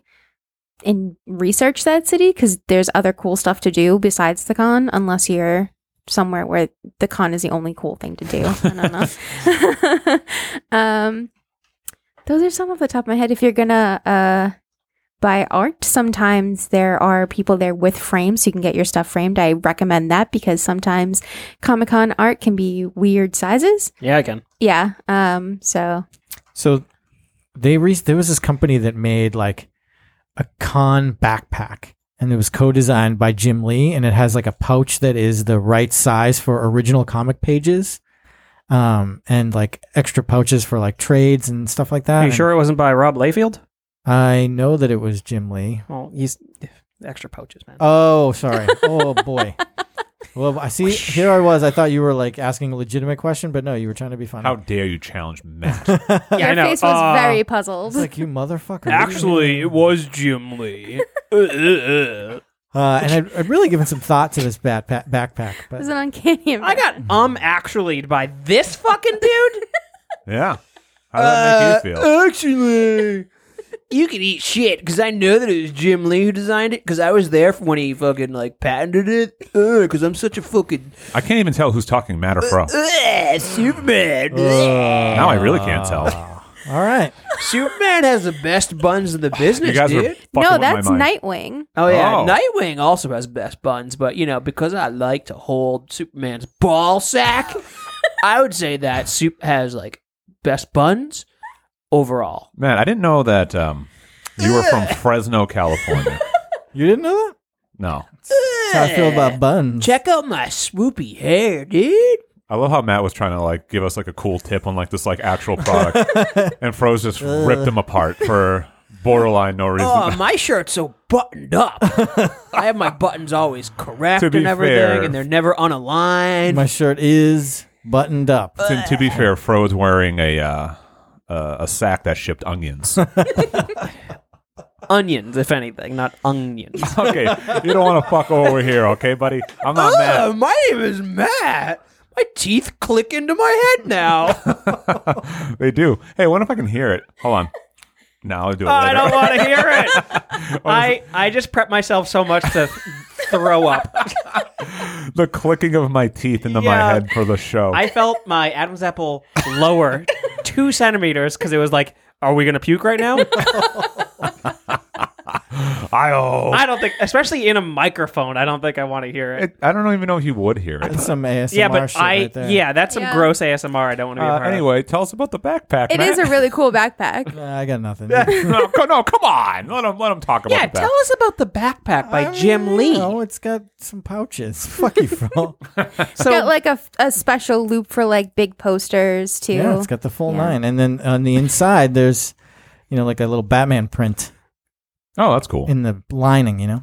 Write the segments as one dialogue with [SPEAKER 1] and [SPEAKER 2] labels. [SPEAKER 1] and research that city because there's other cool stuff to do besides the con, unless you're somewhere where the con is the only cool thing to do. I don't know. um, those are some off the top of my head. If you're gonna uh, buy art, sometimes there are people there with frames, so you can get your stuff framed. I recommend that because sometimes Comic Con art can be weird sizes.
[SPEAKER 2] yeah, I can.
[SPEAKER 1] Yeah. Um. So
[SPEAKER 3] So they re- there was this company that made like a con backpack and it was co-designed by Jim Lee and it has like a pouch that is the right size for original comic pages um, and like extra pouches for like trades and stuff like that.
[SPEAKER 4] Are you
[SPEAKER 3] And
[SPEAKER 4] sure it wasn't by Rob Layfield?
[SPEAKER 3] I know that it was Jim Lee.
[SPEAKER 4] Oh, he's extra pouches, man.
[SPEAKER 3] Oh, sorry. Oh boy. Well, I see. Here I was. I thought you were like asking a legitimate question, but no, you were trying to be funny.
[SPEAKER 5] How dare you challenge Matt?
[SPEAKER 1] Your
[SPEAKER 4] I know.
[SPEAKER 1] face was
[SPEAKER 4] Uh,
[SPEAKER 1] very puzzled.
[SPEAKER 3] It's like you motherfucker.
[SPEAKER 4] was Jim Lee. I
[SPEAKER 3] Uh, and I'd, I'd really given some thought to this bat pa- backpack,
[SPEAKER 1] it
[SPEAKER 3] but
[SPEAKER 1] was an uncanny.
[SPEAKER 4] got um actually by this fucking dude.
[SPEAKER 5] yeah. How did that make you feel?
[SPEAKER 4] Actually, you can eat shit because I know that it was Jim Lee who designed it because I was there for when he fucking like patented it. Because I'm such a fucking
[SPEAKER 5] I can't even tell who's talking Matt or Fro.
[SPEAKER 4] uh, Superman.
[SPEAKER 5] Now I really
[SPEAKER 4] Uh,
[SPEAKER 5] can't tell.
[SPEAKER 3] all right.
[SPEAKER 4] Superman has the best buns in the business,
[SPEAKER 5] You guys are
[SPEAKER 4] dude.
[SPEAKER 5] fucking
[SPEAKER 1] no,
[SPEAKER 5] with my
[SPEAKER 1] that's
[SPEAKER 5] mind.
[SPEAKER 1] Nightwing.
[SPEAKER 4] Oh yeah,
[SPEAKER 5] Oh.
[SPEAKER 4] Nightwing also has best buns, but you know because I like to hold Superman's ball sack, I would say that Soup has like best buns overall.
[SPEAKER 5] Matt, I didn't know that um, you were from Fresno, California.
[SPEAKER 3] You didn't know that?
[SPEAKER 5] No.
[SPEAKER 3] That's how I feel about buns.
[SPEAKER 4] Check out my swoopy hair, dude.
[SPEAKER 5] I love how Matt was trying to like give us like a cool tip on like this like actual product, and Froze just ripped him apart for borderline no reason.
[SPEAKER 4] Oh, my shirt's so buttoned up. I have my buttons always correct
[SPEAKER 5] To be
[SPEAKER 4] and everything,
[SPEAKER 5] fair.
[SPEAKER 4] and they're never unaligned.
[SPEAKER 3] My shirt is buttoned up.
[SPEAKER 4] Uh,
[SPEAKER 5] and to be fair, Froze wearing a uh, uh, a sack that shipped onions.
[SPEAKER 4] onions, if anything, not onions.
[SPEAKER 5] okay, you don't want to fuck over here, okay, buddy? I'm not
[SPEAKER 4] Uh,
[SPEAKER 5] Matt.
[SPEAKER 4] my name is Matt. My teeth click into my head now.
[SPEAKER 5] They do. Hey, wonder if I can hear it. Hold on. No, I'll do it.
[SPEAKER 4] Oh, I
[SPEAKER 5] later.
[SPEAKER 4] don't want to hear it. I, I just prep myself so much to throw up.
[SPEAKER 5] the clicking of my teeth into my
[SPEAKER 4] Yeah.
[SPEAKER 5] head for the show.
[SPEAKER 4] I felt my Adam's apple lower two centimeters because it was like, are we gonna puke right now?
[SPEAKER 5] I oh,
[SPEAKER 4] I don't think, especially in a microphone. I don't think I want to hear it.
[SPEAKER 5] it, I don't even know if you would hear it.
[SPEAKER 3] That's some ASMR
[SPEAKER 4] yeah, but
[SPEAKER 3] shit
[SPEAKER 4] I
[SPEAKER 3] right there.
[SPEAKER 4] yeah, that's some
[SPEAKER 1] Yeah.
[SPEAKER 4] gross ASMR. I don't want to be a
[SPEAKER 5] Uh,
[SPEAKER 4] part
[SPEAKER 5] anyway, tell us about the backpack.
[SPEAKER 1] It
[SPEAKER 5] Matt.
[SPEAKER 1] is a really cool backpack.
[SPEAKER 3] Uh, I got nothing.
[SPEAKER 5] no, co- no, come on. Let him let him talk
[SPEAKER 4] of.
[SPEAKER 5] about
[SPEAKER 4] Yeah,
[SPEAKER 5] that.
[SPEAKER 4] tell us about the backpack by
[SPEAKER 3] I mean,
[SPEAKER 4] Jim Lee.
[SPEAKER 3] You know, it's got some pouches. Fuck you, bro.
[SPEAKER 4] so
[SPEAKER 1] got like a, a special loop for like big posters too.
[SPEAKER 3] yeah, it's got the full
[SPEAKER 1] Yeah.
[SPEAKER 3] nine. And then on the inside, there's, you know, like a little Batman print
[SPEAKER 5] Oh, that's cool.
[SPEAKER 3] in the lining, you know?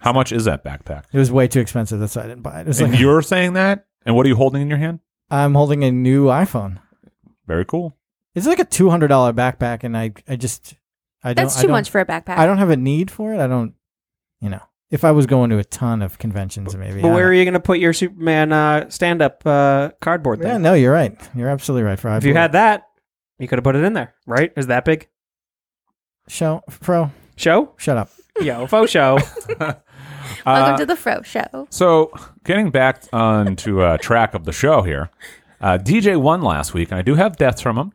[SPEAKER 5] How much is that backpack?
[SPEAKER 3] It was way too expensive. That's why I didn't buy it. It was
[SPEAKER 5] And
[SPEAKER 3] like,
[SPEAKER 5] you're saying that? And what are you holding in your hand?
[SPEAKER 3] I'm holding a new iPhone.
[SPEAKER 5] Very cool.
[SPEAKER 3] It's like a two hundred dollar backpack, and I I just I don't.
[SPEAKER 1] That's
[SPEAKER 3] I
[SPEAKER 1] too
[SPEAKER 3] don't-
[SPEAKER 1] much for a backpack.
[SPEAKER 3] I don't have a need for it. I don't. You know, if I was going to a ton of conventions, maybe.
[SPEAKER 4] but
[SPEAKER 3] I
[SPEAKER 4] where are
[SPEAKER 3] don't-
[SPEAKER 4] you gonna put your Superman uh, stand up uh, cardboard
[SPEAKER 3] Yeah,
[SPEAKER 4] thing?
[SPEAKER 3] no, you're right. You're absolutely right. For
[SPEAKER 4] if you had that, you could have put it in there, right? Is that big?
[SPEAKER 3] show pro,
[SPEAKER 4] Show?
[SPEAKER 3] shut up.
[SPEAKER 4] Yo, faux show.
[SPEAKER 1] Welcome
[SPEAKER 5] Uh,
[SPEAKER 1] to the Fro Show.
[SPEAKER 5] So, getting back onto uh, track of the show here, uh, DJ won last week, and I do have deaths from him.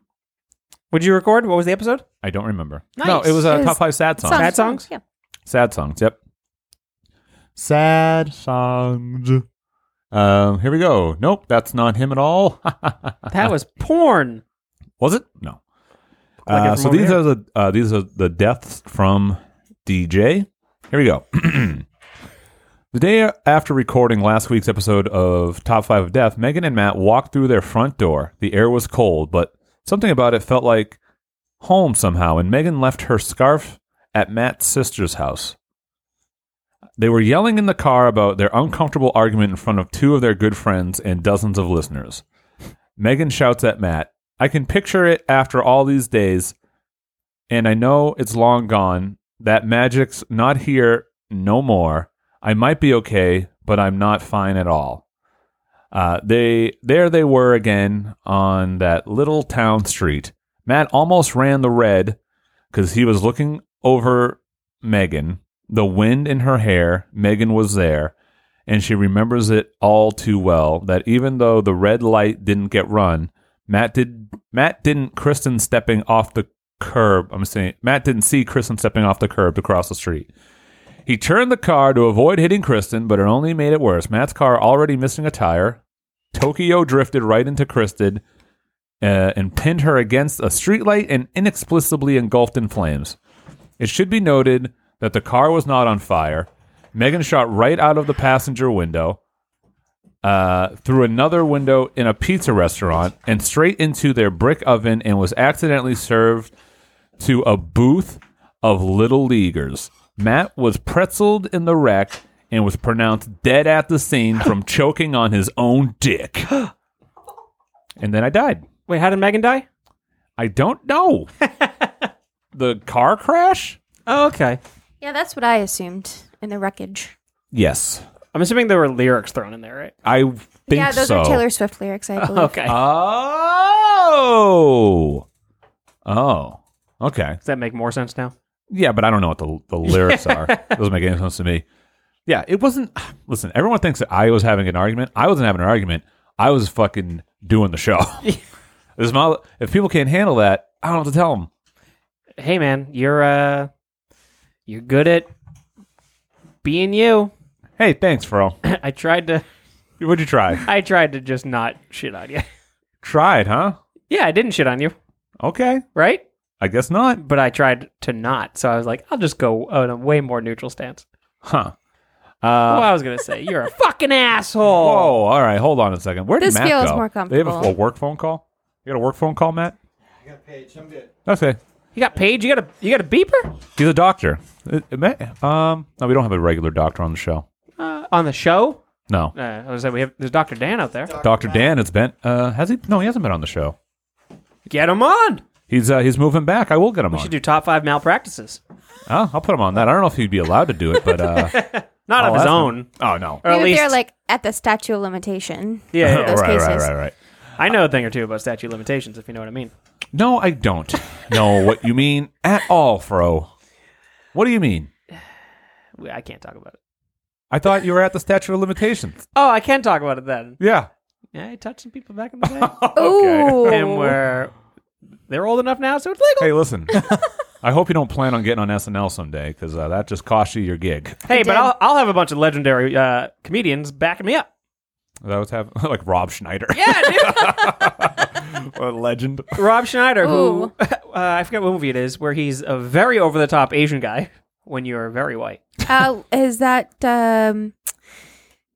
[SPEAKER 4] Would you record? What was the episode?
[SPEAKER 5] I don't remember. No, it was
[SPEAKER 1] It
[SPEAKER 5] a
[SPEAKER 1] was
[SPEAKER 5] top five sad songs.
[SPEAKER 4] Sad songs?
[SPEAKER 1] Yeah.
[SPEAKER 5] Sad songs. Yep. Sad songs. Um, here we go. Nope, that's not him at all.
[SPEAKER 4] That was porn.
[SPEAKER 5] Was it? No.
[SPEAKER 4] Click it
[SPEAKER 5] Uh,
[SPEAKER 4] from
[SPEAKER 5] so
[SPEAKER 4] over
[SPEAKER 5] these
[SPEAKER 4] here.
[SPEAKER 5] are the uh, these are the deaths from DJ. Here we go. the day after recording last week's episode of Top Five of Death, Megan and Matt walked through their front door. The air was cold, but something about it felt like home somehow. And Megan left her scarf at Matt's sister's house. They were yelling in the car about their uncomfortable argument in front of two of their good friends and dozens of listeners. Megan shouts at Matt, I can picture it after all these days, and I know it's long gone. That magic's not here no more. I might be okay, but I'm not fine at all. Uh, they there they were again on that little town street. Matt almost ran the red because he was looking over Megan. The wind in her hair. Megan was there, and she remembers it all too well. That even though the red light didn't get run, Matt did. Matt didn't. Kristen stepping off the curb. I'm saying Matt didn't see Kristen stepping off the curb to cross the street. He turned the car to avoid hitting Kristen, but it only made it worse. Matt's car already missing a tire. Tokyo drifted right into Kristen uh, and pinned her against a streetlight and inexplicably engulfed in flames. It should be noted that the car was not on fire. Megan shot right out of the passenger window. uh, through another window in a pizza restaurant and straight into their brick oven and was accidentally served to a booth of little leaguers. Matt was pretzeled in the wreck and was pronounced dead at the scene from choking on his own dick. And then I died.
[SPEAKER 4] Wait, how did Megan die?
[SPEAKER 5] I don't know. the car crash?
[SPEAKER 4] Oh, okay.
[SPEAKER 1] Yeah, that's what I assumed in the wreckage.
[SPEAKER 5] Yes.
[SPEAKER 4] I'm assuming there were lyrics thrown in there, right?
[SPEAKER 5] I think
[SPEAKER 1] yeah, those
[SPEAKER 5] so.
[SPEAKER 1] are Taylor Swift lyrics, I believe.
[SPEAKER 4] Okay.
[SPEAKER 5] Oh. Oh. Okay.
[SPEAKER 4] Does that make more sense now?
[SPEAKER 5] Yeah, but I don't know what the, the lyrics are. doesn't make any sense to me. Yeah, it wasn't. Listen, everyone thinks that I was having an argument. I wasn't having an argument. I was fucking doing the show. This is my- if people can't handle that, I don't have to tell them.
[SPEAKER 4] Hey, man, you're uh, you're good at being you.
[SPEAKER 5] Hey, thanks, Fro.
[SPEAKER 4] I tried to,
[SPEAKER 5] What'd you try?
[SPEAKER 4] I tried to just not shit on you.
[SPEAKER 5] Tried, huh?
[SPEAKER 4] yeah, I didn't shit on you,
[SPEAKER 5] Okay.
[SPEAKER 4] right?
[SPEAKER 5] I guess not.
[SPEAKER 4] But I tried to not. So I was like, I'll just go on a way more neutral stance.
[SPEAKER 5] Huh. Uh,
[SPEAKER 4] oh, I was gonna say you're a fucking asshole.
[SPEAKER 5] Whoa, Oh, all right. Hold on a second. Where did
[SPEAKER 1] This
[SPEAKER 5] Matt
[SPEAKER 1] feels
[SPEAKER 5] go?
[SPEAKER 1] more
[SPEAKER 5] They have a,
[SPEAKER 1] comfortable.
[SPEAKER 5] a work phone call? You got a work phone call, Matt?
[SPEAKER 3] I got page. I'm good.
[SPEAKER 5] Okay.
[SPEAKER 4] You got paid. You got a you got a beeper
[SPEAKER 5] He's a doctor. It- it may- um, no, we don't have a regular doctor on the show.
[SPEAKER 4] uh, on the show.
[SPEAKER 5] No.
[SPEAKER 4] Uh, I was like, we have there's Doctor Dan out there.
[SPEAKER 5] Dr. Dan has been, uh, has he? No, he hasn't been on the show.
[SPEAKER 4] Get him on.
[SPEAKER 5] He's uh, he's moving back. I will get him
[SPEAKER 4] We
[SPEAKER 5] on.
[SPEAKER 4] should do top five malpractices,
[SPEAKER 5] Oh, I'll put him on that. I don't know if he'd be allowed to do it, but uh,
[SPEAKER 4] not
[SPEAKER 5] I'll
[SPEAKER 4] of his
[SPEAKER 5] ask him.
[SPEAKER 4] own.
[SPEAKER 5] Oh no.
[SPEAKER 4] Or
[SPEAKER 1] Maybe
[SPEAKER 4] at least,
[SPEAKER 1] they're like at the statute of limitation.
[SPEAKER 4] yeah, yeah,
[SPEAKER 5] right,
[SPEAKER 4] yeah.
[SPEAKER 1] those
[SPEAKER 5] right, right,
[SPEAKER 1] cases.
[SPEAKER 5] right, right.
[SPEAKER 4] I know a thing or two about statute limitations, if you know what I mean.
[SPEAKER 5] No, I don't know what you mean at all, Fro. What do you mean?
[SPEAKER 4] We- I can't talk about it.
[SPEAKER 5] I thought you were at the statute of limitations.
[SPEAKER 4] Oh, I can talk about it then.
[SPEAKER 5] Yeah.
[SPEAKER 4] Yeah, I touched some people back in the day,
[SPEAKER 1] Ooh.
[SPEAKER 4] and where they're old enough now, so it's legal.
[SPEAKER 5] Hey, listen. I hope you don't plan on getting on SNL someday because uh, that just cost you your gig. Is
[SPEAKER 4] Hey, but
[SPEAKER 1] did.
[SPEAKER 4] I'll, I'll have a bunch of legendary uh, comedians backing me up.
[SPEAKER 5] That was have like Rob Schneider,
[SPEAKER 4] Yeah, dude.
[SPEAKER 5] a legend.
[SPEAKER 4] Rob Schneider, who
[SPEAKER 1] Ooh.
[SPEAKER 4] uh, I forget what movie it is, where he's a very over the top Asian guy when you're very white.
[SPEAKER 1] uh, is that um,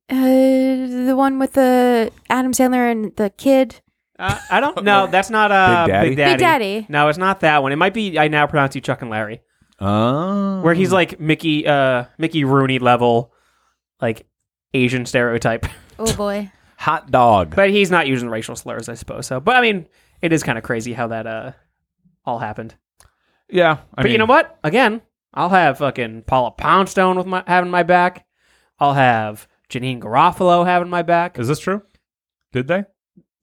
[SPEAKER 1] uh, the one with the Adam Sandler and the kid?
[SPEAKER 4] Uh, I don't know. That's not uh,
[SPEAKER 5] Big Daddy?
[SPEAKER 4] Big Daddy.
[SPEAKER 1] Big Daddy.
[SPEAKER 4] No, it's not that one. It might be. I now pronounce you Chuck and Larry,
[SPEAKER 5] Oh,
[SPEAKER 4] where he's like Mickey, uh, Mickey Rooney level, like Asian stereotype.
[SPEAKER 1] Oh boy.
[SPEAKER 5] hot dog.
[SPEAKER 4] But he's not using racial slurs, I suppose. So, but I mean, it is kind of crazy how that uh all happened.
[SPEAKER 5] yeah, I
[SPEAKER 4] but you know what? Again, I'll have fucking Paula Poundstone with my having my back. I'll have Janine Garofalo having my back.
[SPEAKER 5] Is this true? Did they?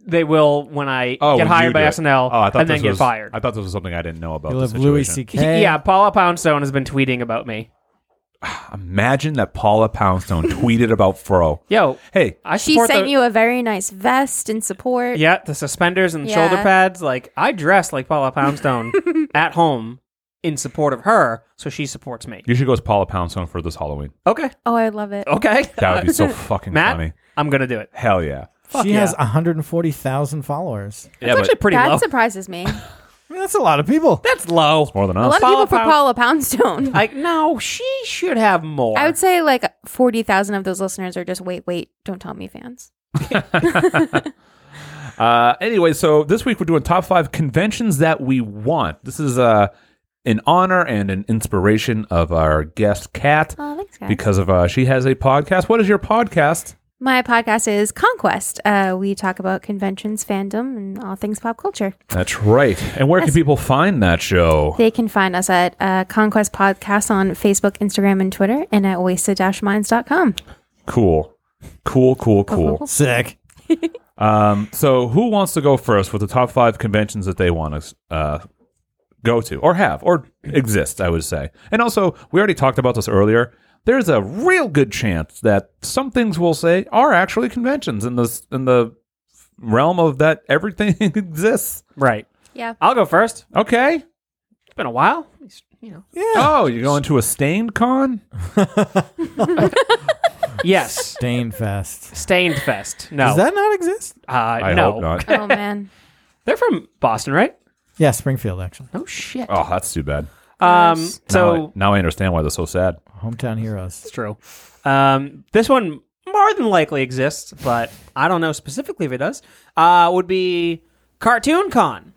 [SPEAKER 4] They will when I
[SPEAKER 5] Oh, when
[SPEAKER 4] get
[SPEAKER 5] you
[SPEAKER 4] hired by
[SPEAKER 5] do it.
[SPEAKER 4] SNL
[SPEAKER 5] Oh, I thought
[SPEAKER 4] and
[SPEAKER 5] this
[SPEAKER 4] then get
[SPEAKER 5] was,
[SPEAKER 4] fired.
[SPEAKER 5] I thought this was something I didn't know about.
[SPEAKER 3] You'll
[SPEAKER 5] the
[SPEAKER 3] have Louis
[SPEAKER 5] situation.
[SPEAKER 3] C.K.
[SPEAKER 4] Yeah, Paula Poundstone has been tweeting about me.
[SPEAKER 5] Imagine that Paula Poundstone tweeted about Fro.
[SPEAKER 4] Yo,
[SPEAKER 5] Hey,
[SPEAKER 4] I
[SPEAKER 1] She
[SPEAKER 4] support
[SPEAKER 1] sent
[SPEAKER 4] the,
[SPEAKER 1] you a very nice vest in support.
[SPEAKER 4] Yeah, the suspenders and the
[SPEAKER 1] Yeah.
[SPEAKER 4] shoulder pads. Like I dress like Paula Poundstone at home in support of her, so she supports me.
[SPEAKER 5] you should go as Paula Poundstone for this Halloween.
[SPEAKER 4] Okay.
[SPEAKER 1] Oh, I love it.
[SPEAKER 4] Okay.
[SPEAKER 5] That would be so fucking
[SPEAKER 4] Matt,
[SPEAKER 5] funny.
[SPEAKER 4] I'm gonna do it.
[SPEAKER 5] Hell yeah.
[SPEAKER 4] Fuck
[SPEAKER 3] she
[SPEAKER 4] yeah.
[SPEAKER 3] has 140,000 followers.
[SPEAKER 4] That's actually pretty
[SPEAKER 1] that
[SPEAKER 4] low.
[SPEAKER 1] surprises me.
[SPEAKER 3] I mean, that's a lot of people.
[SPEAKER 4] That's low.
[SPEAKER 5] more than
[SPEAKER 1] A lot
[SPEAKER 5] us.
[SPEAKER 1] of people
[SPEAKER 4] Paula
[SPEAKER 1] for
[SPEAKER 4] Pound-
[SPEAKER 1] Paula Poundstone.
[SPEAKER 4] Like no, she should have more.
[SPEAKER 1] I would say like 40,000 of those listeners are just wait, wait, don't tell me fans.
[SPEAKER 5] Uh, anyway, so this week we're doing top five conventions that we want. This is uh, in honor and an inspiration of our guest Kat
[SPEAKER 1] Oh, thanks, guys.
[SPEAKER 5] because of uh, she has a podcast. What is your podcast?
[SPEAKER 1] My podcast is Conquest. Uh, we talk about conventions, fandom, and all things pop culture.
[SPEAKER 5] That's right. And where can people find that show?
[SPEAKER 1] They can find us at uh, Conquest Podcast on Facebook, Instagram, and Twitter, and at wasted-minds.com.
[SPEAKER 5] Cool, cool, cool, cool.
[SPEAKER 3] Sick.
[SPEAKER 5] Um, so who wants to go first with the top five conventions that they want to uh, go to or have or exist? I would say. And also, we already talked about this earlier. There's a real good chance that some things we'll say are actually conventions in this in the realm of that everything exists.
[SPEAKER 4] right.
[SPEAKER 1] Yeah.
[SPEAKER 4] I'll go first.
[SPEAKER 5] Okay.
[SPEAKER 4] It's been a while. You know.
[SPEAKER 5] Oh, you're going to a stained con?
[SPEAKER 4] Yes.
[SPEAKER 3] Danefest.
[SPEAKER 4] Stained Fest. No.
[SPEAKER 3] Does that not exist?
[SPEAKER 4] uh,
[SPEAKER 5] I
[SPEAKER 4] no.
[SPEAKER 5] hope not.
[SPEAKER 1] Oh, man.
[SPEAKER 4] They're from Boston, right?
[SPEAKER 3] Yeah, Springfield, actually.
[SPEAKER 4] Oh shit.
[SPEAKER 5] Oh, that's too bad.
[SPEAKER 4] Um.
[SPEAKER 5] Now
[SPEAKER 4] So
[SPEAKER 5] I- now I understand why they're so sad.
[SPEAKER 3] Hometown Heroes.
[SPEAKER 4] It's true. Um, this one more than likely exists, but I don't know specifically if it does, uh, would be Cartoon Con.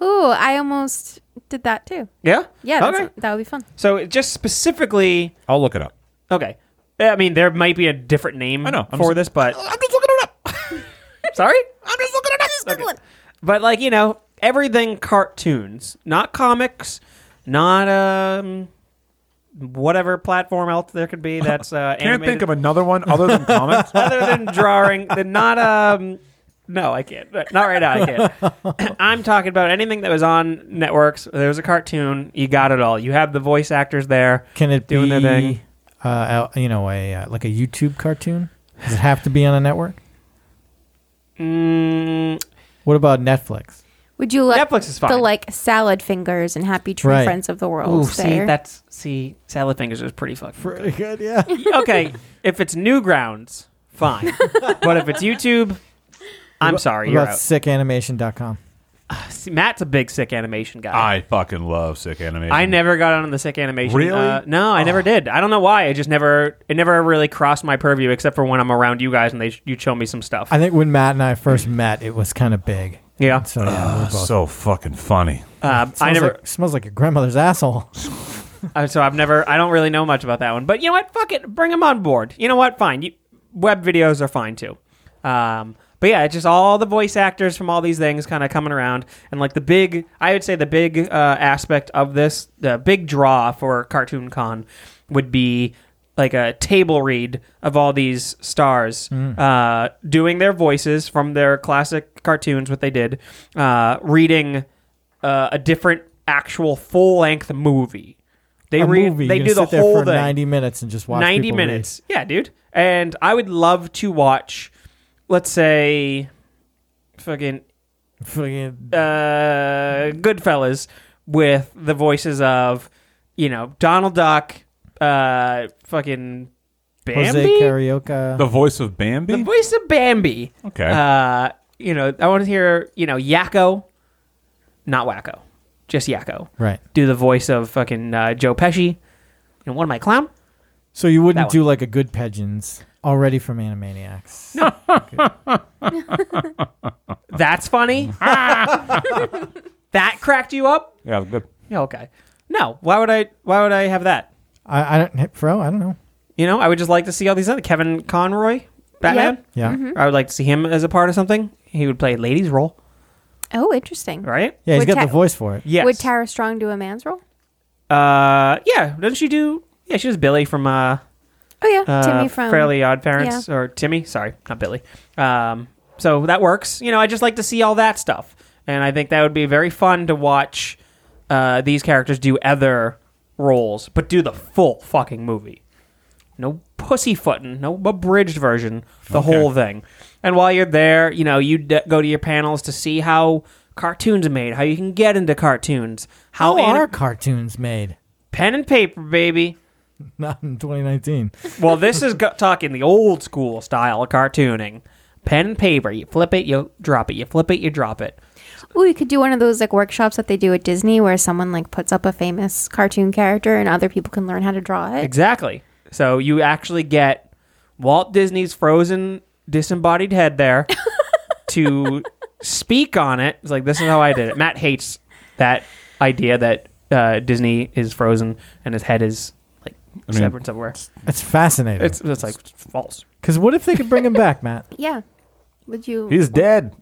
[SPEAKER 1] Ooh, I almost did that too.
[SPEAKER 4] Yeah?
[SPEAKER 1] Yeah, that's,
[SPEAKER 4] Okay.
[SPEAKER 1] that would be fun.
[SPEAKER 4] So it just specifically,
[SPEAKER 5] I'll look it up.
[SPEAKER 4] okay. I mean, there might be a different name
[SPEAKER 5] I know, I'm
[SPEAKER 4] for
[SPEAKER 5] just-
[SPEAKER 4] this, but
[SPEAKER 5] I'm just looking it up.
[SPEAKER 4] sorry?
[SPEAKER 5] I'm just looking it up.
[SPEAKER 4] But like, you know, everything cartoons, not comics, not um whatever platform else there could be that's uh
[SPEAKER 5] Can't
[SPEAKER 4] animated.
[SPEAKER 5] think of another one other than comics.
[SPEAKER 4] other than drawing, than not um no, I can't. Not right now. I can't. I'm talking about anything that was on networks. There was a cartoon. You got it all. You have the voice actors there.
[SPEAKER 3] Can it
[SPEAKER 4] Doing
[SPEAKER 3] be
[SPEAKER 4] their thing.
[SPEAKER 3] uh, out- you know a uh, like a YouTube cartoon? Does it have to be on a network?
[SPEAKER 4] Mm,
[SPEAKER 3] What about Netflix?
[SPEAKER 1] Would you like
[SPEAKER 4] Netflix is
[SPEAKER 1] the
[SPEAKER 4] fine.
[SPEAKER 1] like salad fingers and happy tree
[SPEAKER 3] Right.
[SPEAKER 1] friends of the world?
[SPEAKER 4] ooh, oh, see,
[SPEAKER 1] there?
[SPEAKER 4] that's see, salad fingers is pretty fucking.
[SPEAKER 3] Pretty good, yeah.
[SPEAKER 4] okay, if it's Newgrounds, fine. but if it's YouTube, I'm sorry, you're
[SPEAKER 3] about
[SPEAKER 4] out.
[SPEAKER 3] sickanimation.com?
[SPEAKER 4] See, Matt's a big sick animation guy.
[SPEAKER 5] I fucking love sick animation.
[SPEAKER 4] I never got on the sick animation.
[SPEAKER 5] Really?
[SPEAKER 4] Uh, no, I never did. I don't know why. It just never. It never really crossed my purview, except for when I'm around you guys and they you show me some stuff.
[SPEAKER 3] I think when Matt and I first met, it was kind of big.
[SPEAKER 4] yeah.
[SPEAKER 3] So yeah, we were both.
[SPEAKER 5] So fucking funny.
[SPEAKER 4] Uh,
[SPEAKER 3] smells
[SPEAKER 4] I never.
[SPEAKER 3] like, smells like your grandmother's asshole.
[SPEAKER 4] Uh, so I've never, I don't really know much about that one. But you know what? Fuck it. Bring them on board. You know what? Fine. You, web videos are fine too. Um, but yeah, it's just all the voice actors from all these things kind of coming around. And like the big, I would say the big uh, aspect of this, the big draw for Cartoon Con would be like a table read of all these stars uh, doing their voices from their classic cartoons, what they did, uh, reading uh, a different actual full length movie. They
[SPEAKER 3] a
[SPEAKER 4] read.
[SPEAKER 3] movie.
[SPEAKER 4] They
[SPEAKER 3] you
[SPEAKER 4] do the
[SPEAKER 3] sit
[SPEAKER 4] whole
[SPEAKER 3] there for
[SPEAKER 4] thing.
[SPEAKER 3] 90 minutes and just watch
[SPEAKER 4] 90
[SPEAKER 3] people read.
[SPEAKER 4] minutes. Yeah, dude. And I would love to watch, let's say, fucking
[SPEAKER 3] Fucking-
[SPEAKER 4] uh, Goodfellas with the voices of, you know, Donald Duck, uh, fucking
[SPEAKER 3] Jose
[SPEAKER 4] Bambi,
[SPEAKER 3] Carioca.
[SPEAKER 5] The voice of Bambi.
[SPEAKER 4] the voice of Bambi.
[SPEAKER 5] okay.
[SPEAKER 4] Uh, you know, I want to hear, you know, Yakko, not Wacko, just Yakko,
[SPEAKER 3] right.
[SPEAKER 4] do the voice of fucking uh, Joe Pesci. And what am I, clown?
[SPEAKER 3] So you
[SPEAKER 4] That
[SPEAKER 3] wouldn't
[SPEAKER 4] one.
[SPEAKER 3] do like a good Pigeons already from Animaniacs. No.
[SPEAKER 4] That's funny. Ah. that cracked you up?
[SPEAKER 5] yeah, good.
[SPEAKER 4] Yeah, okay. No, why would I? Why would I have that?
[SPEAKER 3] I, I don't, bro, I don't know.
[SPEAKER 4] You know, I would just like to see all these other Kevin Conroy, Batman.
[SPEAKER 3] Yeah.
[SPEAKER 1] Mm-hmm.
[SPEAKER 4] I would like to see him as a part of something. He would play a lady's role,
[SPEAKER 1] oh, interesting.
[SPEAKER 4] right?
[SPEAKER 3] Yeah, he's
[SPEAKER 1] Would
[SPEAKER 3] got
[SPEAKER 1] Tar-
[SPEAKER 3] the voice for it.
[SPEAKER 4] Yes.
[SPEAKER 1] Would Tara Strong do a man's role?
[SPEAKER 4] uh, yeah. Doesn't she do? Yeah, she was Billy from uh,
[SPEAKER 1] Oh yeah,
[SPEAKER 4] uh
[SPEAKER 1] Timmy from
[SPEAKER 4] Fairly Odd Parents or Timmy. Sorry, not Billy. Um, so that works. You know, I just like to see all that stuff, and I think that would be very fun to watch uh, these characters do other roles, but do the full fucking movie. No pussyfooting, no abridged version, the whole thing. And while you're there, you know, you d- go to your panels to see how cartoons are made, how you can get into cartoons, how
[SPEAKER 3] How
[SPEAKER 4] anim-
[SPEAKER 3] are cartoons made?
[SPEAKER 4] pen and paper, baby.
[SPEAKER 3] Not in 2019.
[SPEAKER 4] Well, this is go- talking the old school style of cartooning. Pen and paper. You flip it, you drop it. You flip it, you drop it.
[SPEAKER 1] Ooh, you could do one of those like workshops that they do at Disney where someone like puts up a famous cartoon character and other people can learn how to draw it.
[SPEAKER 4] Exactly. So you actually get Walt Disney's frozen disembodied head there to speak on it. It's like, this is how I did it. Matt hates that idea that uh, Disney is frozen and his head is like
[SPEAKER 5] mean-
[SPEAKER 4] severed somewhere.
[SPEAKER 3] That's fascinating.
[SPEAKER 4] It's, it's like false.
[SPEAKER 3] Because what if they could bring him back, Matt?
[SPEAKER 1] Yeah. Would you
[SPEAKER 5] He's dead.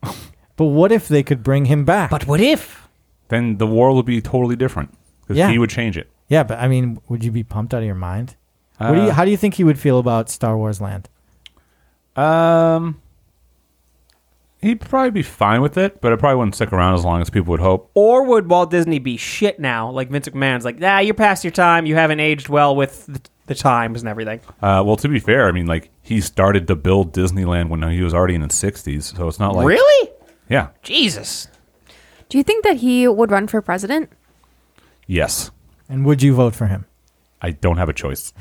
[SPEAKER 3] But what if they could bring him back?
[SPEAKER 4] But what if?
[SPEAKER 5] then the world would be totally different because
[SPEAKER 3] Yeah.
[SPEAKER 5] he would change it.
[SPEAKER 3] yeah, but I mean, would you be pumped out of your mind? what do you, how do you think he would feel about Star Wars Land?
[SPEAKER 5] Um, he'd probably be fine with it, but it probably wouldn't stick around as long as people would hope.
[SPEAKER 4] Or would Walt Disney be shit now? Like Vince McMahon's like, nah, you're past your time. You haven't aged well with the, the times and everything.
[SPEAKER 5] Uh, well, to be fair, I mean, like he started to build Disneyland when he was already in his sixties, so it's not like
[SPEAKER 4] really?
[SPEAKER 5] yeah,
[SPEAKER 4] Jesus.
[SPEAKER 1] Do you think that he would run for president?
[SPEAKER 5] yes.
[SPEAKER 3] And would you vote for him?
[SPEAKER 5] I don't have a choice.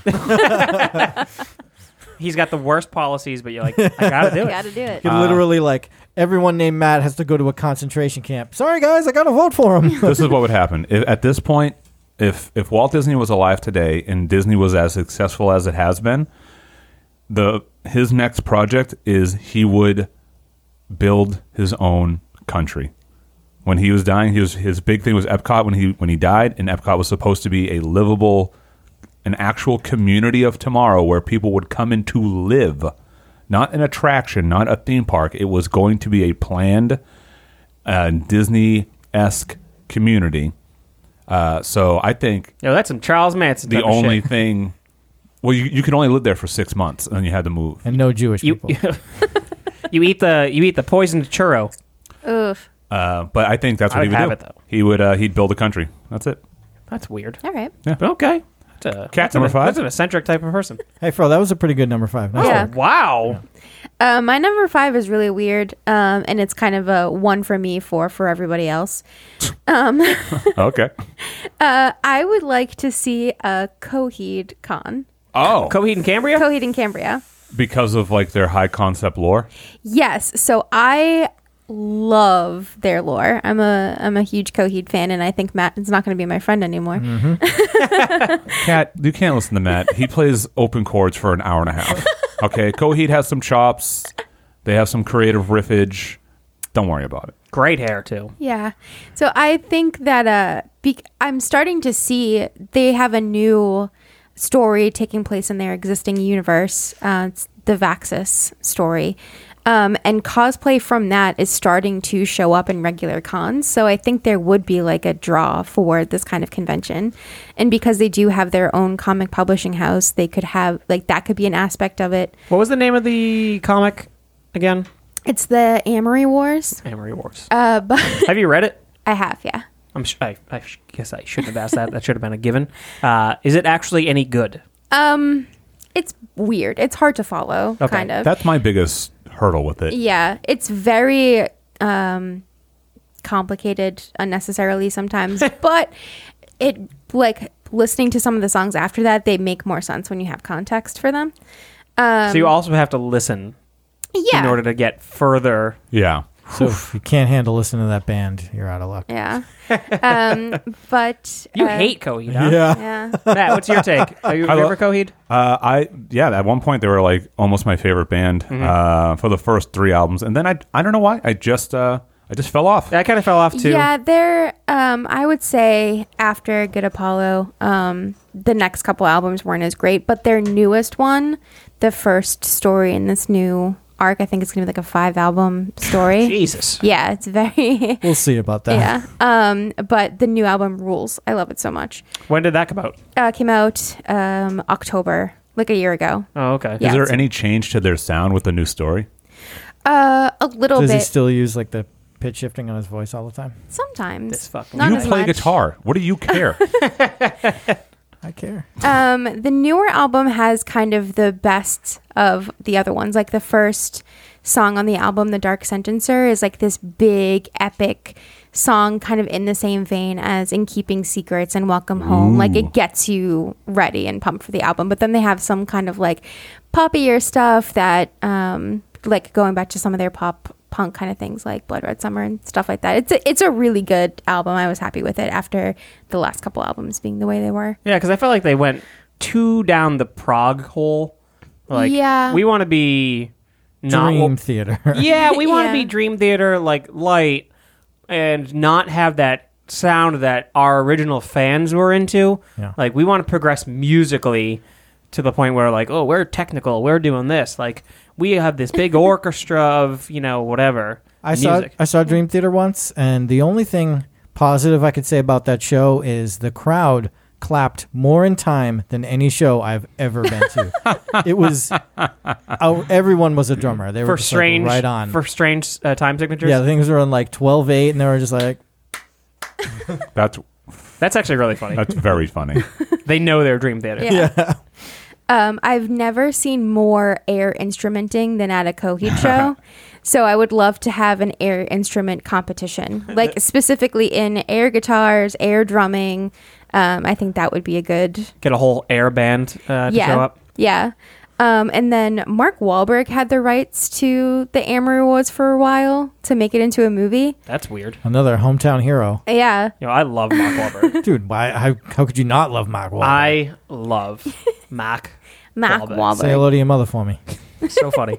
[SPEAKER 4] He's got the worst policies, but you're like, I gotta do it.
[SPEAKER 1] Gotta do it.
[SPEAKER 3] Could literally like everyone named Matt has to go to a concentration camp. Sorry guys, I gotta vote for him.
[SPEAKER 5] this is what would happen if, at this point. If if Walt Disney was alive today and Disney was as successful as it has been, the his next project is he would build his own country. When he was dying, he was his big thing was Epcot when he when he died, and Epcot was supposed to be a livable, an actual community of tomorrow where people would come in to live, not an attraction, not a theme park. It was going to be a planned, uh, Disney esque community. Uh, so I think
[SPEAKER 4] Yo, that's some Charles Manson.
[SPEAKER 5] the
[SPEAKER 4] type of shit.
[SPEAKER 5] only thing. Well, you, you can only live there for six months, and then you had to move.
[SPEAKER 3] and no Jewish
[SPEAKER 4] you,
[SPEAKER 3] people.
[SPEAKER 4] you eat the you eat the poisoned churro.
[SPEAKER 1] Ugh.
[SPEAKER 5] Uh, but I think that's what
[SPEAKER 4] I
[SPEAKER 5] he
[SPEAKER 4] would
[SPEAKER 5] would
[SPEAKER 4] have
[SPEAKER 5] do.
[SPEAKER 4] it, though.
[SPEAKER 5] He would uh, he'd build a country. That's it.
[SPEAKER 4] That's weird.
[SPEAKER 1] All right.
[SPEAKER 4] Okay. That's a, that's
[SPEAKER 5] number
[SPEAKER 4] an-
[SPEAKER 5] five.
[SPEAKER 4] That's an eccentric type of person. Oh,
[SPEAKER 3] hey, Fro, that was a pretty good number five. Nice
[SPEAKER 1] Yeah.
[SPEAKER 3] work.
[SPEAKER 4] Wow.
[SPEAKER 1] Uh, my number five is really weird, um, and it's kind of a one for me, four for everybody else.
[SPEAKER 5] okay.
[SPEAKER 1] Uh, I would like to see a Coheed con.
[SPEAKER 5] Oh,
[SPEAKER 4] Coheed and Cambria.
[SPEAKER 1] Coheed and Cambria.
[SPEAKER 5] because of like their high concept lore.
[SPEAKER 1] Yes, so I love their lore. I'm a I'm a huge Coheed fan, and I think Matt is not going to be my friend anymore.
[SPEAKER 5] Cat, you can't listen to Matt. He plays open chords for an hour and a half. Okay, Coheed has some chops. They have some creative riffage. Don't worry about it.
[SPEAKER 4] Great hair too.
[SPEAKER 1] Yeah. So I think that uh be- I'm starting to see they have a new story taking place in their existing universe. Uh, it's the Vaxis story. Um, and cosplay from that is starting to show up in regular cons. So I think there would be like a draw for this kind of convention. And because they do have their own comic publishing house, they could have like that could be an aspect of it.
[SPEAKER 4] What was the name of the comic again?
[SPEAKER 1] It's the Amory Wars.
[SPEAKER 4] Amory Wars.
[SPEAKER 1] Uh, but
[SPEAKER 4] have you read it?
[SPEAKER 1] I have, yeah.
[SPEAKER 4] I'm sh- I, I sh- guess I shouldn't have asked that. That should have been a given. Uh, is it actually any good?
[SPEAKER 1] Um, it's weird. It's hard to follow,
[SPEAKER 4] Okay.
[SPEAKER 1] kind of.
[SPEAKER 5] That's my biggest hurdle with it.
[SPEAKER 1] yeah, it's very um, complicated unnecessarily sometimes, but it like listening to some of the songs after that, they make more sense when you have context for them. Um,
[SPEAKER 4] so you also have to listen
[SPEAKER 1] yeah,
[SPEAKER 4] in order to get further.
[SPEAKER 5] Yeah.
[SPEAKER 3] So if you can't handle listening to that band, you're out of luck.
[SPEAKER 1] yeah. Um, but
[SPEAKER 4] You
[SPEAKER 1] uh,
[SPEAKER 4] hate Coheed, huh?
[SPEAKER 1] yeah.
[SPEAKER 4] Matt, what's your take? Are you a
[SPEAKER 5] lo-
[SPEAKER 4] member Coheed?
[SPEAKER 5] Uh, I yeah. At one point, they were like almost my favorite band
[SPEAKER 4] Mm-hmm.
[SPEAKER 5] uh, for the first three albums, and then I I don't know why I just uh, I just fell off.
[SPEAKER 4] I kind of fell off too.
[SPEAKER 1] Yeah, they're. Um, I would say after Good Apollo, um, the next couple albums weren't as great, but their newest one, the first story in this new arc, I think it's gonna be like a five album story.
[SPEAKER 4] Jesus.
[SPEAKER 1] yeah, it's very.
[SPEAKER 3] We'll see about that.
[SPEAKER 1] yeah. Um, but the new album rules. I love it so much.
[SPEAKER 4] When did that come out?
[SPEAKER 1] Uh, came out um, October, like a year ago.
[SPEAKER 4] Oh, okay.
[SPEAKER 1] Yeah.
[SPEAKER 5] Is there any change to their sound with the new story?
[SPEAKER 1] Uh, a little
[SPEAKER 3] Does he
[SPEAKER 1] bit.
[SPEAKER 3] still use like the pitch shifting on his voice all the time?
[SPEAKER 1] sometimes.
[SPEAKER 4] This fucking-
[SPEAKER 1] Not
[SPEAKER 5] you
[SPEAKER 1] as
[SPEAKER 5] play
[SPEAKER 1] much.
[SPEAKER 5] guitar. What do you care?
[SPEAKER 3] I care.
[SPEAKER 1] Um, the newer album has kind of the best of the other ones. Like the first song on the album, The Dark Sentencer, is like this big, epic song, kind of in the same vein as In Keeping Secrets and Welcome Home. Like it gets you ready and pumped for the album. But then they have some kind of like poppier stuff that, um, like going back to some of their pop punk kind of things like Blood Red Summer and stuff like that. It's a, it's a really good album. I was happy with it after the last couple albums being the way they were.
[SPEAKER 4] Yeah, because I felt like they went too down the prog hole. Like,
[SPEAKER 1] Yeah.
[SPEAKER 4] we want to be not.
[SPEAKER 3] Dream theater.
[SPEAKER 4] yeah, we want to
[SPEAKER 1] Yeah.
[SPEAKER 4] be dream theater like light and not have that sound that our original fans were into.
[SPEAKER 3] Yeah.
[SPEAKER 4] Like, we want to progress musically to the point where like, oh, we're technical, we're doing this. Like, we have this big orchestra of you know whatever.
[SPEAKER 3] I saw
[SPEAKER 4] music.
[SPEAKER 3] I saw Dream Theater once, and the only thing positive I could say about that show is the crowd clapped more in time than any show I've ever been to. it was oh, everyone was a drummer. They
[SPEAKER 4] for
[SPEAKER 3] were just, like,
[SPEAKER 4] strange
[SPEAKER 3] right on.
[SPEAKER 4] for strange uh, time signatures.
[SPEAKER 3] yeah, things were on like 12-8, and they were just like,
[SPEAKER 5] that's
[SPEAKER 4] that's actually really funny.
[SPEAKER 5] that's very funny.
[SPEAKER 4] they know their dream theater.
[SPEAKER 1] Yeah. Um, I've never seen more air instrumenting than at a Coheed show. so I would love to have an air instrument competition, like specifically in air guitars, air drumming. Um, I think that would be a good
[SPEAKER 4] Get a whole air band uh, to
[SPEAKER 1] yeah,
[SPEAKER 4] show up.
[SPEAKER 1] yeah. Um, and then Mark Wahlberg had the rights to the Amory Awards for a while to make it into a movie.
[SPEAKER 4] That's weird.
[SPEAKER 3] another hometown hero.
[SPEAKER 1] Yeah,
[SPEAKER 4] You know, I love Mark Wahlberg.
[SPEAKER 3] Dude, why? How, how could you not love Mark Wahlberg?
[SPEAKER 4] I love Mac.
[SPEAKER 1] Mark
[SPEAKER 4] Wahlberg.
[SPEAKER 1] Wahlberg.
[SPEAKER 3] Say hello to your mother for me.
[SPEAKER 4] So funny.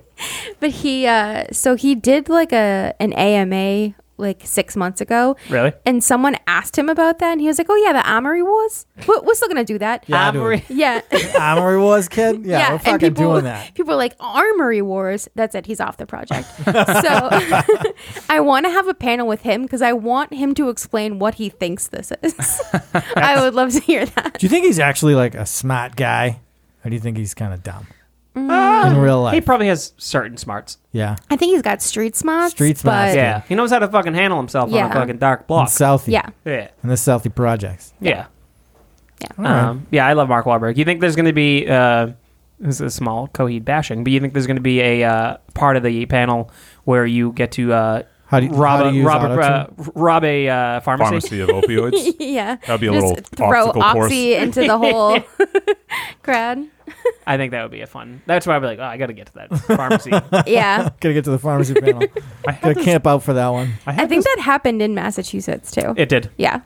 [SPEAKER 1] But he, uh, so he did like a an AMA like six months ago.
[SPEAKER 4] Really?
[SPEAKER 1] And someone asked him about that, and he was like, "Oh yeah, the Amory Wars. We're, we're still gonna do that."
[SPEAKER 3] Yeah, I do.
[SPEAKER 4] Amory-
[SPEAKER 1] Yeah.
[SPEAKER 3] Amory was kid. Yeah, we're fucking doing that.
[SPEAKER 1] People are like Armory Wars. That's it. He's off the project. so I want to have a panel with him because I want him to explain what he thinks this is. I would love to hear that.
[SPEAKER 3] Do you think he's actually like a smart guy, or do you think he's kind of dumb
[SPEAKER 1] Ah.
[SPEAKER 3] in real
[SPEAKER 4] He
[SPEAKER 3] life?
[SPEAKER 4] probably has certain smarts.
[SPEAKER 3] yeah,
[SPEAKER 1] I think he's got street smarts.
[SPEAKER 3] Street smarts,
[SPEAKER 1] but-
[SPEAKER 3] yeah.
[SPEAKER 4] Yeah. He knows how to fucking handle himself
[SPEAKER 1] Yeah.
[SPEAKER 4] on a fucking dark
[SPEAKER 3] in
[SPEAKER 4] block.
[SPEAKER 3] Southie.
[SPEAKER 1] Yeah.
[SPEAKER 4] yeah.
[SPEAKER 3] in the Southie projects.
[SPEAKER 4] Yeah.
[SPEAKER 1] Yeah.
[SPEAKER 4] Um, yeah, I love Mark Wahlberg. You think there's going to be uh, this is a small Coheed bashing, but you think there's going to be a uh, part of the panel where you get to uh,
[SPEAKER 3] How do you,
[SPEAKER 4] rob
[SPEAKER 3] how do
[SPEAKER 4] a,
[SPEAKER 3] you use
[SPEAKER 4] rob, a, uh,
[SPEAKER 3] autotune?
[SPEAKER 4] rob a uh, pharmacy?
[SPEAKER 5] Pharmacy of opioids.
[SPEAKER 1] yeah.
[SPEAKER 5] That'd be a
[SPEAKER 1] Just
[SPEAKER 5] little
[SPEAKER 1] throw
[SPEAKER 5] obstacle
[SPEAKER 1] oxy
[SPEAKER 5] course.
[SPEAKER 1] into the whole crowd.
[SPEAKER 4] I think that would be a fun. That's why I'd be like, oh, I got to get to that pharmacy.
[SPEAKER 1] Yeah.
[SPEAKER 3] Gotta get to the pharmacy panel.
[SPEAKER 5] I had
[SPEAKER 3] Gotta
[SPEAKER 5] this-
[SPEAKER 3] camp out for that one.
[SPEAKER 1] I think that happened in Massachusetts too.
[SPEAKER 4] it did.
[SPEAKER 1] yeah.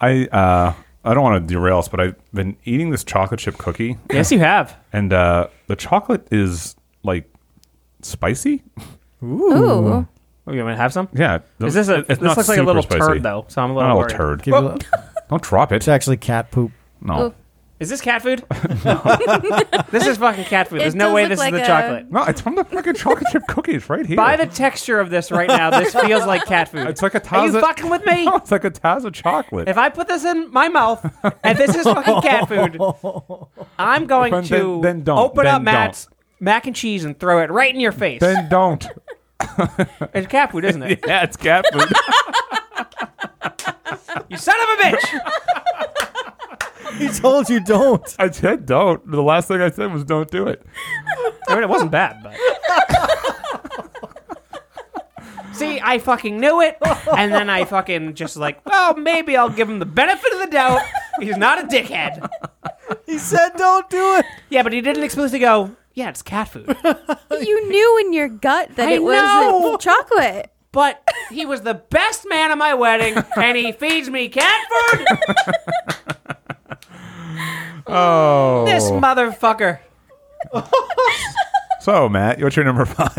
[SPEAKER 5] I uh, I don't want to derail us, but I've been eating this chocolate chip cookie,
[SPEAKER 4] Yes, you have.
[SPEAKER 5] and uh, the chocolate is like spicy.
[SPEAKER 1] Ooh.
[SPEAKER 4] Oh, you want to have some?
[SPEAKER 5] Yeah,
[SPEAKER 4] Is this a? This looks like a
[SPEAKER 5] super
[SPEAKER 4] little
[SPEAKER 5] spicy.
[SPEAKER 4] turd though, so I'm a
[SPEAKER 5] Not
[SPEAKER 4] little
[SPEAKER 5] a little
[SPEAKER 4] worried.
[SPEAKER 5] turd.
[SPEAKER 3] Give you a little-
[SPEAKER 5] Don't drop it.
[SPEAKER 3] it's actually cat poop.
[SPEAKER 5] No,
[SPEAKER 1] Ooh.
[SPEAKER 4] Is this cat food? this is fucking cat food. There's
[SPEAKER 1] It
[SPEAKER 4] no
[SPEAKER 1] does
[SPEAKER 4] way
[SPEAKER 1] look
[SPEAKER 4] this
[SPEAKER 1] like
[SPEAKER 4] is the
[SPEAKER 1] a-
[SPEAKER 4] chocolate.
[SPEAKER 5] no, it's from the fucking chocolate chip cookies right here.
[SPEAKER 4] By the texture of this right now, this feels like cat food.
[SPEAKER 5] it's like a
[SPEAKER 4] Are
[SPEAKER 5] Taza.
[SPEAKER 4] you fucking with me?
[SPEAKER 5] No, it's like a Taza chocolate.
[SPEAKER 4] If I put this in my mouth and this is fucking cat food, I'm going
[SPEAKER 5] Then-
[SPEAKER 4] to
[SPEAKER 5] then don't.
[SPEAKER 4] open
[SPEAKER 5] Then
[SPEAKER 4] up Matt's mac and cheese and throw it right in your face.
[SPEAKER 5] then don't.
[SPEAKER 4] it's cat food, isn't it?
[SPEAKER 5] yeah, it's cat food.
[SPEAKER 4] you son of a bitch!
[SPEAKER 3] He told you don't.
[SPEAKER 5] I said don't. The last thing I said was don't do it.
[SPEAKER 4] I mean, it wasn't bad, but. See, I fucking knew it, and then I fucking just like, well, maybe I'll give him the benefit of the doubt. He's not a dickhead.
[SPEAKER 3] He said don't do it.
[SPEAKER 4] Yeah, but he didn't explicitly go, yeah, it's cat food.
[SPEAKER 1] You knew in your gut that
[SPEAKER 4] I
[SPEAKER 1] it was
[SPEAKER 4] know.
[SPEAKER 1] uh, chocolate.
[SPEAKER 4] but he was the best man at my wedding, and he feeds me cat food.
[SPEAKER 5] Oh.
[SPEAKER 4] This motherfucker.
[SPEAKER 5] so, Matt, what's your number five?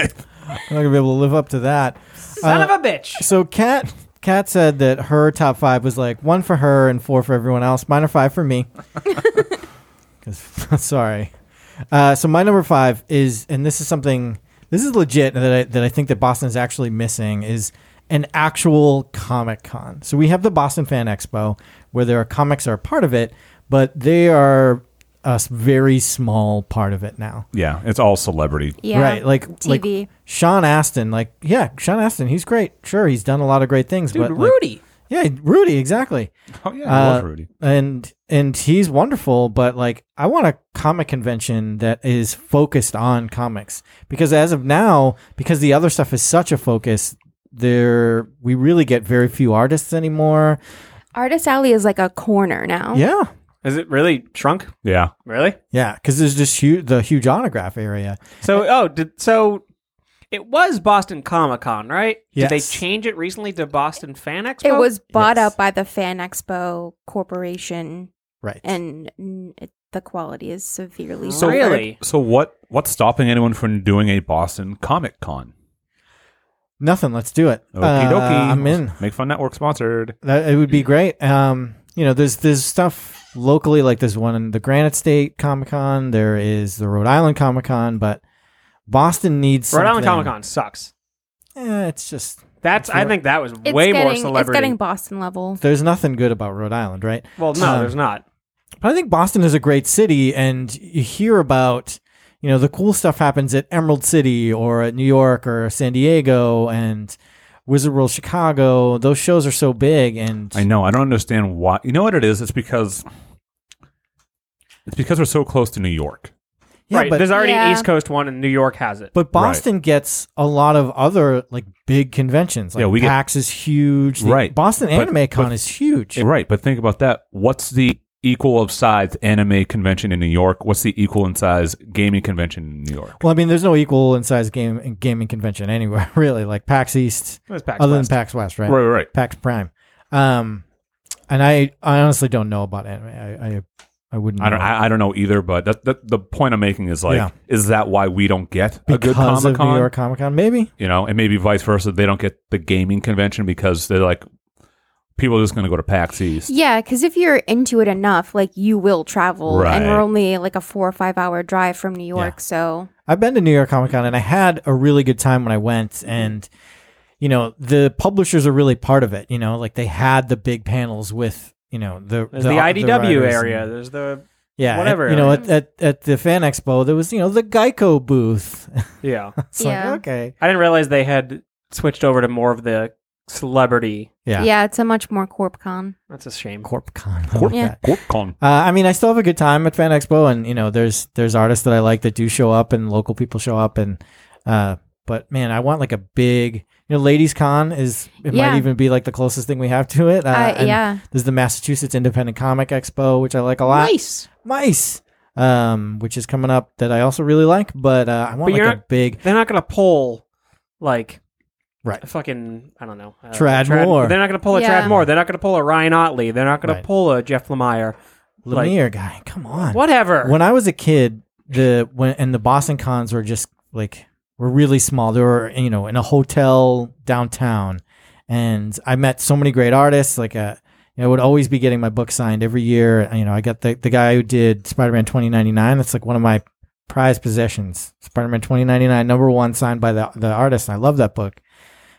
[SPEAKER 3] I'm not gonna be able to live up to that.
[SPEAKER 4] Son of a bitch.
[SPEAKER 3] So Kat Kat said that her top five was like one for her and four for everyone else. Mine are five for me. 'Cause- sorry. Uh, so my number five is, and this is something this is legit that I that I think that Boston is actually missing is an actual comic con. So we have the Boston Fan Expo where there are comics are a part of it, but they are a s- very small part of it now.
[SPEAKER 5] Yeah, it's all celebrity.
[SPEAKER 1] Yeah.
[SPEAKER 3] Right. Like
[SPEAKER 1] TV.
[SPEAKER 3] Like Sean Aston. Like yeah, Sean Aston. He's great. Sure, he's done a lot of great things.
[SPEAKER 4] Dude,
[SPEAKER 3] but like-
[SPEAKER 4] Rudy.
[SPEAKER 3] yeah, Rudy. Exactly.
[SPEAKER 5] Oh yeah,
[SPEAKER 3] Uh,
[SPEAKER 5] I love Rudy.
[SPEAKER 3] And and he's wonderful. But like, I want a comic convention that is focused on comics because as of now, because the other stuff is such a focus. There, we really get very few artists anymore.
[SPEAKER 1] Artist Alley is like a corner now.
[SPEAKER 3] Yeah,
[SPEAKER 4] Is it really shrunk?
[SPEAKER 5] Yeah,
[SPEAKER 4] Really?
[SPEAKER 3] yeah, because there's just huge, the huge autograph area.
[SPEAKER 4] So, oh, did, so it was Boston Comic Con, right? Did they
[SPEAKER 3] Yes.
[SPEAKER 4] change it recently to Boston Fan Expo?
[SPEAKER 1] It was bought
[SPEAKER 3] Yes.
[SPEAKER 1] up by the Fan Expo Corporation,
[SPEAKER 3] Right.
[SPEAKER 1] and mm, it, the quality is severely.
[SPEAKER 4] So-
[SPEAKER 1] lowered.
[SPEAKER 4] Really?
[SPEAKER 5] So what? What's stopping anyone from doing a Boston Comic Con?
[SPEAKER 3] Nothing. Let's do it.
[SPEAKER 5] Okie
[SPEAKER 3] Uh,
[SPEAKER 5] dokie.
[SPEAKER 3] I'm in.
[SPEAKER 5] Make Fun Network sponsored.
[SPEAKER 3] That it would be great. Um, you know, there's there's stuff locally like there's one in the Granite State Comic Con. There is the Rhode Island Comic Con, but Boston needs
[SPEAKER 4] Rhode Island
[SPEAKER 3] something-
[SPEAKER 4] Comic Con sucks.
[SPEAKER 3] Eh, it's just
[SPEAKER 4] That's. I think that was
[SPEAKER 1] It's
[SPEAKER 4] way
[SPEAKER 1] getting,
[SPEAKER 4] more celebrity.
[SPEAKER 1] It's getting Boston level.
[SPEAKER 3] there's nothing good about Rhode Island, right?
[SPEAKER 4] well, no,
[SPEAKER 3] Um,
[SPEAKER 4] there's not.
[SPEAKER 3] But I think Boston is a great city, and you hear about you know the cool stuff happens at Emerald City or at New York or San Diego and Wizard World Chicago. Those shows are so big, and
[SPEAKER 5] I know. I don't understand why. You know what it is? It's because it's because we're so close to New York.
[SPEAKER 3] yeah,
[SPEAKER 4] right.
[SPEAKER 3] but
[SPEAKER 4] there's already an
[SPEAKER 1] Yeah.
[SPEAKER 4] East Coast one, and New York has it.
[SPEAKER 3] But Boston gets a lot of other like big conventions. Like
[SPEAKER 5] Yeah, we get-
[SPEAKER 3] PAX is huge. The
[SPEAKER 5] Right.
[SPEAKER 3] Boston
[SPEAKER 5] But-
[SPEAKER 3] Anime Con
[SPEAKER 5] but-
[SPEAKER 3] is huge.
[SPEAKER 5] Right, but think about that. What's the equal of size anime convention in New York? What's the equal in size gaming convention in New York?
[SPEAKER 3] well, I mean, there's no equal in size game in gaming convention anywhere really. Like PAX East,
[SPEAKER 4] It was PAX
[SPEAKER 3] other
[SPEAKER 4] West.
[SPEAKER 3] than PAX West, right?
[SPEAKER 5] Right, right.
[SPEAKER 3] PAX Prime. Um, and I, I honestly don't know about anime. I, I I wouldn't.
[SPEAKER 5] I don't.
[SPEAKER 3] know.
[SPEAKER 5] I, I don't know either. But that, that the point I'm making is like,
[SPEAKER 3] Yeah.
[SPEAKER 5] is that why we don't get a good
[SPEAKER 3] because
[SPEAKER 5] Comic
[SPEAKER 3] of New
[SPEAKER 5] Con?
[SPEAKER 3] York Comic Con, maybe.
[SPEAKER 5] You know, and maybe vice versa. They don't get the gaming convention because they're like, people are just going to go to PAX East.
[SPEAKER 1] Yeah, because if you're into it enough, like you will travel, and
[SPEAKER 5] Right.
[SPEAKER 1] we're only like a four or five hour drive from New York, so
[SPEAKER 3] I've been to New York Comic Con and I had a really good time when I went and you know the publishers are really part of it you know like they had the big panels with you know the
[SPEAKER 4] There's the, IDW
[SPEAKER 3] writers
[SPEAKER 4] area.
[SPEAKER 3] and-
[SPEAKER 4] There's the
[SPEAKER 3] yeah at-
[SPEAKER 4] whatever
[SPEAKER 3] you know
[SPEAKER 4] area.
[SPEAKER 3] at, at, at the fan expo there was you know the Geico booth
[SPEAKER 4] yeah.
[SPEAKER 3] it's
[SPEAKER 1] Yeah.
[SPEAKER 3] like okay
[SPEAKER 4] I didn't realize they had switched over to more of the celebrity.
[SPEAKER 3] yeah,
[SPEAKER 1] yeah, it's a much more corp con.
[SPEAKER 4] That's a shame.
[SPEAKER 3] CorpCon I
[SPEAKER 5] Corp,
[SPEAKER 3] like that.
[SPEAKER 5] CorpCon.
[SPEAKER 3] Uh, I mean, I still have a good time at Fan Expo, and you know, there's there's artists that I like that do show up, and local people show up, and uh, but man, I want like a big, you know, Ladies Con is it
[SPEAKER 1] Yeah.
[SPEAKER 3] might even be like the closest thing we have to it. Uh,
[SPEAKER 1] Uh,
[SPEAKER 3] and
[SPEAKER 1] yeah,
[SPEAKER 3] there's the Massachusetts Independent Comic Expo, which I like a lot.
[SPEAKER 2] Nice.
[SPEAKER 3] Mice, um, which is coming up that I also really like, but uh, I
[SPEAKER 4] But
[SPEAKER 3] want like
[SPEAKER 4] you're
[SPEAKER 3] a big
[SPEAKER 4] They're not gonna pull like
[SPEAKER 3] Right.
[SPEAKER 4] a fucking I don't know uh,
[SPEAKER 3] Trad Moore.
[SPEAKER 4] They're not gonna pull a
[SPEAKER 1] Yeah.
[SPEAKER 4] Trad Moore. They're not gonna pull a Ryan Otley. They're not gonna
[SPEAKER 3] Right.
[SPEAKER 4] pull a Jeff Lemire. like-
[SPEAKER 3] Lemire guy. Come on,
[SPEAKER 4] Whatever.
[SPEAKER 3] When I was a kid, the when and the Boston cons were just like were really small. They were you know in a hotel downtown, and I met so many great artists. Like uh you know, I would always be getting my book signed every year. You know, I got the the guy who did Spider Man twenty ninety nine. That's like one of my prized possessions. Spider Man twenty ninety nine, number one, signed by the the artist. And I love that book.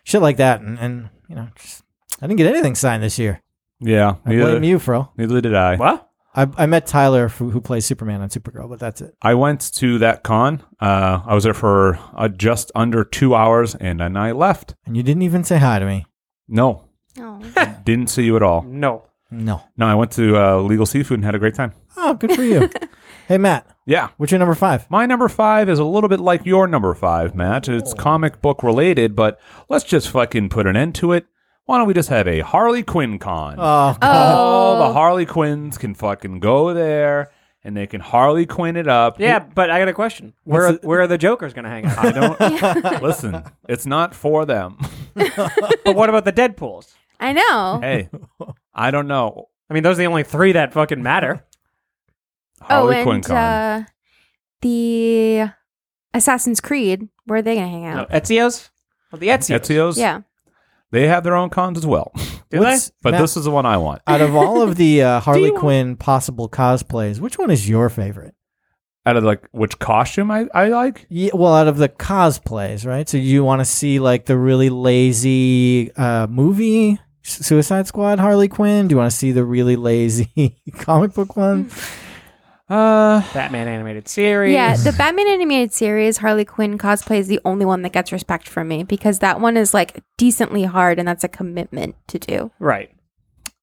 [SPEAKER 3] Shit like that, and, and you know, just, I didn't get anything signed this year.
[SPEAKER 5] Yeah,
[SPEAKER 3] I
[SPEAKER 5] neither,
[SPEAKER 3] blame you, Fro.
[SPEAKER 5] neither did I.
[SPEAKER 4] what?
[SPEAKER 3] I, I met Tyler, who, who plays Superman on Supergirl, but that's it.
[SPEAKER 5] I went to that con. Uh, I was there for uh, just under two hours, and then I left.
[SPEAKER 3] And you didn't even say hi to me.
[SPEAKER 5] No,
[SPEAKER 1] oh.
[SPEAKER 5] didn't see you at all.
[SPEAKER 4] No.
[SPEAKER 3] No.
[SPEAKER 5] No, I went to uh, Legal Seafood and had a great time.
[SPEAKER 3] Oh, good for you. hey, Matt,
[SPEAKER 5] Yeah.
[SPEAKER 3] what's your number five?
[SPEAKER 5] My number five is a little bit like your number five, Matt. It's comic book related, but let's just fucking put an end to it. Why don't we just have a Harley Quinn con?
[SPEAKER 3] Oh,
[SPEAKER 5] All the
[SPEAKER 1] oh,
[SPEAKER 5] Harley Quinns can fucking go there and they can Harley Quinn it up.
[SPEAKER 4] Yeah, but I got a question. Where
[SPEAKER 3] What's the-
[SPEAKER 4] where are the Jokers gonna hang out?
[SPEAKER 5] I
[SPEAKER 1] Oh.
[SPEAKER 5] don't listen. It's not for them.
[SPEAKER 4] but what about the Deadpools?
[SPEAKER 1] I know.
[SPEAKER 5] Hey, I don't know.
[SPEAKER 4] I mean, those are the only three that fucking matter.
[SPEAKER 1] Oh,
[SPEAKER 5] Harley Quinn
[SPEAKER 1] and
[SPEAKER 5] con.
[SPEAKER 1] uh, the Assassin's Creed. Where are they gonna hang
[SPEAKER 4] No,
[SPEAKER 1] out?
[SPEAKER 4] Ezio's? Well, the Ezio's.
[SPEAKER 5] Ezio's,
[SPEAKER 1] Yeah,
[SPEAKER 5] they have their own cons as well.
[SPEAKER 4] Do they?
[SPEAKER 3] What's-
[SPEAKER 5] But
[SPEAKER 3] Matt,
[SPEAKER 5] this is the one I want.
[SPEAKER 3] out of all of the uh, Harley
[SPEAKER 4] you want-
[SPEAKER 3] Quinn possible cosplays, which one is your favorite?
[SPEAKER 5] Out of like which costume I, I like?
[SPEAKER 3] Yeah, well, out of the cosplays, right? So you want to see like the really lazy uh, movie Su- Suicide Squad Harley Quinn? Do you want to see the really lazy comic book one?
[SPEAKER 5] Uh
[SPEAKER 4] Batman animated series.
[SPEAKER 1] yeah. The Batman animated series Harley Quinn cosplay is the only one that gets respect from me because that one is like decently hard, and that's a commitment to do.
[SPEAKER 4] Right.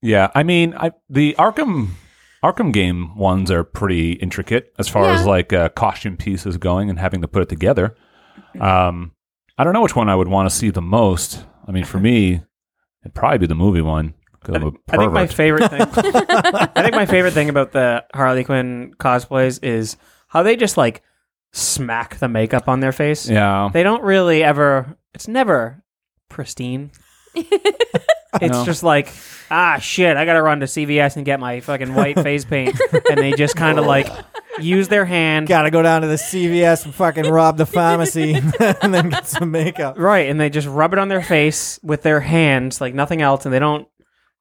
[SPEAKER 5] Yeah, I mean, I the Arkham Arkham game ones are pretty intricate as far as
[SPEAKER 1] Yeah.
[SPEAKER 5] like uh, costume pieces going and having to put it together. Um, I don't know which one I would want to see the most. I mean, for me, it'd probably be the movie one because I'm a
[SPEAKER 4] I think my
[SPEAKER 5] pervert.
[SPEAKER 4] favorite thing. I think my favorite thing about the Harley Quinn cosplays is how they just like smack the makeup on their face.
[SPEAKER 5] yeah,
[SPEAKER 4] They don't really ever. It's never pristine. It's
[SPEAKER 5] No.
[SPEAKER 4] just like ah shit. I gotta run to CVS and get my fucking white face paint, and they just kind of like use their hand.
[SPEAKER 3] Gotta go down to the CVS and fucking rob the pharmacy and then get some makeup.
[SPEAKER 4] Right, and they just rub it on their face with their hands, like nothing else, and they don't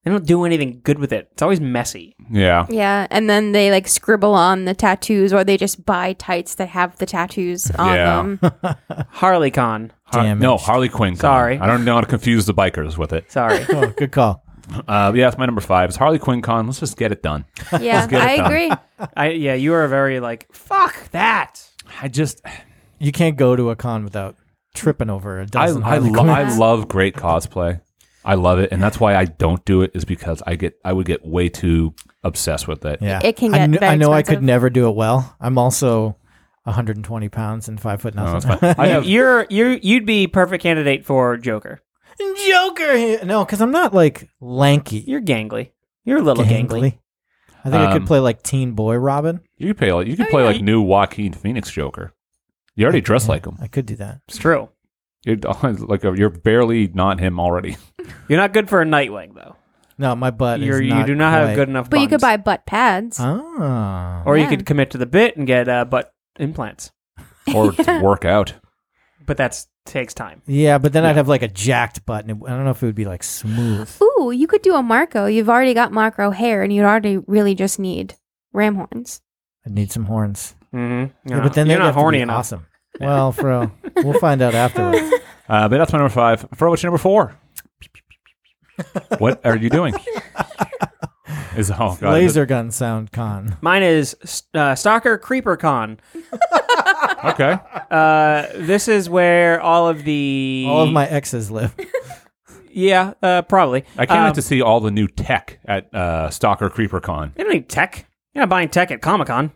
[SPEAKER 4] they don't do anything good with it. It's always messy.
[SPEAKER 5] yeah,
[SPEAKER 1] Yeah, and then they like scribble on the tattoos, or they just buy tights that have the tattoos on
[SPEAKER 5] Yeah.
[SPEAKER 1] them.
[SPEAKER 4] Harley Con.
[SPEAKER 5] Har-
[SPEAKER 3] Damaged.
[SPEAKER 5] no Harley Quinn. Con.
[SPEAKER 4] Sorry.
[SPEAKER 5] I don't know how to confuse the bikers with it.
[SPEAKER 4] Sorry.
[SPEAKER 3] Oh, good call.
[SPEAKER 5] Uh, yeah, it's my number five. It's Harley Quinn Con. Let's just get it done.
[SPEAKER 1] Yeah,
[SPEAKER 5] get it
[SPEAKER 1] I
[SPEAKER 5] done.
[SPEAKER 1] agree.
[SPEAKER 4] I yeah, you are very like fuck that.
[SPEAKER 5] I just
[SPEAKER 3] You can't go to a con without tripping over a
[SPEAKER 5] I
[SPEAKER 3] dozen.
[SPEAKER 5] I,
[SPEAKER 3] Harley
[SPEAKER 5] lo-
[SPEAKER 3] Quinn.
[SPEAKER 5] I love great cosplay. I love it, and that's why I don't do it. Is because I get I would get way too obsessed with it.
[SPEAKER 3] yeah.
[SPEAKER 1] It can
[SPEAKER 3] I,
[SPEAKER 1] get
[SPEAKER 3] kn-
[SPEAKER 1] that
[SPEAKER 3] I know I could
[SPEAKER 1] expensive.
[SPEAKER 3] never do it well. I'm also 120 pounds and five foot
[SPEAKER 5] No,
[SPEAKER 4] Oh,
[SPEAKER 5] that's fine.
[SPEAKER 3] nothing.
[SPEAKER 5] I have
[SPEAKER 4] You're you you'd be perfect candidate for Joker.
[SPEAKER 3] Joker. here- No, because I'm not like lanky.
[SPEAKER 4] You're gangly. You're a little gangly.
[SPEAKER 3] I think I could
[SPEAKER 5] Um,
[SPEAKER 3] play like Teen Boy Robin.
[SPEAKER 5] you could play like you could play like new Joaquin Phoenix Joker. You already dress like him.
[SPEAKER 3] I could do that.
[SPEAKER 4] It's true.
[SPEAKER 5] You're like you're barely not him already.
[SPEAKER 4] You're not good for a Nightwing though.
[SPEAKER 3] No, my butt
[SPEAKER 4] You're,
[SPEAKER 3] is
[SPEAKER 4] you
[SPEAKER 3] not
[SPEAKER 4] do not have
[SPEAKER 3] quite-
[SPEAKER 4] good enough.
[SPEAKER 1] But you
[SPEAKER 4] buns.
[SPEAKER 1] could buy butt pads.
[SPEAKER 3] Oh.
[SPEAKER 4] or you
[SPEAKER 1] Yeah.
[SPEAKER 4] could commit to the bit and get uh, butt implants.
[SPEAKER 5] or to work out.
[SPEAKER 4] But that's takes time.
[SPEAKER 3] yeah, but then I'd have like a jacked butt, and it, I don't know if it would be like smooth.
[SPEAKER 1] Ooh, you could do a Marco. You've already got Marco hair, and you'd already really just need ram horns.
[SPEAKER 3] I'd need some horns.
[SPEAKER 4] Mm-hmm.
[SPEAKER 3] Yeah, but then
[SPEAKER 4] you're
[SPEAKER 3] they'd
[SPEAKER 4] not
[SPEAKER 3] have to
[SPEAKER 4] horny
[SPEAKER 3] be
[SPEAKER 4] enough.
[SPEAKER 3] Awesome. Well, Fro, we'll find out afterwards.
[SPEAKER 5] Uh, but that's my number five. For what's your number four? what are you doing? Is oh god,
[SPEAKER 3] Laser gun sound con.
[SPEAKER 4] Mine is uh, Stalker Creeper Con.
[SPEAKER 5] Okay,
[SPEAKER 4] Uh, this is where all of the
[SPEAKER 3] All of my exes live.
[SPEAKER 4] yeah uh, probably.
[SPEAKER 5] I can't
[SPEAKER 4] Um,
[SPEAKER 5] wait to see all the new tech at uh, Stalker Creeper Con.
[SPEAKER 4] They don't need tech. You're not buying tech at Comic Con.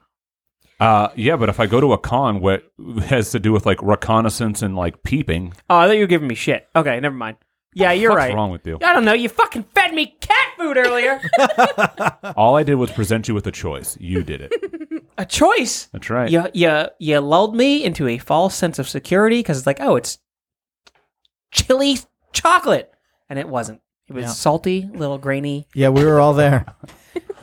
[SPEAKER 5] Uh, yeah, but if I go to a con, what has to do with like reconnaissance and like peeping?
[SPEAKER 4] Oh, I thought you were giving me shit. Okay, never mind. Yeah, you're
[SPEAKER 5] What's
[SPEAKER 4] right.
[SPEAKER 5] wrong with you?
[SPEAKER 4] I don't know. You fucking fed me cat food earlier.
[SPEAKER 5] All I did was present you with a choice. You did it.
[SPEAKER 4] a choice.
[SPEAKER 5] That's right.
[SPEAKER 4] You, you, you lulled me into a false sense of security because it's like, oh, it's chili chocolate. And it wasn't. It was
[SPEAKER 3] Yeah.
[SPEAKER 4] salty, little grainy.
[SPEAKER 3] Yeah, we were all there.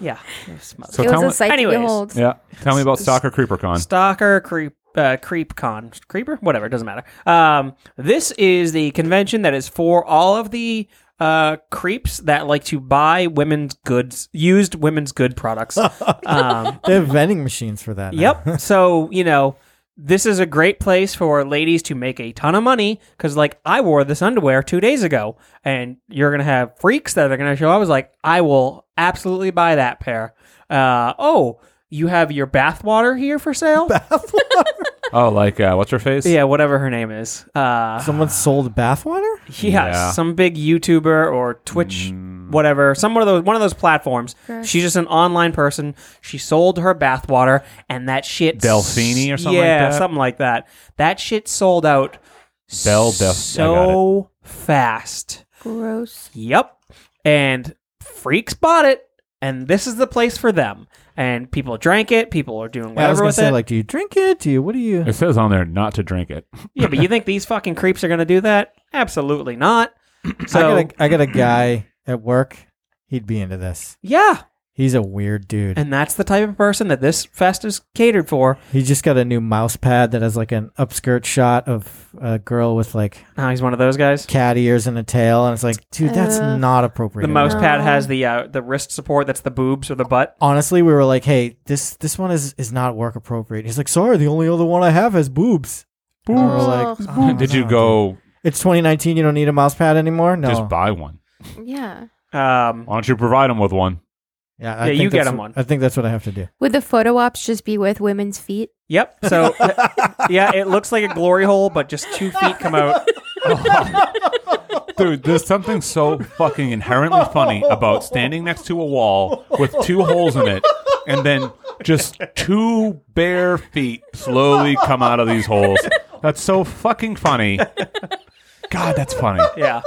[SPEAKER 4] Yeah. It was smothered.
[SPEAKER 5] So
[SPEAKER 1] it was
[SPEAKER 5] tell
[SPEAKER 1] a
[SPEAKER 5] me-
[SPEAKER 1] sight
[SPEAKER 4] Anyways.
[SPEAKER 1] to behold.
[SPEAKER 5] Yeah, tell me about Stalker Creeper Con.
[SPEAKER 4] Stalker, creep, uh, creep con, creeper, whatever, it doesn't matter. Um, this is the convention that is for all of the uh, creeps that like to buy women's goods, used women's good products. um,
[SPEAKER 3] They have vending machines for that. now.
[SPEAKER 4] yep. So you know, this is a great place for ladies to make a ton of money because, like, I wore this underwear two days ago, and you're gonna have freaks that are gonna show. I was like, I will absolutely buy that pair. Uh, oh. You have your bath water here for sale?
[SPEAKER 5] Oh, like uh, what's her face?
[SPEAKER 4] Yeah, whatever her name is. Uh,
[SPEAKER 3] Someone sold bathwater?
[SPEAKER 4] yeah,
[SPEAKER 5] Yeah. Mm.
[SPEAKER 4] some big YouTuber or Twitch, whatever, some one of those one of those platforms.
[SPEAKER 1] Gross.
[SPEAKER 4] She's just an online person. She sold her bathwater, and that shit
[SPEAKER 5] Delphine or something like
[SPEAKER 4] Yeah,
[SPEAKER 5] that?
[SPEAKER 4] something like that. That shit sold out.
[SPEAKER 5] Belle Delph- I got
[SPEAKER 4] so fast.
[SPEAKER 1] Gross.
[SPEAKER 4] Yep. And freaks bought it, and this is the place for them. And people drank it. People are doing
[SPEAKER 3] Yeah, I
[SPEAKER 4] whatever
[SPEAKER 3] was gonna
[SPEAKER 4] with
[SPEAKER 3] say,
[SPEAKER 4] it.
[SPEAKER 3] like, do you drink it? Do you? What do you?
[SPEAKER 4] Uh,
[SPEAKER 5] It says on there not to drink it.
[SPEAKER 4] yeah, but you think these fucking creeps are gonna do that? Absolutely not. So
[SPEAKER 3] I got a, I got a guy at work. He'd be into this.
[SPEAKER 4] yeah,
[SPEAKER 3] He's a weird dude.
[SPEAKER 4] and that's the type of person that this fest is catered for.
[SPEAKER 3] he just got a new mouse pad that has like an upskirt shot of a girl with like
[SPEAKER 4] Oh, he's one of those guys.
[SPEAKER 3] cat ears and a tail, and it's like, dude, that's
[SPEAKER 1] Uh,
[SPEAKER 3] not appropriate.
[SPEAKER 4] The mouse
[SPEAKER 1] No.
[SPEAKER 4] pad has the uh, the wrist support. That's the boobs or the butt.
[SPEAKER 3] Honestly, we were like, hey, this this one is is not work appropriate. He's like, sorry, the only other one I have has boobs. And we're like,
[SPEAKER 1] Boobs.
[SPEAKER 3] "Oh,
[SPEAKER 5] Did
[SPEAKER 3] no,
[SPEAKER 5] you
[SPEAKER 3] dude."
[SPEAKER 5] go
[SPEAKER 3] It's 2019. You don't need a mouse pad anymore. No.
[SPEAKER 5] just buy one?
[SPEAKER 1] Yeah.
[SPEAKER 4] Um,
[SPEAKER 5] Why don't you provide them with one?
[SPEAKER 4] Yeah,
[SPEAKER 3] yeah, think
[SPEAKER 4] you get
[SPEAKER 3] that's
[SPEAKER 4] him
[SPEAKER 3] what-
[SPEAKER 4] one.
[SPEAKER 3] I think that's what I have to do.
[SPEAKER 1] Would the photo ops just be with women's feet?
[SPEAKER 4] yep. So yeah, it looks like a glory hole, but just two feet come out.
[SPEAKER 5] Dude, there's something so fucking inherently funny about standing next to a wall with two holes in it and then just two bare feet slowly come out of these holes. That's so fucking funny. God, that's funny.
[SPEAKER 4] Yeah.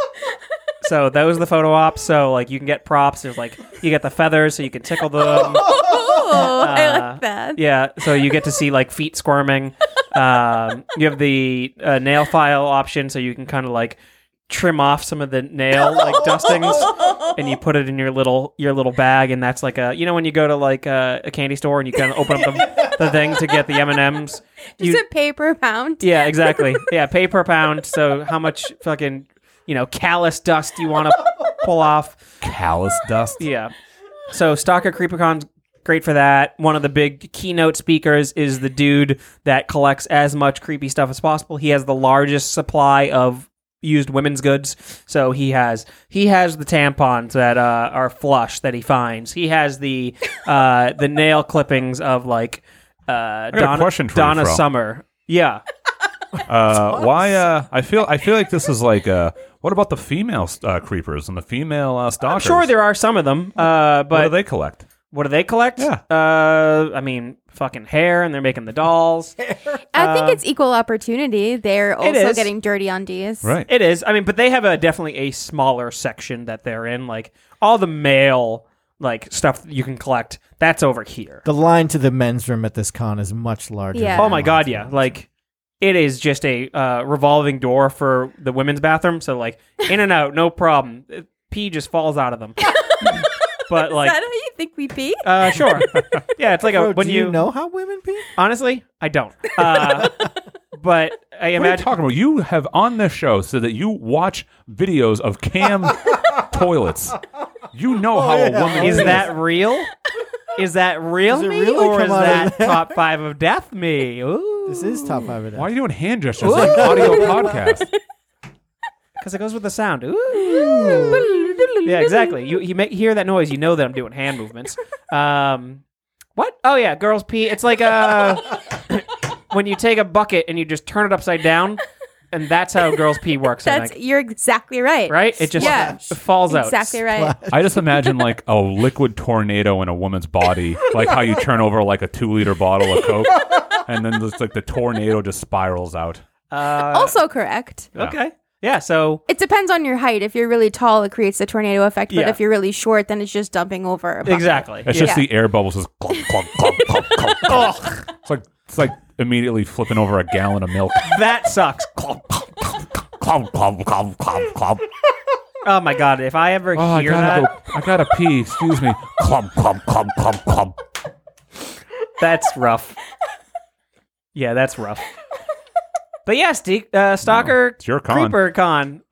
[SPEAKER 4] So that was the photo op. So like you can get props. There's like you get the feathers, so you can tickle them.
[SPEAKER 1] Oh, I
[SPEAKER 4] Uh,
[SPEAKER 1] like that.
[SPEAKER 4] Yeah, so you get to see like feet squirming. Um, you have the uh, nail file option, so you can kind of like trim off some of the nail like dustings, and you put it in your little your little bag, and that's like a you know when you go to like uh, a, a candy store and you kind of open up the, the thing to get the M and M's.
[SPEAKER 1] Just a paper pound.
[SPEAKER 4] Yeah, exactly. Yeah, pay per pound. So how much fucking you know callus dust you want to pull off?
[SPEAKER 5] Callous dust.
[SPEAKER 4] Yeah. So Stalker CreeperCon's great for that. One of the big keynote speakers is the dude that collects as much creepy stuff as possible. He has the largest supply of used women's goods. So he has he has the tampons that uh, are flush that he finds. He has the uh, the nail clippings of like uh,
[SPEAKER 5] got a
[SPEAKER 4] Donna,
[SPEAKER 5] question for you,
[SPEAKER 4] Donna
[SPEAKER 5] Fro.
[SPEAKER 4] Summer. Yeah.
[SPEAKER 5] Uh, why? Uh, I feel I feel like this is like uh, what about the female uh, creepers and the female uh,
[SPEAKER 4] I'm
[SPEAKER 5] stalkers?
[SPEAKER 4] sure there are some of them, uh,
[SPEAKER 5] What do
[SPEAKER 4] but
[SPEAKER 5] they collect?
[SPEAKER 4] what do they collect?
[SPEAKER 5] Yeah.
[SPEAKER 4] Uh, I mean, fucking hair, and they're making the dolls.
[SPEAKER 1] I think it's equal opportunity. They're also
[SPEAKER 4] is.
[SPEAKER 1] getting dirty undies.
[SPEAKER 5] Right.
[SPEAKER 4] It is. I mean, but they have a definitely a smaller section that they're in. Like all the male like stuff you can collect, that's over here.
[SPEAKER 3] The line to the men's room at this con is much larger.
[SPEAKER 1] Yeah.
[SPEAKER 3] than
[SPEAKER 4] Oh my
[SPEAKER 3] the
[SPEAKER 4] god,
[SPEAKER 3] lines.
[SPEAKER 4] yeah. Like it is just a uh, revolving door for the women's bathroom. So like in and out, no problem. pee just falls out of them. but
[SPEAKER 1] Is that
[SPEAKER 4] like,
[SPEAKER 1] how you think we pee?
[SPEAKER 4] uh, sure, yeah, it's like a
[SPEAKER 3] Bro,
[SPEAKER 4] when
[SPEAKER 3] do you, know how women pee?
[SPEAKER 4] Honestly, I don't. Uh, but I
[SPEAKER 5] What are you
[SPEAKER 4] imagine.
[SPEAKER 5] talking about? You have on this show said that you watch videos of cam toilets. You know how a woman
[SPEAKER 4] Oh, Is that real? Is that real
[SPEAKER 3] Does it
[SPEAKER 4] me,
[SPEAKER 3] really
[SPEAKER 4] or
[SPEAKER 3] come
[SPEAKER 4] is
[SPEAKER 3] out
[SPEAKER 4] that
[SPEAKER 3] of that?
[SPEAKER 4] top five of death me?
[SPEAKER 3] This is top five of that.
[SPEAKER 5] Why are you doing hand gestures on an audio podcast?
[SPEAKER 4] Because it goes with the sound. Ooh. yeah, exactly. You you make, hear that noise, you know that I'm doing hand movements. Um, what? Oh yeah, girls pee. It's like a when you take a bucket and you just turn it upside down, and that's how girls pee works. I
[SPEAKER 1] That's
[SPEAKER 4] think.
[SPEAKER 1] you're exactly right.
[SPEAKER 4] right. It just
[SPEAKER 1] Yeah.
[SPEAKER 4] falls out.
[SPEAKER 1] Exactly right.
[SPEAKER 5] I just imagine like a liquid tornado in a woman's body, like how you turn over like a two liter bottle of Coke, and then just like the tornado just spirals out.
[SPEAKER 4] Uh,
[SPEAKER 1] also correct.
[SPEAKER 4] Okay. Yeah. So
[SPEAKER 1] It depends on your height. If you're really tall, it creates the tornado effect. But
[SPEAKER 4] Yeah.
[SPEAKER 1] if you're really short, then it's just dumping over. A bucket.
[SPEAKER 4] exactly.
[SPEAKER 5] It's
[SPEAKER 4] Yeah.
[SPEAKER 5] just the air bubbles just clunk, clunk, clunk, clunk, clunk, clunk. It's like it's like immediately flipping over a gallon of milk.
[SPEAKER 4] that sucks.
[SPEAKER 5] Clunk, clunk, clunk, clunk, clunk, clunk, clunk, clunk.
[SPEAKER 4] Oh my god! If I ever
[SPEAKER 5] Oh, I
[SPEAKER 4] hear
[SPEAKER 5] gotta
[SPEAKER 4] that,
[SPEAKER 5] go. I gotta pee. Excuse me. Clump, clump, clump, clump, clump.
[SPEAKER 4] that's rough. Yeah, that's rough. But yeah, Ste- uh, Stalker
[SPEAKER 5] it's your con.
[SPEAKER 4] Creeper Con.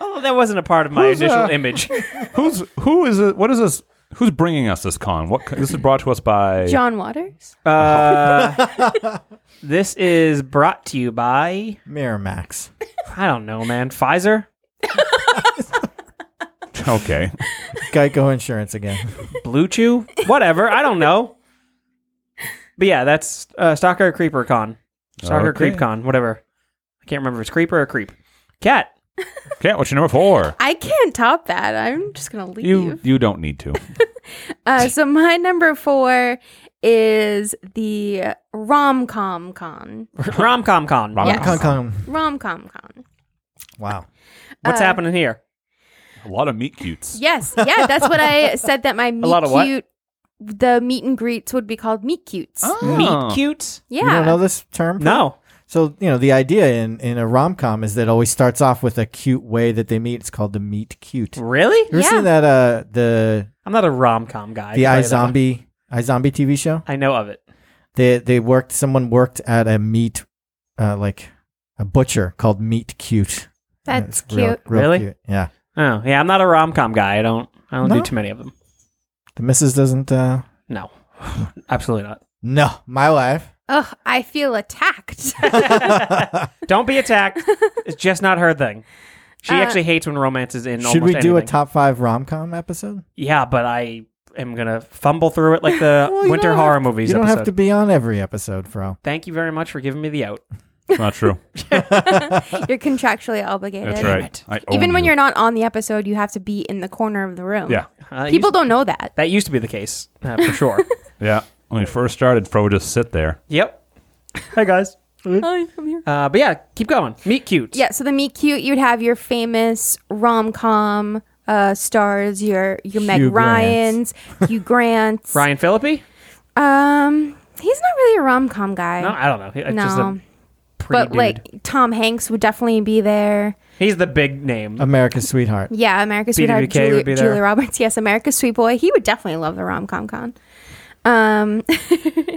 [SPEAKER 4] Oh, that wasn't a part of my
[SPEAKER 5] Who's,
[SPEAKER 4] initial
[SPEAKER 5] uh,
[SPEAKER 4] image.
[SPEAKER 5] Who's who is it? What is this? Who's bringing us this con? What co- this is brought to us by?
[SPEAKER 1] John Waters.
[SPEAKER 4] Uh, this is brought to you by
[SPEAKER 3] Miramax.
[SPEAKER 4] I don't know, man. Pfizer,
[SPEAKER 5] Okay,
[SPEAKER 3] Geico Insurance again.
[SPEAKER 4] Blue Chew, whatever. I don't know. But yeah, that's uh, Stalker Creeper Con, Stalker
[SPEAKER 5] Okay.
[SPEAKER 4] Creep Con, whatever. I can't remember if it's Creeper or Creep. Cat.
[SPEAKER 5] Cat, what's your number four?
[SPEAKER 1] I can't top that. I'm just gonna leave.
[SPEAKER 5] You you don't need to.
[SPEAKER 1] Uh, so my number four is the rom com con.
[SPEAKER 4] Rom com con.
[SPEAKER 5] Rom-
[SPEAKER 1] Yes.
[SPEAKER 3] Kung Kung.
[SPEAKER 1] Rom com con.
[SPEAKER 3] Wow.
[SPEAKER 4] What's happening here?
[SPEAKER 5] A lot of meat cutes.
[SPEAKER 1] Yes, yeah, that's what I said. That my meet
[SPEAKER 4] lot of what?
[SPEAKER 1] cute, the meet and greets would be called meet cutes.
[SPEAKER 5] Oh.
[SPEAKER 4] Meat cute?
[SPEAKER 1] Yeah,
[SPEAKER 3] You don't know this term?
[SPEAKER 4] No.
[SPEAKER 3] So, you know, the idea in, in a rom com is that it always starts off with a cute way that they meet. It's called the meet cute. You
[SPEAKER 4] Really?
[SPEAKER 3] ever
[SPEAKER 1] Yeah.
[SPEAKER 3] seen that uh the
[SPEAKER 4] I'm not a rom com guy.
[SPEAKER 3] the
[SPEAKER 4] I'll tell you that
[SPEAKER 3] iZombie iZombie TV show?
[SPEAKER 4] much. I know of it.
[SPEAKER 3] They they worked someone worked at a meat uh like a butcher called Meat Cute. And
[SPEAKER 1] that's
[SPEAKER 3] it's real-
[SPEAKER 1] cute.
[SPEAKER 3] real
[SPEAKER 4] Really?
[SPEAKER 3] cute. Yeah.
[SPEAKER 4] Oh, yeah. I'm not a rom com guy. I don't. I don't do
[SPEAKER 3] No?
[SPEAKER 4] too many of them.
[SPEAKER 3] The missus doesn't uh
[SPEAKER 4] No. Absolutely not.
[SPEAKER 3] No, my wife.
[SPEAKER 1] Ugh, I feel attacked.
[SPEAKER 4] Don't be attacked. It's just not her thing. She
[SPEAKER 1] Uh,
[SPEAKER 4] actually hates when romance is in.
[SPEAKER 3] Should we
[SPEAKER 4] almost
[SPEAKER 3] do a
[SPEAKER 4] anything.
[SPEAKER 3] top five rom com episode?
[SPEAKER 4] Yeah, but I am gonna fumble through it like the
[SPEAKER 3] Well, you
[SPEAKER 4] winter
[SPEAKER 3] don't
[SPEAKER 4] horror
[SPEAKER 3] have-
[SPEAKER 4] movies.
[SPEAKER 3] You don't
[SPEAKER 4] episode.
[SPEAKER 3] have to be on every episode, Fro.
[SPEAKER 4] Thank you very much for giving me the out.
[SPEAKER 5] It's not true.
[SPEAKER 1] you're contractually obligated.
[SPEAKER 5] That's right. I own
[SPEAKER 1] Even when
[SPEAKER 5] you.
[SPEAKER 1] you're not on the episode, you have to be in the corner of the room.
[SPEAKER 5] yeah
[SPEAKER 4] Uh,
[SPEAKER 1] People
[SPEAKER 4] used-
[SPEAKER 1] don't know that.
[SPEAKER 4] that used to be the case uh, for sure.
[SPEAKER 5] yeah. When we first started, Pro would just sit there.
[SPEAKER 4] yep. Hi guys.
[SPEAKER 1] Hi, I'm here.
[SPEAKER 4] Uh, but yeah, keep going. Meet cute.
[SPEAKER 1] Yeah, so the meet cute, you'd have your famous rom com uh, stars, your your Meg
[SPEAKER 3] Hugh
[SPEAKER 1] Ryan's,
[SPEAKER 3] Grant.
[SPEAKER 1] Hugh Grant's.
[SPEAKER 4] Ryan Phillippe?
[SPEAKER 1] Um, he's not really a rom com guy.
[SPEAKER 4] No, I don't know. He-
[SPEAKER 1] no,
[SPEAKER 4] Just a pretty
[SPEAKER 1] but
[SPEAKER 4] dude.
[SPEAKER 1] like Tom Hanks would definitely be there.
[SPEAKER 4] he's the big name.
[SPEAKER 5] Um,
[SPEAKER 3] America's Sweetheart.
[SPEAKER 1] Yeah, America's Sweetheart,
[SPEAKER 4] BWK
[SPEAKER 1] Julia,
[SPEAKER 4] would be there.
[SPEAKER 1] Julia Roberts. Yes, America's Sweet Boy. He would definitely love the rom com con. Um,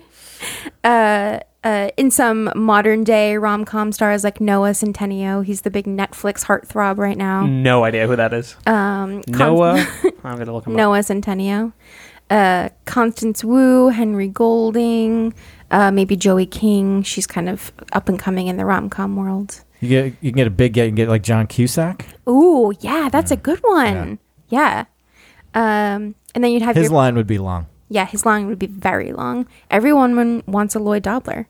[SPEAKER 1] uh, uh, in some modern day rom com stars like Noah Centineo, he's the big Netflix heartthrob right now.
[SPEAKER 4] no idea who that is.
[SPEAKER 1] Um, Con-
[SPEAKER 4] Noah. I'm gonna look him up.
[SPEAKER 1] Noah Centineo, uh, Constance Wu, Henry Golding, uh, maybe Joey King. She's kind of up and coming in the rom com world.
[SPEAKER 3] You get you can get a big get and get like John Cusack.
[SPEAKER 1] Ooh, yeah, that's a good one. Yeah. Um, and then you'd have
[SPEAKER 3] His
[SPEAKER 1] your
[SPEAKER 3] line would be long.
[SPEAKER 1] yeah, his line would be very long. Everyone won- wants a Lloyd Dobler.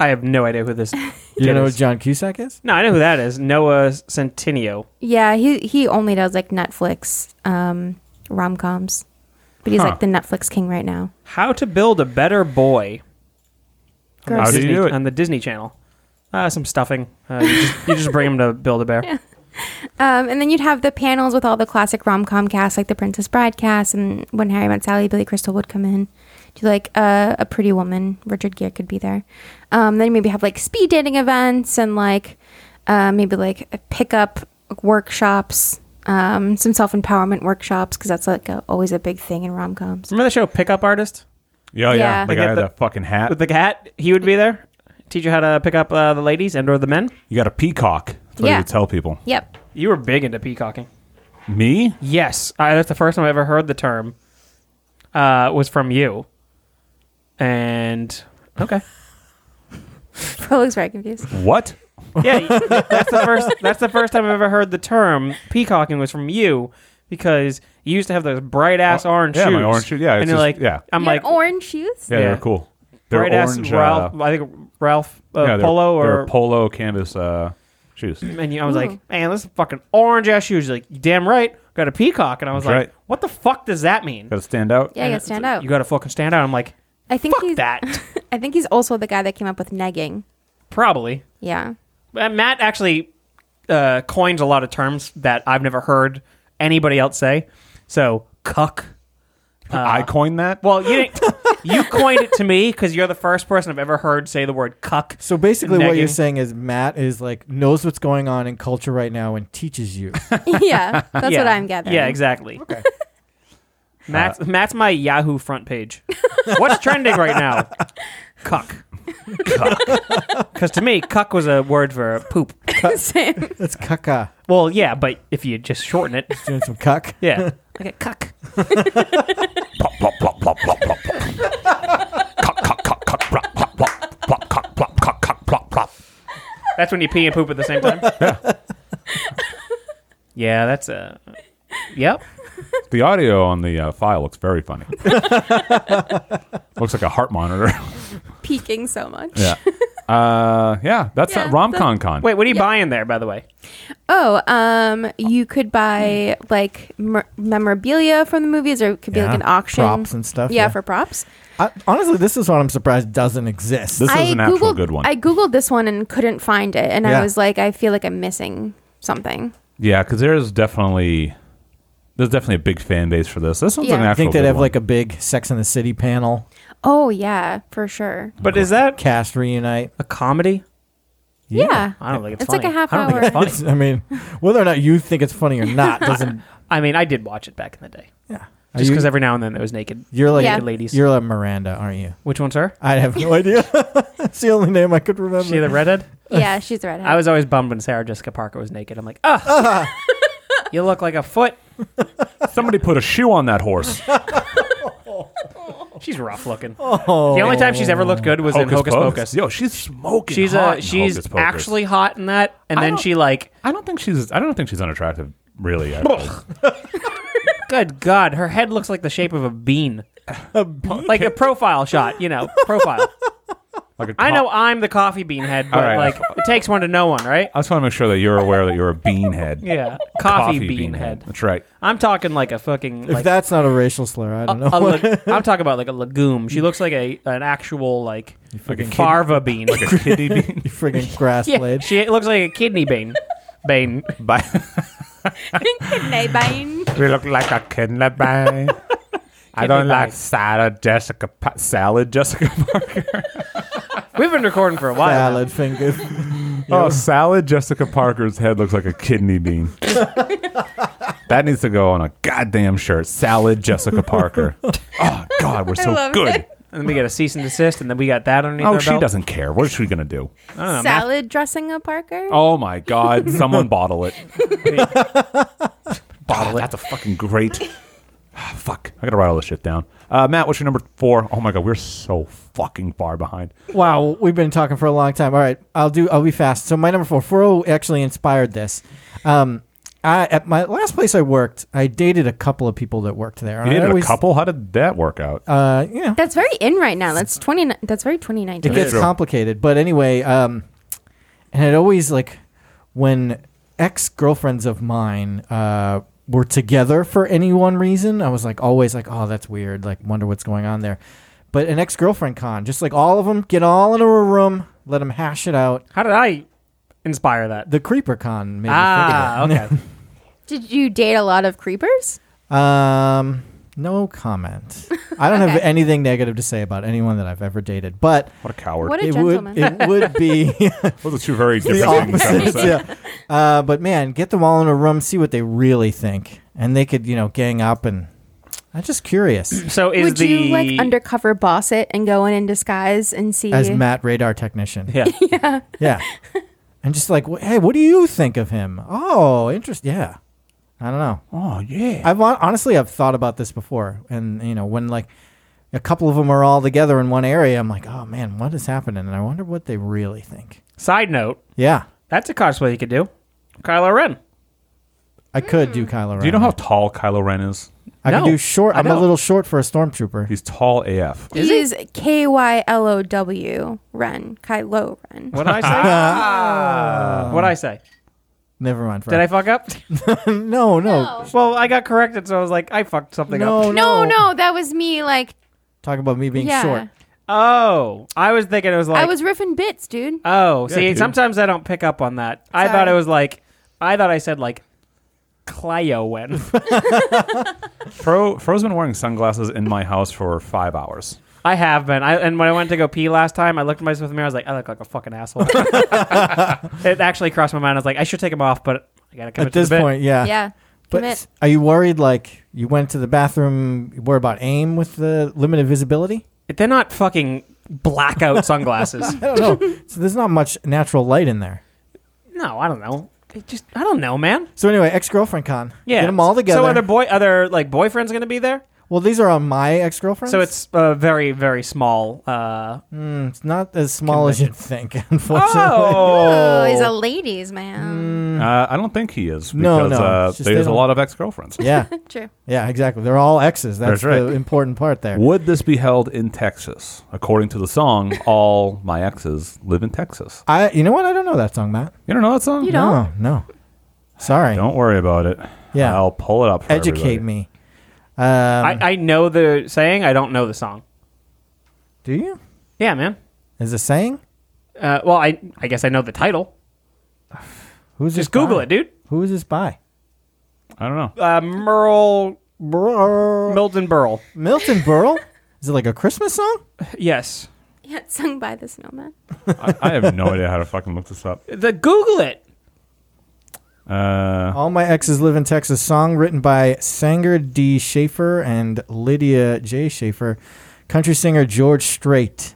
[SPEAKER 4] I have no idea who this.
[SPEAKER 3] You
[SPEAKER 4] kid
[SPEAKER 3] know who
[SPEAKER 4] is.
[SPEAKER 3] John Cusack is?
[SPEAKER 4] No, I know who that is. Noah Centineo.
[SPEAKER 1] Yeah, he he only does like Netflix um, rom coms, but he's
[SPEAKER 5] Huh.
[SPEAKER 1] like the Netflix king right now.
[SPEAKER 4] How to build a better boy.
[SPEAKER 1] Gross.
[SPEAKER 5] How do you
[SPEAKER 4] Disney-
[SPEAKER 5] do it?
[SPEAKER 4] on the Disney Channel? Uh, some stuffing. Uh, you, just, you just bring him to Build a Bear.
[SPEAKER 1] Um, and then you'd have the panels with all the classic rom com casts, like the Princess Bride cast, and when Harry met Sally, Billy Crystal would come in. Do like uh, a Pretty Woman, Richard Gere could be there. Um, then you maybe have like speed dating events and like uh, maybe like pickup workshops, um, some self empowerment workshops because that's like a, always a big thing in rom coms.
[SPEAKER 4] Remember the show Pickup Artist
[SPEAKER 5] Yeah,
[SPEAKER 1] Yeah.
[SPEAKER 5] yeah. The
[SPEAKER 1] They
[SPEAKER 5] guy
[SPEAKER 4] get
[SPEAKER 5] had
[SPEAKER 4] the-
[SPEAKER 5] that fucking hat.
[SPEAKER 4] with the cat? He would be there, teach you how to pick up uh, the ladies and or the men.
[SPEAKER 5] you got a peacock. That's what
[SPEAKER 1] Yeah.
[SPEAKER 5] you would tell people.
[SPEAKER 1] Yep.
[SPEAKER 4] You were big into peacocking.
[SPEAKER 5] Me?
[SPEAKER 4] Yes, I, that's the first time I ever heard the term. Uh, was from you. And okay,
[SPEAKER 1] Pro looks very confused.
[SPEAKER 5] What?
[SPEAKER 4] yeah, that's the first. That's the first time I've ever heard the term peacocking was from you because you used to have those bright ass orange
[SPEAKER 5] Oh, yeah,
[SPEAKER 4] shoes.
[SPEAKER 5] my orange shoes. Yeah,
[SPEAKER 4] and
[SPEAKER 5] it's
[SPEAKER 4] you're
[SPEAKER 5] just-
[SPEAKER 4] like,
[SPEAKER 5] yeah.
[SPEAKER 4] I'm
[SPEAKER 1] You
[SPEAKER 4] like
[SPEAKER 1] had orange shoes.
[SPEAKER 5] Yeah,
[SPEAKER 4] Yeah.
[SPEAKER 5] they're cool. They're
[SPEAKER 4] bright ass
[SPEAKER 5] orange.
[SPEAKER 4] Ralph.
[SPEAKER 5] uh,
[SPEAKER 4] I think Ralph uh,
[SPEAKER 5] yeah, they're-
[SPEAKER 4] Polo
[SPEAKER 5] they're
[SPEAKER 4] or
[SPEAKER 5] polo canvas uh, shoes.
[SPEAKER 4] And you- I was
[SPEAKER 1] Ooh.
[SPEAKER 4] like, man, this is fucking orange ass shoes. He's Like, "You damn right, got a peacock. And I was
[SPEAKER 5] That's
[SPEAKER 4] like,
[SPEAKER 5] right.
[SPEAKER 4] what the fuck does that mean?
[SPEAKER 5] Got to stand out.
[SPEAKER 1] Yeah, you gotta stand out.
[SPEAKER 4] You got to fucking stand out. I'm like,
[SPEAKER 1] I think
[SPEAKER 4] fuck
[SPEAKER 1] he's.
[SPEAKER 4] that.
[SPEAKER 1] I think he's also the guy that came up with negging.
[SPEAKER 4] Probably.
[SPEAKER 1] Yeah.
[SPEAKER 4] Uh, Matt actually uh, coins a lot of terms that I've never heard anybody else say. So, cuck. Uh,
[SPEAKER 5] I coined that.
[SPEAKER 4] Well, you didn't, you coined it to me because you're the first person I've ever heard say the word cuck.
[SPEAKER 3] So basically, what you're
[SPEAKER 4] Negging.
[SPEAKER 3] saying is Matt is like knows what's going on in culture right now and teaches you.
[SPEAKER 1] yeah. That's
[SPEAKER 4] Yeah.
[SPEAKER 1] what I'm gathering.
[SPEAKER 4] Yeah, exactly. Okay. Uh, Matt's, Matt's my Yahoo front page. What's trending right now? Cuck. Because to me, cuck was a word for poop.
[SPEAKER 1] Same.
[SPEAKER 3] That's caca.
[SPEAKER 4] Well, yeah, but if you just shorten it,
[SPEAKER 3] Doing some cuck.
[SPEAKER 4] yeah. Like a cuck.
[SPEAKER 5] Plop, plop, plop, plop, plop, plop, plop. Cock, cock, cock, cock, plop, plop, plop. Plop, cock, plop, cock, cock, plop, plop.
[SPEAKER 4] That's when you pee and poop at the same time. yeah, that's a. Yep.
[SPEAKER 5] The audio on the uh, file looks very funny. looks like a heart monitor.
[SPEAKER 1] Peaking so much.
[SPEAKER 5] yeah. Uh, yeah, that's
[SPEAKER 1] Yeah,
[SPEAKER 5] a rom con con.
[SPEAKER 4] Wait, what are you buying there, by the way?
[SPEAKER 1] Oh, um, you could buy like mer- memorabilia from the movies, or it could be like
[SPEAKER 3] Yeah.
[SPEAKER 1] an auction,
[SPEAKER 3] Props and stuff,
[SPEAKER 1] Yeah,
[SPEAKER 3] yeah.
[SPEAKER 1] for props.
[SPEAKER 3] I, honestly, this is what I'm surprised doesn't exist.
[SPEAKER 5] This is
[SPEAKER 1] I
[SPEAKER 5] an actual
[SPEAKER 1] Googled-
[SPEAKER 5] good one.
[SPEAKER 1] I googled this one and couldn't find it, and I
[SPEAKER 3] Yeah.
[SPEAKER 1] was like, I feel like I'm missing something.
[SPEAKER 5] Yeah, because there's definitely there's definitely a big fan base for this. This one's
[SPEAKER 1] Yeah.
[SPEAKER 5] an
[SPEAKER 1] I
[SPEAKER 3] I
[SPEAKER 5] actual.
[SPEAKER 3] think they'd
[SPEAKER 5] good
[SPEAKER 3] have
[SPEAKER 5] one.
[SPEAKER 3] like a big Sex in the City panel,
[SPEAKER 1] Oh yeah, for sure.
[SPEAKER 4] But is that
[SPEAKER 3] cast reunite.
[SPEAKER 4] a comedy?
[SPEAKER 1] Yeah,
[SPEAKER 4] I don't think it's
[SPEAKER 1] It's like
[SPEAKER 4] funny.
[SPEAKER 1] a half
[SPEAKER 4] I don't think it's
[SPEAKER 1] hour.
[SPEAKER 4] funny.
[SPEAKER 3] It's- I mean, whether or not you think it's funny or not doesn't.
[SPEAKER 4] I mean, I did watch it back in the day.
[SPEAKER 3] yeah. Are
[SPEAKER 4] Just
[SPEAKER 3] you-
[SPEAKER 4] because every now and then it was naked.
[SPEAKER 3] you're like
[SPEAKER 1] Yeah.
[SPEAKER 4] ladies.
[SPEAKER 3] you're like Miranda, aren't you?
[SPEAKER 4] Which one's her?
[SPEAKER 3] I have no idea. it's the only name I could remember.
[SPEAKER 4] She the redhead?
[SPEAKER 1] yeah, she's a redhead.
[SPEAKER 4] I was always bummed when Sarah Jessica Parker was naked. I'm like, ah, you look like a foot.
[SPEAKER 5] somebody put a shoe on that horse.
[SPEAKER 4] She's rough looking. The only time she's ever looked good was in Hocus Pocus.
[SPEAKER 5] Yo, she's smoking.
[SPEAKER 4] She's
[SPEAKER 5] hot
[SPEAKER 4] uh,
[SPEAKER 5] in
[SPEAKER 4] she's
[SPEAKER 5] Hocus Pocus.
[SPEAKER 4] actually hot in that, and
[SPEAKER 5] I
[SPEAKER 4] then
[SPEAKER 5] don't-
[SPEAKER 4] she like,
[SPEAKER 5] I don't think she's. I don't think she's unattractive. Really. I-
[SPEAKER 4] good god, her head looks like the shape of a bean, like a profile shot, you know, profile.
[SPEAKER 5] like a
[SPEAKER 4] I know
[SPEAKER 5] co-
[SPEAKER 4] I'm the coffee bean head, but
[SPEAKER 5] All right.
[SPEAKER 4] like it takes one to know one, right?
[SPEAKER 5] I just want to make sure that you're aware that you're a bean head.
[SPEAKER 4] Yeah, coffee, bean, head.
[SPEAKER 5] That's right.
[SPEAKER 4] I'm talking like a fucking
[SPEAKER 3] if
[SPEAKER 4] like
[SPEAKER 3] that's not a racial slur, I don't know.
[SPEAKER 4] a leg- I'm talking about like a legume. She looks like a an actual like
[SPEAKER 5] fucking kid-
[SPEAKER 4] farva bean.
[SPEAKER 5] Like a kidney bean.
[SPEAKER 3] you friggin' grass
[SPEAKER 4] yeah,
[SPEAKER 3] blade.
[SPEAKER 4] she looks like a kidney bean. Bean.
[SPEAKER 5] Bye.
[SPEAKER 1] Kidney bean.
[SPEAKER 5] We look like a kidney bean. I
[SPEAKER 4] don't like
[SPEAKER 5] salad, Jessica. salad, Jessica Parker.
[SPEAKER 4] We've been recording for a while. now.
[SPEAKER 3] Salad fingers.
[SPEAKER 5] Oh, salad, Jessica Parker's head looks like a kidney bean. that needs to go on a goddamn shirt. Salad, Jessica Parker. Oh God, we're so
[SPEAKER 1] love
[SPEAKER 5] good.
[SPEAKER 1] it.
[SPEAKER 4] And then we get a cease and desist, and then we got that underneath
[SPEAKER 5] Oh,
[SPEAKER 4] our
[SPEAKER 5] she
[SPEAKER 4] belt.
[SPEAKER 5] doesn't care. What is she gonna do?
[SPEAKER 1] Salad dressing a Parker.
[SPEAKER 5] Oh my God, someone bottle it. bottle it. That's a fucking great. Ah, Fuck, I gotta write all this shit down. Uh, Matt, what's your number four? Oh my God, we're so fucking far behind.
[SPEAKER 3] Wow, we've been talking for a long time. All right, I'll do. I'll be fast. So my number four, four oh actually inspired this. Um, I at my last place I worked, I dated a couple of people that worked there.
[SPEAKER 5] You
[SPEAKER 3] I
[SPEAKER 5] dated
[SPEAKER 3] always-
[SPEAKER 5] a couple. How did that work out?
[SPEAKER 3] Uh, you know,
[SPEAKER 1] That's very in right now. That's twenty. That's very twenty
[SPEAKER 3] it
[SPEAKER 1] nineteen.
[SPEAKER 3] gets
[SPEAKER 5] true.
[SPEAKER 3] complicated. But anyway, um, and it always like when ex girlfriends of mine uh, were together for any one reason, I was like always like, oh, that's weird. Like, wonder what's going on there. But an ex girlfriend con, just like all of them, get all into a room, let them hash it out.
[SPEAKER 4] How did I inspire that?
[SPEAKER 3] The creeper con,
[SPEAKER 1] Ah,
[SPEAKER 3] made me think of
[SPEAKER 4] Ah,
[SPEAKER 3] it.
[SPEAKER 4] okay.
[SPEAKER 1] Did you date a lot of creepers?
[SPEAKER 3] Um, No comment. I don't have
[SPEAKER 1] Okay.
[SPEAKER 3] anything negative to say about anyone that I've ever dated, but
[SPEAKER 5] What a coward.
[SPEAKER 1] What a
[SPEAKER 3] it would
[SPEAKER 1] gentleman.
[SPEAKER 3] it would be
[SPEAKER 5] Those are two very
[SPEAKER 3] the
[SPEAKER 5] different things. I would
[SPEAKER 3] opposites.
[SPEAKER 5] say.
[SPEAKER 3] yeah. Uh, but man, get them all in a room, see what they really think, and they could you know gang up and. I'm just curious.
[SPEAKER 4] So is
[SPEAKER 1] Would
[SPEAKER 4] the
[SPEAKER 1] you like undercover boss it and go in in disguise and see?
[SPEAKER 3] As Matt, radar technician.
[SPEAKER 5] Yeah.
[SPEAKER 3] Yeah. and just like, wh- hey, what do you think of him? Oh, interest. Yeah. I don't know.
[SPEAKER 5] Oh, yeah.
[SPEAKER 3] I've hon- honestly I've thought about this before, and you know when like a couple of them are all together in one area, I'm like, oh man, what is happening? And I wonder what they really think.
[SPEAKER 4] side note?
[SPEAKER 3] Yeah,
[SPEAKER 4] That's a cosplay you could do. Kylo Ren.
[SPEAKER 3] I could do Kylo Ren.
[SPEAKER 5] Do you know how tall Kylo Ren is?
[SPEAKER 3] I
[SPEAKER 4] No,
[SPEAKER 3] could do short?
[SPEAKER 4] I
[SPEAKER 3] I'm a
[SPEAKER 4] don't.
[SPEAKER 3] little short for a stormtrooper.
[SPEAKER 5] He's tall AF.
[SPEAKER 1] He is K Y L O W Ren Kylo Ren.
[SPEAKER 4] What did I say? what did I say?
[SPEAKER 3] Never mind.
[SPEAKER 4] Did I fuck up?
[SPEAKER 3] no, no,
[SPEAKER 4] Well, I got corrected, so I was like, I fucked something up.
[SPEAKER 3] Oh,
[SPEAKER 1] No,
[SPEAKER 3] no,
[SPEAKER 1] no, that was me. Like,
[SPEAKER 3] Talk about me being
[SPEAKER 1] Yeah.
[SPEAKER 3] short.
[SPEAKER 4] Oh, I was thinking it was like.
[SPEAKER 1] I was riffing bits, dude.
[SPEAKER 4] Oh,
[SPEAKER 5] Yeah,
[SPEAKER 4] see,
[SPEAKER 5] dude.
[SPEAKER 4] sometimes I don't pick up on that. I
[SPEAKER 1] Sorry.
[SPEAKER 4] thought it was like, I thought I said like, Cliowen.
[SPEAKER 5] Fro, Fro's been wearing sunglasses in my house for five hours.
[SPEAKER 4] I have been. I, and when I went to go pee last time, I looked at myself in the mirror. I was like, I look like a fucking asshole. it actually crossed my mind. I was like, I should take them off, but I gotta commit
[SPEAKER 3] At this
[SPEAKER 4] to the bit.
[SPEAKER 3] point, yeah.
[SPEAKER 1] yeah.
[SPEAKER 3] Ah. But
[SPEAKER 1] Commit.
[SPEAKER 3] are you worried? Like you went to the bathroom? You worry about aim with the limited visibility?
[SPEAKER 4] They're not fucking blackout sunglasses.
[SPEAKER 3] I don't know. so there's not much natural light in there.
[SPEAKER 4] no, I don't know. It just, I don't know, man.
[SPEAKER 3] So anyway, ex girlfriend con.
[SPEAKER 4] Yeah,
[SPEAKER 3] get them all together.
[SPEAKER 4] So are there boy, are there like boyfriends gonna be there?
[SPEAKER 3] Well, these are on my ex girlfriends.
[SPEAKER 4] So it's a very very small. Uh,
[SPEAKER 3] Mm, it's not as small as you'd think, unfortunately.
[SPEAKER 1] Oh, he's a
[SPEAKER 4] oh,
[SPEAKER 1] ladies man.
[SPEAKER 5] Uh, I don't think he is
[SPEAKER 3] Hmm. No,
[SPEAKER 5] because
[SPEAKER 3] no,
[SPEAKER 5] uh,
[SPEAKER 3] it's just
[SPEAKER 5] there's
[SPEAKER 3] they
[SPEAKER 5] a
[SPEAKER 3] don't-
[SPEAKER 5] lot of ex girlfriends.
[SPEAKER 3] Yeah,
[SPEAKER 1] True.
[SPEAKER 3] yeah, exactly. They're all exes. That's,
[SPEAKER 5] That's right.
[SPEAKER 3] the important part there.
[SPEAKER 5] Would this be held in Texas? According to the song, all my exes live in Texas.
[SPEAKER 3] I, you know what? I don't know that song, Matt.
[SPEAKER 5] You don't know that song?
[SPEAKER 1] You don't?
[SPEAKER 3] No, no. Sorry.
[SPEAKER 5] Don't worry about it.
[SPEAKER 3] Yeah.
[SPEAKER 5] I'll pull it up. For
[SPEAKER 3] Educate
[SPEAKER 5] everybody.
[SPEAKER 3] me. Um,
[SPEAKER 4] I, I know the saying. I don't know the song.
[SPEAKER 3] do you?
[SPEAKER 4] Yeah, man.
[SPEAKER 3] Is it saying?
[SPEAKER 4] Uh, well, I I guess I know the title.
[SPEAKER 3] Who's
[SPEAKER 4] Just
[SPEAKER 3] this
[SPEAKER 4] Google
[SPEAKER 3] by?
[SPEAKER 4] it, dude.
[SPEAKER 3] Who is this by?
[SPEAKER 5] I don't know.
[SPEAKER 4] Uh, Merle
[SPEAKER 3] Burl.
[SPEAKER 4] Milton Berle.
[SPEAKER 3] Milton Berle. Is it like a Christmas song?
[SPEAKER 4] Yes.
[SPEAKER 1] Yeah, it's sung by the snowman.
[SPEAKER 5] I, I have no idea how to fucking look this up.
[SPEAKER 4] The Google it.
[SPEAKER 5] Uh,
[SPEAKER 3] All my exes live in Texas. Song written by Sanger D. Schaefer and Lydia J. Schaefer, country singer George Strait.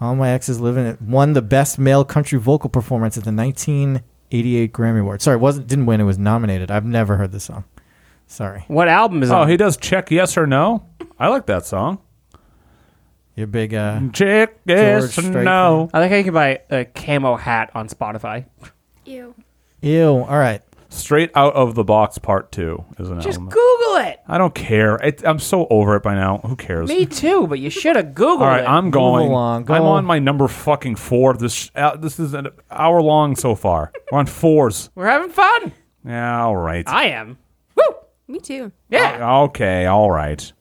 [SPEAKER 3] All my exes live in it. Won the best male country vocal performance at the 1988 Grammy Awards. Sorry, it wasn't didn't win. It was nominated. I've never heard this song. Sorry,
[SPEAKER 4] What album is
[SPEAKER 5] oh,
[SPEAKER 4] on?
[SPEAKER 5] he does check yes or no. I like that song.
[SPEAKER 3] you're big. Uh,
[SPEAKER 5] Mm. Check yes
[SPEAKER 3] George
[SPEAKER 5] or
[SPEAKER 3] Strait.
[SPEAKER 5] no.
[SPEAKER 4] I like how you can buy a camo hat on Spotify.
[SPEAKER 1] Ew.
[SPEAKER 3] ew. All right.
[SPEAKER 5] Straight out of the box, part two is an
[SPEAKER 4] Just
[SPEAKER 5] album.
[SPEAKER 4] Google it.
[SPEAKER 5] I don't care. It, I'm so over it by now. Who cares?
[SPEAKER 4] Me too, but you should have Googled
[SPEAKER 5] All right,
[SPEAKER 4] it.
[SPEAKER 5] I'm going.
[SPEAKER 3] along, go.
[SPEAKER 5] I'm on my number fucking four. This uh, this is an hour long so far. We're on fours.
[SPEAKER 4] We're having fun.
[SPEAKER 5] Yeah, all right.
[SPEAKER 4] I am. Woo!
[SPEAKER 1] Me too.
[SPEAKER 4] Yeah.
[SPEAKER 5] okay, all right.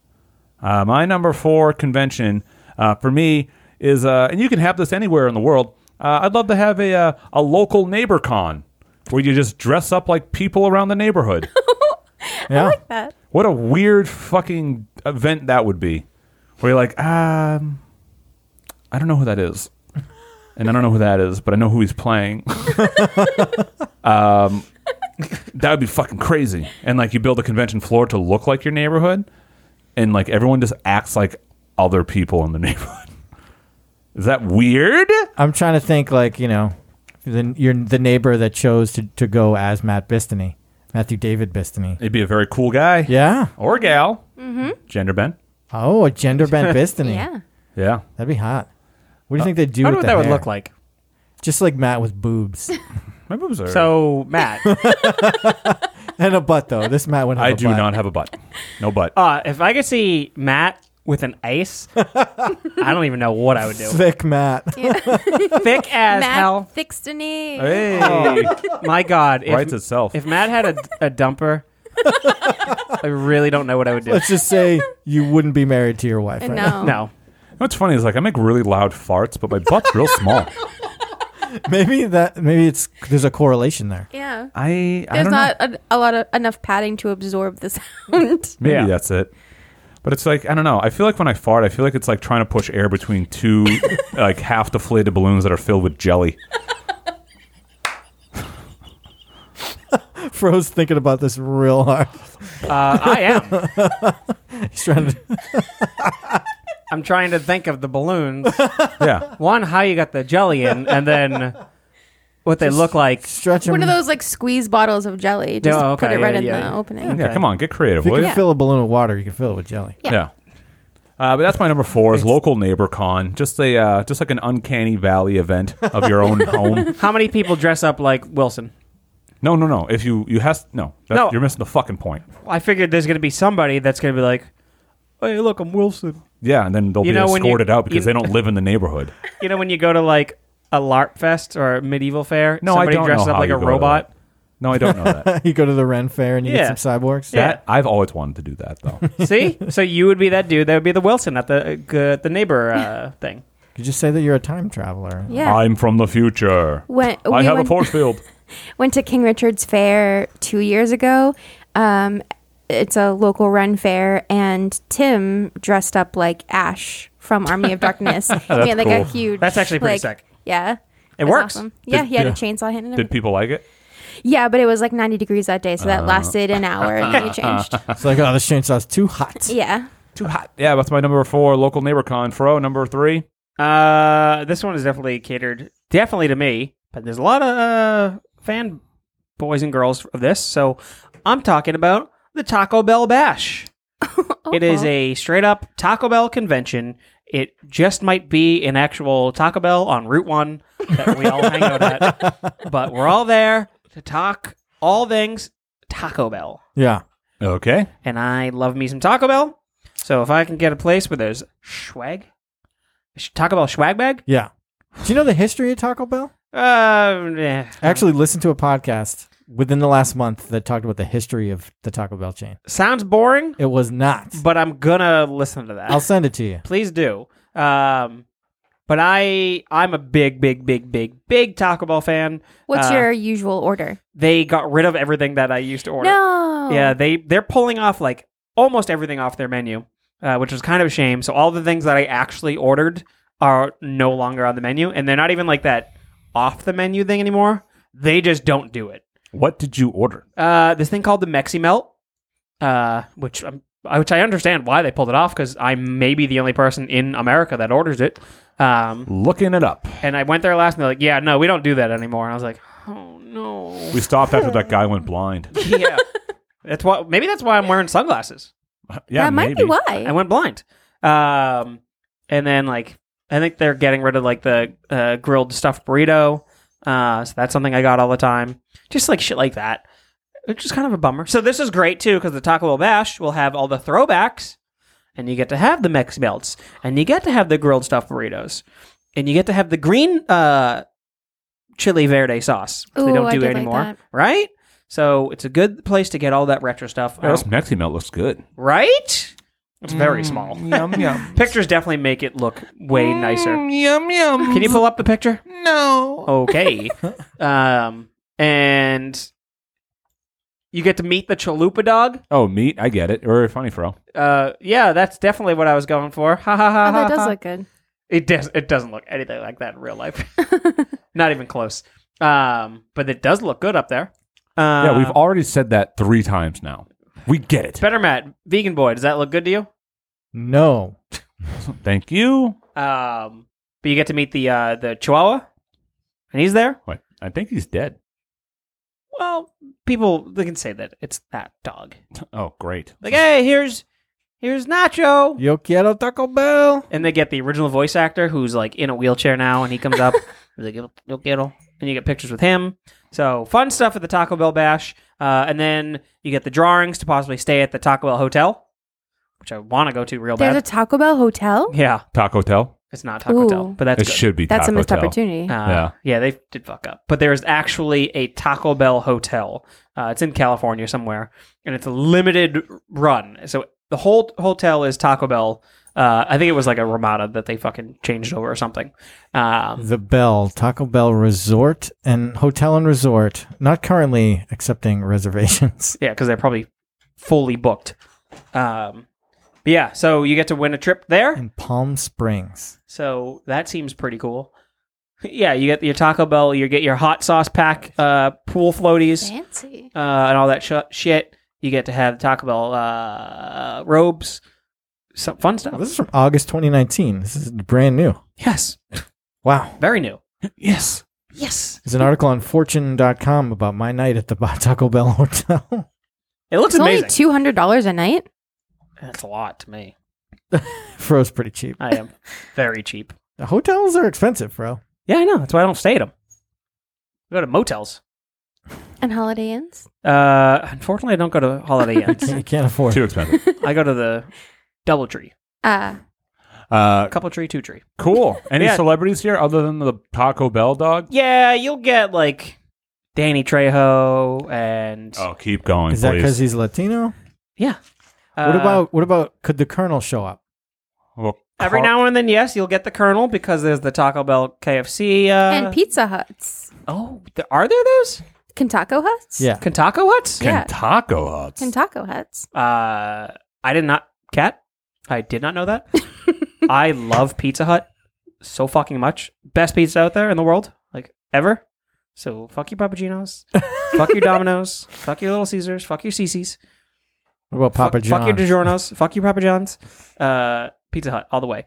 [SPEAKER 5] Uh, my number four convention uh, for me is, uh, and you can have this anywhere in the world. Uh, I'd love to have a uh, a local neighbor con where you just dress up like people around the neighborhood.
[SPEAKER 3] Yeah.
[SPEAKER 1] That.
[SPEAKER 5] what a weird fucking event that would be. Where you're like, um, I don't know who that is. And I don't know who that is, but I know who he's playing. um, that would be fucking crazy. And like you build a convention floor to look like your neighborhood, and like everyone just acts like other people in the neighborhood. Is that weird?
[SPEAKER 3] I'm trying to think like you know, the, you're the neighbor that chose to, to go as Matt Bistany, Matthew David Bistany.
[SPEAKER 5] It'd be a very cool guy
[SPEAKER 3] Yeah.
[SPEAKER 5] or gal, mm-hmm. gender bent.
[SPEAKER 3] Oh, a gender bent Bistany.
[SPEAKER 1] Yeah.
[SPEAKER 5] Yeah,
[SPEAKER 3] That'd be hot. What do you think they'd do?
[SPEAKER 4] Uh, I wonder
[SPEAKER 3] with
[SPEAKER 4] what
[SPEAKER 3] the
[SPEAKER 4] that would
[SPEAKER 3] hair?
[SPEAKER 4] look like.
[SPEAKER 3] Just like Matt with boobs
[SPEAKER 5] my boobs are.
[SPEAKER 4] So, Matt,
[SPEAKER 3] and a butt, though. This Matt would have.
[SPEAKER 5] I
[SPEAKER 3] a
[SPEAKER 5] do
[SPEAKER 3] butt.
[SPEAKER 5] not have a butt. No butt.
[SPEAKER 4] uh, if I could see Matt with an ace, I don't even know what I would do.
[SPEAKER 3] Thick Matt.
[SPEAKER 4] Thick as
[SPEAKER 1] Matt
[SPEAKER 4] hell.
[SPEAKER 1] Thixtony.
[SPEAKER 5] Hey.
[SPEAKER 4] My God. If,
[SPEAKER 5] writes itself.
[SPEAKER 4] if Matt had a, a dumper, I really don't know what I would do.
[SPEAKER 3] Let's just say you wouldn't be married to your wife. Right?
[SPEAKER 1] No.
[SPEAKER 4] No.
[SPEAKER 5] What's funny is like I make really loud farts, but my butt's real small.
[SPEAKER 3] Maybe that. Maybe it's there's a correlation there.
[SPEAKER 1] Yeah.
[SPEAKER 5] I I
[SPEAKER 1] There's
[SPEAKER 5] don't
[SPEAKER 1] not a, a lot of enough padding to absorb the sound.
[SPEAKER 5] know. Maybe
[SPEAKER 4] Yeah.
[SPEAKER 5] that's it. But it's like I don't know. I feel like when I fart, I feel like it's like trying to push air between two like half deflated balloons that are filled with jelly.
[SPEAKER 3] Fro's thinking about this real hard.
[SPEAKER 4] Uh, I am.
[SPEAKER 3] He's trying to.
[SPEAKER 4] I'm trying to think of the balloons.
[SPEAKER 5] Yeah.
[SPEAKER 4] One, how you got the jelly in, and then what they look like.
[SPEAKER 3] stretch them.
[SPEAKER 1] One of those like squeeze bottles of jelly. Just
[SPEAKER 4] No, okay,
[SPEAKER 1] put it
[SPEAKER 4] yeah,
[SPEAKER 1] right in
[SPEAKER 4] yeah,
[SPEAKER 1] the
[SPEAKER 4] yeah.
[SPEAKER 1] opening.
[SPEAKER 5] Yeah, come on, get creative,
[SPEAKER 3] If you
[SPEAKER 5] will
[SPEAKER 3] can
[SPEAKER 5] you?
[SPEAKER 1] Yeah.
[SPEAKER 3] fill a balloon with water, you can fill it with jelly.
[SPEAKER 1] Yeah.
[SPEAKER 5] Yeah. Uh, but that's my number four is local neighbor con, just a uh, just like an uncanny valley event of your own home.
[SPEAKER 4] How many people dress up like Wilson?
[SPEAKER 5] No, no, no. If you you has no, that,
[SPEAKER 4] No.
[SPEAKER 5] you're missing the fucking point.
[SPEAKER 4] I figured there's gonna be somebody that's gonna be like, "Hey, look, I'm Wilson."
[SPEAKER 5] Yeah, and then they'll
[SPEAKER 4] You
[SPEAKER 5] be
[SPEAKER 4] know, when you-
[SPEAKER 5] escorted out because they
[SPEAKER 4] you-
[SPEAKER 5] don't live in the neighborhood.
[SPEAKER 4] You know when you go to like a LARP fest or a medieval fair,
[SPEAKER 5] No, I
[SPEAKER 4] somebody
[SPEAKER 5] don't
[SPEAKER 4] dresses
[SPEAKER 5] know
[SPEAKER 4] up
[SPEAKER 5] how
[SPEAKER 4] like
[SPEAKER 5] you
[SPEAKER 4] a
[SPEAKER 5] go to
[SPEAKER 4] robot.
[SPEAKER 5] No, I don't know that.
[SPEAKER 3] you go to the Ren Fair and you
[SPEAKER 4] Yeah.
[SPEAKER 3] get some cyborgs.
[SPEAKER 4] Yeah.
[SPEAKER 5] That I've always wanted to do that though.
[SPEAKER 4] See, so you would be that dude. That would be the Wilson at the uh, the neighbor uh, thing.
[SPEAKER 3] You just say that you're a time traveler.
[SPEAKER 1] Yeah.
[SPEAKER 5] I'm from the future.
[SPEAKER 1] When-
[SPEAKER 5] I
[SPEAKER 1] we
[SPEAKER 5] have a
[SPEAKER 1] went-
[SPEAKER 5] force field.
[SPEAKER 1] went to King Richard's Fair two years ago. Um, it's a local run fair, and Tim dressed up like Ash from Army of Darkness. he had like
[SPEAKER 5] cool.
[SPEAKER 1] a huge.
[SPEAKER 4] That's actually pretty
[SPEAKER 1] like-
[SPEAKER 4] sick.
[SPEAKER 1] Yeah.
[SPEAKER 4] It
[SPEAKER 1] That's
[SPEAKER 4] works.
[SPEAKER 1] awesome. Yeah,
[SPEAKER 5] Did-
[SPEAKER 1] he had a
[SPEAKER 5] yeah.
[SPEAKER 1] chainsaw hand in him.
[SPEAKER 5] Did people like it?
[SPEAKER 1] Yeah, but it was like 90 degrees that day, so
[SPEAKER 4] Oh.
[SPEAKER 1] that lasted an hour and then he changed.
[SPEAKER 3] It's like, oh, this chainsaw's too hot.
[SPEAKER 1] Yeah.
[SPEAKER 5] Too hot. Yeah, that's my number four local neighbor con. Fro number three.
[SPEAKER 4] Uh, this one is definitely catered definitely to me, but there's a lot of uh, fan boys and girls of this. So I'm talking about the Taco Bell Bash.
[SPEAKER 1] Oh,
[SPEAKER 4] It is a straight up Taco Bell convention. It just might be an actual Taco Bell on Route One that we all hang out at, but we're all there to talk all things Taco Bell.
[SPEAKER 3] Yeah.
[SPEAKER 5] Okay.
[SPEAKER 4] and I love me some Taco Bell. So if I can get a place where there's swag, sh- Taco Bell swag bag.
[SPEAKER 3] Yeah. Do you know the history of Taco Bell?
[SPEAKER 4] Uh, eh.
[SPEAKER 3] I actually listened to a podcast within the last month that talked about the history of the Taco Bell chain.
[SPEAKER 4] sounds boring,
[SPEAKER 3] It was not.
[SPEAKER 4] but I'm gonna listen to that.
[SPEAKER 3] I'll send it to you.
[SPEAKER 4] Please do. Um, but I I'm a big, big, big, big, big Taco Bell fan.
[SPEAKER 1] What's
[SPEAKER 4] Uh,
[SPEAKER 1] your usual order?
[SPEAKER 4] They got rid of everything that I used to order.
[SPEAKER 1] No.
[SPEAKER 4] Yeah, they they're pulling off like almost everything off their menu, uh, which is kind of a shame. So all the things that I actually ordered are no longer on the menu, and they're not even like that off the menu thing anymore. They just don't do it.
[SPEAKER 5] What did you order?
[SPEAKER 4] Uh, this thing called the Mexi Melt, uh, which I'm, I- which I understand why they pulled it off because I'm maybe the only person in America that orders it. Um,
[SPEAKER 5] Looking it up.
[SPEAKER 4] and I went there last, and they're like, "Yeah, no, we don't do that anymore." And I was like, "Oh no."
[SPEAKER 5] We stopped after that guy went blind.
[SPEAKER 4] yeah. That's why. Maybe that's why I'm wearing sunglasses.
[SPEAKER 5] Yeah,
[SPEAKER 1] that might
[SPEAKER 5] maybe.
[SPEAKER 1] be why.
[SPEAKER 4] I went blind. Um, and then like I think they're getting rid of like the uh, grilled stuffed burrito. Uh, so that's something I got all the time. Just like shit like that, which is kind of a bummer. So this is great too because the Taco Bell Bash will have all the throwbacks, and you get to have the Mex melts, and you get to have the grilled stuffed burritos, and you get to have the green uh, chili verde sauce. which they
[SPEAKER 1] Ooh,
[SPEAKER 4] don't
[SPEAKER 1] I
[SPEAKER 4] do
[SPEAKER 1] did like
[SPEAKER 4] anymore,
[SPEAKER 1] that.
[SPEAKER 4] right? So it's a good place to get all that retro stuff. um,
[SPEAKER 5] Yeah, this Mexi melt looks good.
[SPEAKER 4] Right? Mm, It's very small.
[SPEAKER 5] Yum yum.
[SPEAKER 4] Pictures definitely make it look way
[SPEAKER 1] Mm,
[SPEAKER 4] nicer.
[SPEAKER 5] Yum yum.
[SPEAKER 4] Can you pull up the picture?
[SPEAKER 5] No.
[SPEAKER 4] Okay. um, and you get to meet the chalupa dog.
[SPEAKER 5] Oh, meat. I get it. Very funny, Fro.
[SPEAKER 4] Uh, yeah, that's definitely what I was going for. Ha ha ha.
[SPEAKER 1] Oh, that
[SPEAKER 4] ha, ha.
[SPEAKER 1] does look good.
[SPEAKER 4] It does. It doesn't look anything like that in real life. Not even close. Um, but it does look good up there. Um,
[SPEAKER 5] yeah,
[SPEAKER 1] Uh,
[SPEAKER 5] we've already said that three times now. We get it.
[SPEAKER 4] better Matt, vegan boy. Does that look good to you?
[SPEAKER 3] No.
[SPEAKER 5] Thank you.
[SPEAKER 4] Um, but you get to meet the uh, the Chihuahua, and he's there.
[SPEAKER 5] Wait, I think he's dead.
[SPEAKER 4] Well, people they can say that it's that dog.
[SPEAKER 5] Oh, great.
[SPEAKER 4] Like, hey, here's here's Nacho,
[SPEAKER 3] Yo quiero Taco Bell.
[SPEAKER 4] and they get the original voice actor who's like in a wheelchair now, and he comes up, he's like, "Yo, yo quiero," and you get pictures with him. So fun stuff at the Taco Bell Bash, uh, and then you get the drawings to possibly stay at the Taco Bell Hotel, which I want to go to real
[SPEAKER 1] There's a
[SPEAKER 4] bad.
[SPEAKER 1] Taco Bell hotel?
[SPEAKER 4] yeah,
[SPEAKER 5] Taco Tell.
[SPEAKER 4] it's not Taco Bell,
[SPEAKER 1] Ooh.
[SPEAKER 4] but that's
[SPEAKER 5] It
[SPEAKER 4] good.
[SPEAKER 5] should be
[SPEAKER 1] That's
[SPEAKER 5] Taco
[SPEAKER 1] a missed
[SPEAKER 5] Tell.
[SPEAKER 1] opportunity.
[SPEAKER 4] Uh,
[SPEAKER 5] Yeah.
[SPEAKER 4] yeah, they did fuck up. But there is actually a Taco Bell hotel. Uh, it's in California somewhere, and it's a limited run. So the whole hotel is Taco Bell. Uh, I think it was like a Ramada that they fucking changed over or something. Um,
[SPEAKER 3] The Bell, Taco Bell Resort and Hotel and Resort, not currently accepting reservations.
[SPEAKER 4] yeah, because they're probably fully booked. Um, But yeah, so you get to win a trip there.
[SPEAKER 3] in Palm Springs.
[SPEAKER 4] So that seems pretty cool. Yeah, you get your Taco Bell, you get your hot sauce pack, uh, pool floaties,
[SPEAKER 1] Fancy.
[SPEAKER 4] uh, and all that sh- shit. You get to have Taco Bell uh, robes, some fun
[SPEAKER 3] Oh,
[SPEAKER 4] stuff.
[SPEAKER 3] this is from August 2019. This is brand new.
[SPEAKER 4] Yes,
[SPEAKER 3] Wow.
[SPEAKER 4] very new.
[SPEAKER 5] Yes.
[SPEAKER 4] Yes,
[SPEAKER 3] There's an article on fortune.com about my night at the Ba- Taco Bell Hotel.
[SPEAKER 4] it looks
[SPEAKER 1] It's only
[SPEAKER 4] amazing.
[SPEAKER 1] two hundred dollars a night.
[SPEAKER 4] That's a lot to me.
[SPEAKER 3] Fro's pretty cheap.
[SPEAKER 4] I am very cheap.
[SPEAKER 3] The hotels are expensive, bro.
[SPEAKER 4] Yeah, I know. That's why I don't stay at them. I go to motels.
[SPEAKER 1] And Holiday Inns.
[SPEAKER 4] Uh, unfortunately, I don't go to Holiday Inns.
[SPEAKER 3] You can't afford
[SPEAKER 5] Too
[SPEAKER 3] it.
[SPEAKER 5] expensive.
[SPEAKER 4] I go to the Double Tree,
[SPEAKER 1] Uh,
[SPEAKER 5] Uh,
[SPEAKER 4] Couple Tree, Two Tree.
[SPEAKER 5] cool. Any
[SPEAKER 4] Yeah.
[SPEAKER 5] celebrities here other than the Taco Bell dog?
[SPEAKER 4] Yeah, you'll get like Danny Trejo and
[SPEAKER 5] Oh, keep going,
[SPEAKER 3] Is that because
[SPEAKER 5] please.
[SPEAKER 3] he's Latino?
[SPEAKER 4] yeah.
[SPEAKER 3] what
[SPEAKER 4] Uh,
[SPEAKER 3] about what about could the Colonel show up?
[SPEAKER 5] Well,
[SPEAKER 4] uh, every
[SPEAKER 5] Car-
[SPEAKER 4] now and then? Yes, you'll get the Colonel because there's the Taco Bell, KFC, uh,
[SPEAKER 1] and Pizza Huts.
[SPEAKER 4] Oh, th- are there those
[SPEAKER 1] Kentucky Huts.
[SPEAKER 3] Yeah.
[SPEAKER 4] Kentucky Huts?
[SPEAKER 1] Yeah.
[SPEAKER 5] Taco Huts.
[SPEAKER 1] Kentucky Huts.
[SPEAKER 4] Uh, I did not. Cat, I did not know that. I love Pizza Hut so fucking much. Best pizza out there in the world, like ever. So fuck your Papaginos, fuck your Domino's, fuck your Little Caesars, fuck your CC's,
[SPEAKER 3] What about Papa
[SPEAKER 4] fuck,
[SPEAKER 3] John?
[SPEAKER 4] fuck your DiGiorno's, fuck your Papa John's, uh, Pizza Hut all the way.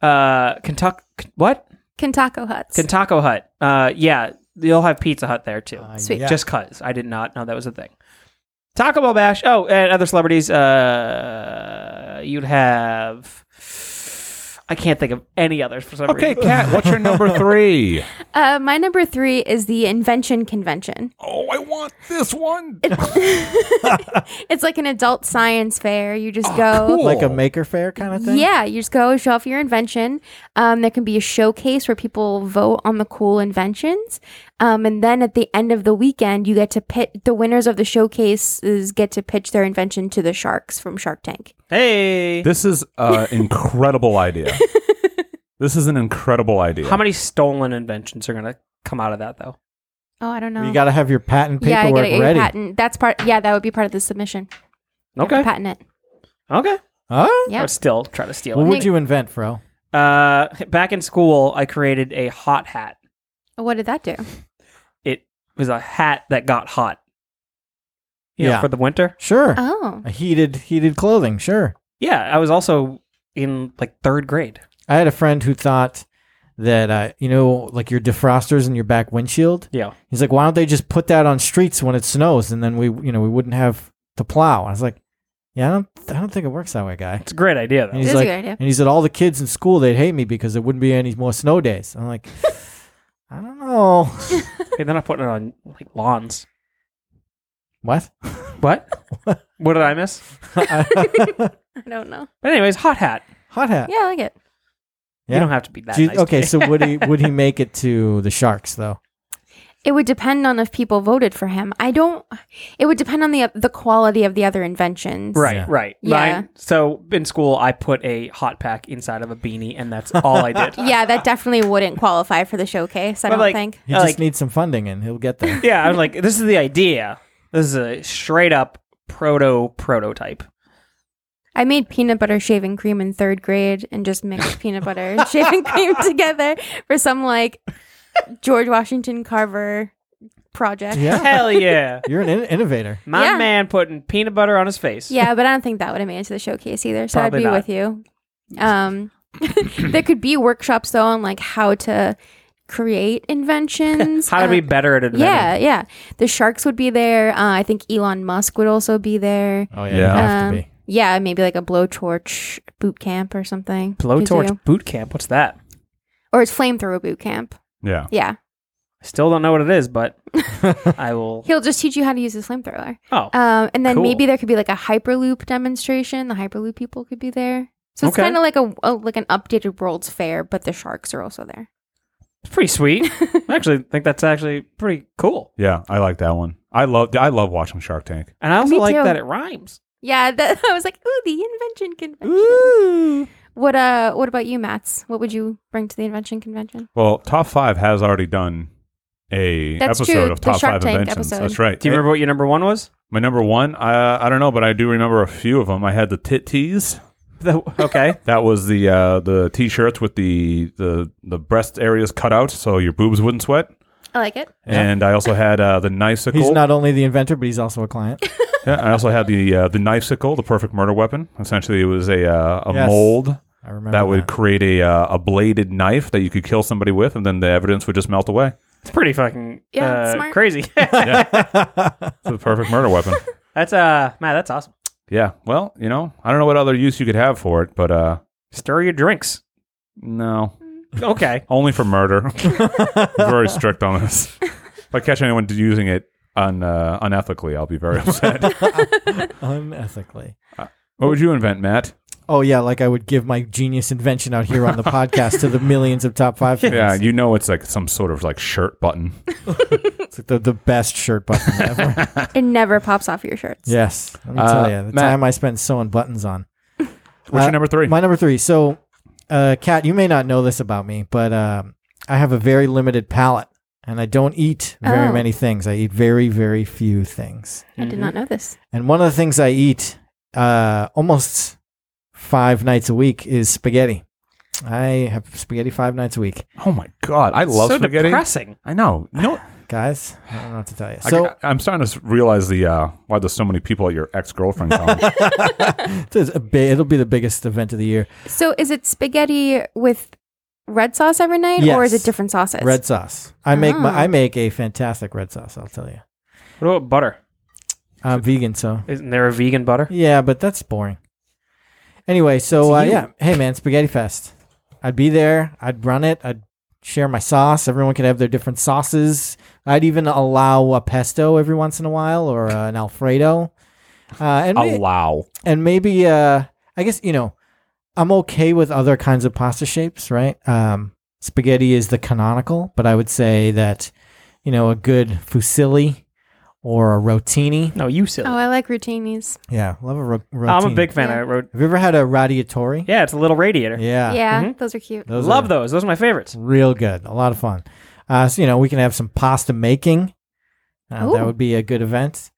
[SPEAKER 4] Uh, Kentucky, what?
[SPEAKER 1] Kentucky Huts.
[SPEAKER 4] Kentucky Hut. Uh, yeah, you'll have Pizza Hut there too.
[SPEAKER 3] Uh,
[SPEAKER 1] Sweet.
[SPEAKER 3] yeah.
[SPEAKER 4] Just cause I did not know that was a thing. Taco Bell Bash. Oh, and other celebrities. Uh, you'd have. I can't think of any others for some
[SPEAKER 5] Okay,
[SPEAKER 4] reason.
[SPEAKER 5] Kat, what's your number three?
[SPEAKER 1] Uh, my number three is the Invention Convention.
[SPEAKER 5] Oh, I want this one.
[SPEAKER 1] It's like an adult science fair. You just go.
[SPEAKER 5] cool.
[SPEAKER 3] like a maker fair kind of thing.
[SPEAKER 1] Yeah, you just go show off your invention. Um, there can be a showcase where people vote on the cool inventions, um, and then at the end of the weekend, you get to pit the winners of the showcases get to pitch their invention to the sharks from Shark Tank.
[SPEAKER 4] Hey,
[SPEAKER 5] This is an incredible idea. This is an incredible idea.
[SPEAKER 4] how many stolen inventions are gonna come out of that though?
[SPEAKER 1] Oh, I don't know.
[SPEAKER 3] You got to have your patent
[SPEAKER 1] yeah, I
[SPEAKER 3] paperwork
[SPEAKER 1] got to get your
[SPEAKER 3] ready.
[SPEAKER 1] patent. That's part. Yeah, that would be part of the submission.
[SPEAKER 4] Okay,
[SPEAKER 1] Patent it.
[SPEAKER 4] okay.
[SPEAKER 3] Huh?
[SPEAKER 4] I
[SPEAKER 1] Yeah.
[SPEAKER 4] would still try to steal
[SPEAKER 3] What
[SPEAKER 4] it.
[SPEAKER 3] would you invent, Fro?
[SPEAKER 4] Uh, back in school, I created a hot hat.
[SPEAKER 1] What did that do?
[SPEAKER 4] It was a hat that got hot. You know,
[SPEAKER 3] Yeah.
[SPEAKER 4] for the winter.
[SPEAKER 3] Sure.
[SPEAKER 1] Oh,
[SPEAKER 3] A heated heated clothing, sure.
[SPEAKER 4] Yeah, I was also in like third grade.
[SPEAKER 3] I had a friend who thought that uh, you know, like your defrosters in your back windshield.
[SPEAKER 4] Yeah.
[SPEAKER 3] He's like, why don't they just put that on streets when it snows, and then we, you know, we wouldn't have to plow. I was like, yeah, I don't, I don't think it works that way, guy.
[SPEAKER 4] It's a great idea though.
[SPEAKER 3] And he's
[SPEAKER 1] That's a
[SPEAKER 3] like,
[SPEAKER 1] good idea.
[SPEAKER 3] and he said all the kids in school they'd hate me because there wouldn't be any more snow days. I'm like, I don't know.
[SPEAKER 4] Okay, they're not putting it on like lawns.
[SPEAKER 3] what?
[SPEAKER 4] What? what did I miss?
[SPEAKER 1] I don't know.
[SPEAKER 4] But anyways, hot hat.
[SPEAKER 3] Hot hat.
[SPEAKER 1] Yeah, I like it.
[SPEAKER 3] Yeah.
[SPEAKER 4] You don't have to be that
[SPEAKER 3] Do you-
[SPEAKER 4] nice.
[SPEAKER 3] okay,
[SPEAKER 4] to
[SPEAKER 3] so would he would he make it to the sharks though?
[SPEAKER 1] It would depend on if people voted for him. I don't. It would depend on the the quality of the other inventions.
[SPEAKER 4] me. right,
[SPEAKER 3] Yeah.
[SPEAKER 4] right.
[SPEAKER 1] Yeah.
[SPEAKER 4] Mine- so in school, I put a hot pack inside of a beanie, and that's all I did.
[SPEAKER 1] yeah, that definitely wouldn't qualify for the showcase. I
[SPEAKER 4] But,
[SPEAKER 1] don't
[SPEAKER 4] like-
[SPEAKER 1] think.
[SPEAKER 3] He
[SPEAKER 4] I
[SPEAKER 3] just
[SPEAKER 4] Uh, like-
[SPEAKER 3] needs some funding and he'll get there.
[SPEAKER 4] yeah, I was like, this is the idea. This is a straight up proto prototype.
[SPEAKER 1] I made peanut butter shaving cream in third grade and just mixed peanut butter and shaving cream together for some like George Washington Carver project. Yeah.
[SPEAKER 3] yeah,
[SPEAKER 4] Hell yeah.
[SPEAKER 3] you're an in- innovator.
[SPEAKER 4] My
[SPEAKER 1] Yeah.
[SPEAKER 4] man putting peanut butter on his face.
[SPEAKER 1] but I don't think that would have made it to the showcase either. So
[SPEAKER 4] Probably
[SPEAKER 1] I'd be
[SPEAKER 4] not.
[SPEAKER 1] with you. Um, there could be workshops though on like how to create inventions.
[SPEAKER 4] How to
[SPEAKER 1] Uh,
[SPEAKER 4] be better at inventing.
[SPEAKER 1] Yeah, yeah. The sharks would be there. Uh, I think Elon Musk would also be there.
[SPEAKER 3] Oh
[SPEAKER 5] you Yeah.
[SPEAKER 3] have to
[SPEAKER 1] Um,
[SPEAKER 3] be.
[SPEAKER 1] yeah, maybe like a blowtorch boot camp or something. Could
[SPEAKER 4] Blowtorch
[SPEAKER 1] do.
[SPEAKER 4] boot camp. What's that?
[SPEAKER 1] Or it's flamethrower boot camp.
[SPEAKER 5] Yeah.
[SPEAKER 1] Yeah.
[SPEAKER 4] I still don't know what it is, but I will.
[SPEAKER 1] He'll just teach you how to use his flamethrower.
[SPEAKER 4] Oh,
[SPEAKER 1] Um, and then
[SPEAKER 4] Cool.
[SPEAKER 1] maybe there could be like a Hyperloop demonstration. The Hyperloop people could be there. So it's
[SPEAKER 4] Okay.
[SPEAKER 1] kind of like a, a like an updated World's Fair, but the sharks are also there.
[SPEAKER 4] it's pretty sweet. I actually think that's actually pretty cool.
[SPEAKER 5] Yeah, I like that one. I love I love watching Shark Tank.
[SPEAKER 4] And I also
[SPEAKER 1] Me
[SPEAKER 4] like
[SPEAKER 1] too.
[SPEAKER 4] that it rhymes.
[SPEAKER 1] Yeah, that, I was like, ooh, the invention convention. What uh, what about you, Mats? What would you bring to the invention convention?
[SPEAKER 5] Well, Top 5 has already done a
[SPEAKER 1] That's
[SPEAKER 5] episode
[SPEAKER 1] true,
[SPEAKER 5] of
[SPEAKER 1] the
[SPEAKER 5] Top
[SPEAKER 1] Shark
[SPEAKER 5] 5
[SPEAKER 1] Tank
[SPEAKER 5] inventions.
[SPEAKER 1] episode.
[SPEAKER 5] That's right.
[SPEAKER 4] Do you remember what your number one was?
[SPEAKER 5] My number 1, I I don't know, but I do remember a few of them. I had the tit tees.
[SPEAKER 4] The, okay.
[SPEAKER 5] That was the uh, the t-shirts with the, the the breast areas cut out, so your boobs wouldn't sweat.
[SPEAKER 1] I like it.
[SPEAKER 5] And I also had uh, the knifesicle.
[SPEAKER 3] He's not only the inventor, but he's also a client.
[SPEAKER 5] Yeah, I also had the uh, the knifesicle, the perfect murder weapon. Essentially, it was a uh, a
[SPEAKER 3] Yes.
[SPEAKER 5] mold
[SPEAKER 3] I remember
[SPEAKER 5] that would create a uh, a bladed knife that you could kill somebody with, and then the evidence would just melt away.
[SPEAKER 4] It's pretty fucking
[SPEAKER 1] Yeah,
[SPEAKER 4] uh,
[SPEAKER 1] smart.
[SPEAKER 4] crazy.
[SPEAKER 5] It's the perfect murder weapon.
[SPEAKER 4] that's uh, man, that's awesome.
[SPEAKER 5] Yeah. Well, you know, I don't know what other use you could have for it, but uh,
[SPEAKER 4] Stir your drinks.
[SPEAKER 5] no,
[SPEAKER 4] Okay.
[SPEAKER 5] only for murder. very strict on this. If I catch anyone using it un, uh, unethically, I'll be very upset.
[SPEAKER 3] unethically.
[SPEAKER 5] what would you invent, Matt?
[SPEAKER 3] Oh yeah, like I would give my genius invention out here on the podcast to the millions of top five fans.
[SPEAKER 5] Yeah, you know, it's like some sort of like shirt button.
[SPEAKER 3] It's like the, the best shirt button ever.
[SPEAKER 1] It never pops off your shirts.
[SPEAKER 3] yes, let me
[SPEAKER 5] Uh,
[SPEAKER 3] tell you, the
[SPEAKER 5] Matt.
[SPEAKER 3] time I spent sewing buttons on.
[SPEAKER 5] What's
[SPEAKER 3] Uh,
[SPEAKER 5] your number three?
[SPEAKER 3] My number three. So, uh, Kat, you may not know this about me, but um, I have a very limited palate, and I don't eat very
[SPEAKER 1] Oh.
[SPEAKER 3] many things. I eat very, very few things.
[SPEAKER 1] I did not know this.
[SPEAKER 3] And one of the things I eat uh, almost five nights a week is spaghetti. I have spaghetti five nights a week,
[SPEAKER 5] oh my god, I love
[SPEAKER 4] so
[SPEAKER 5] spaghetti.
[SPEAKER 4] depressing.
[SPEAKER 5] I know. You know,
[SPEAKER 3] guys. I don't know what to tell you.
[SPEAKER 5] I-
[SPEAKER 3] So
[SPEAKER 5] I, am starting to s- realize the uh, why there's so many people at your ex girlfriend.
[SPEAKER 3] it's a bi- it'll be the biggest event of the year.
[SPEAKER 1] So is it spaghetti with red sauce every night, or is
[SPEAKER 3] Yes.
[SPEAKER 1] it different sauces?
[SPEAKER 3] Red sauce. I make my,
[SPEAKER 1] Oh.
[SPEAKER 3] I make a fantastic red sauce. I'll tell you.
[SPEAKER 4] What about butter?
[SPEAKER 3] I'm vegan, so
[SPEAKER 4] Isn't there a vegan butter?
[SPEAKER 3] yeah, but that's boring. Anyway, so uh,
[SPEAKER 4] It's you.
[SPEAKER 3] yeah, hey man, spaghetti fest. I'd be there. I'd run it. I'd share my sauce. Everyone could have their different sauces. I'd even allow a pesto every once in a while or uh, an alfredo. Uh, and may-
[SPEAKER 5] Allow.
[SPEAKER 3] and maybe uh i guess you know i'm okay with other kinds of pasta shapes right um spaghetti is the canonical but i would say that you know a good fusilli or a rotini
[SPEAKER 4] No, you silly.
[SPEAKER 1] Oh, I like routinis.
[SPEAKER 3] yeah love a ro- rotini
[SPEAKER 4] I'm a big fan.
[SPEAKER 1] Yeah.
[SPEAKER 4] I wrote.
[SPEAKER 3] have you ever had a radiatori
[SPEAKER 4] Yeah, it's a little radiator.
[SPEAKER 3] yeah,
[SPEAKER 1] Yeah,
[SPEAKER 4] Mhm.
[SPEAKER 1] those are cute.
[SPEAKER 3] Those
[SPEAKER 4] Love
[SPEAKER 3] are
[SPEAKER 4] those. Those are my favorites.
[SPEAKER 3] real good a lot of fun uh so you know we can have some pasta making uh, that
[SPEAKER 1] Ooh.
[SPEAKER 3] would be a good event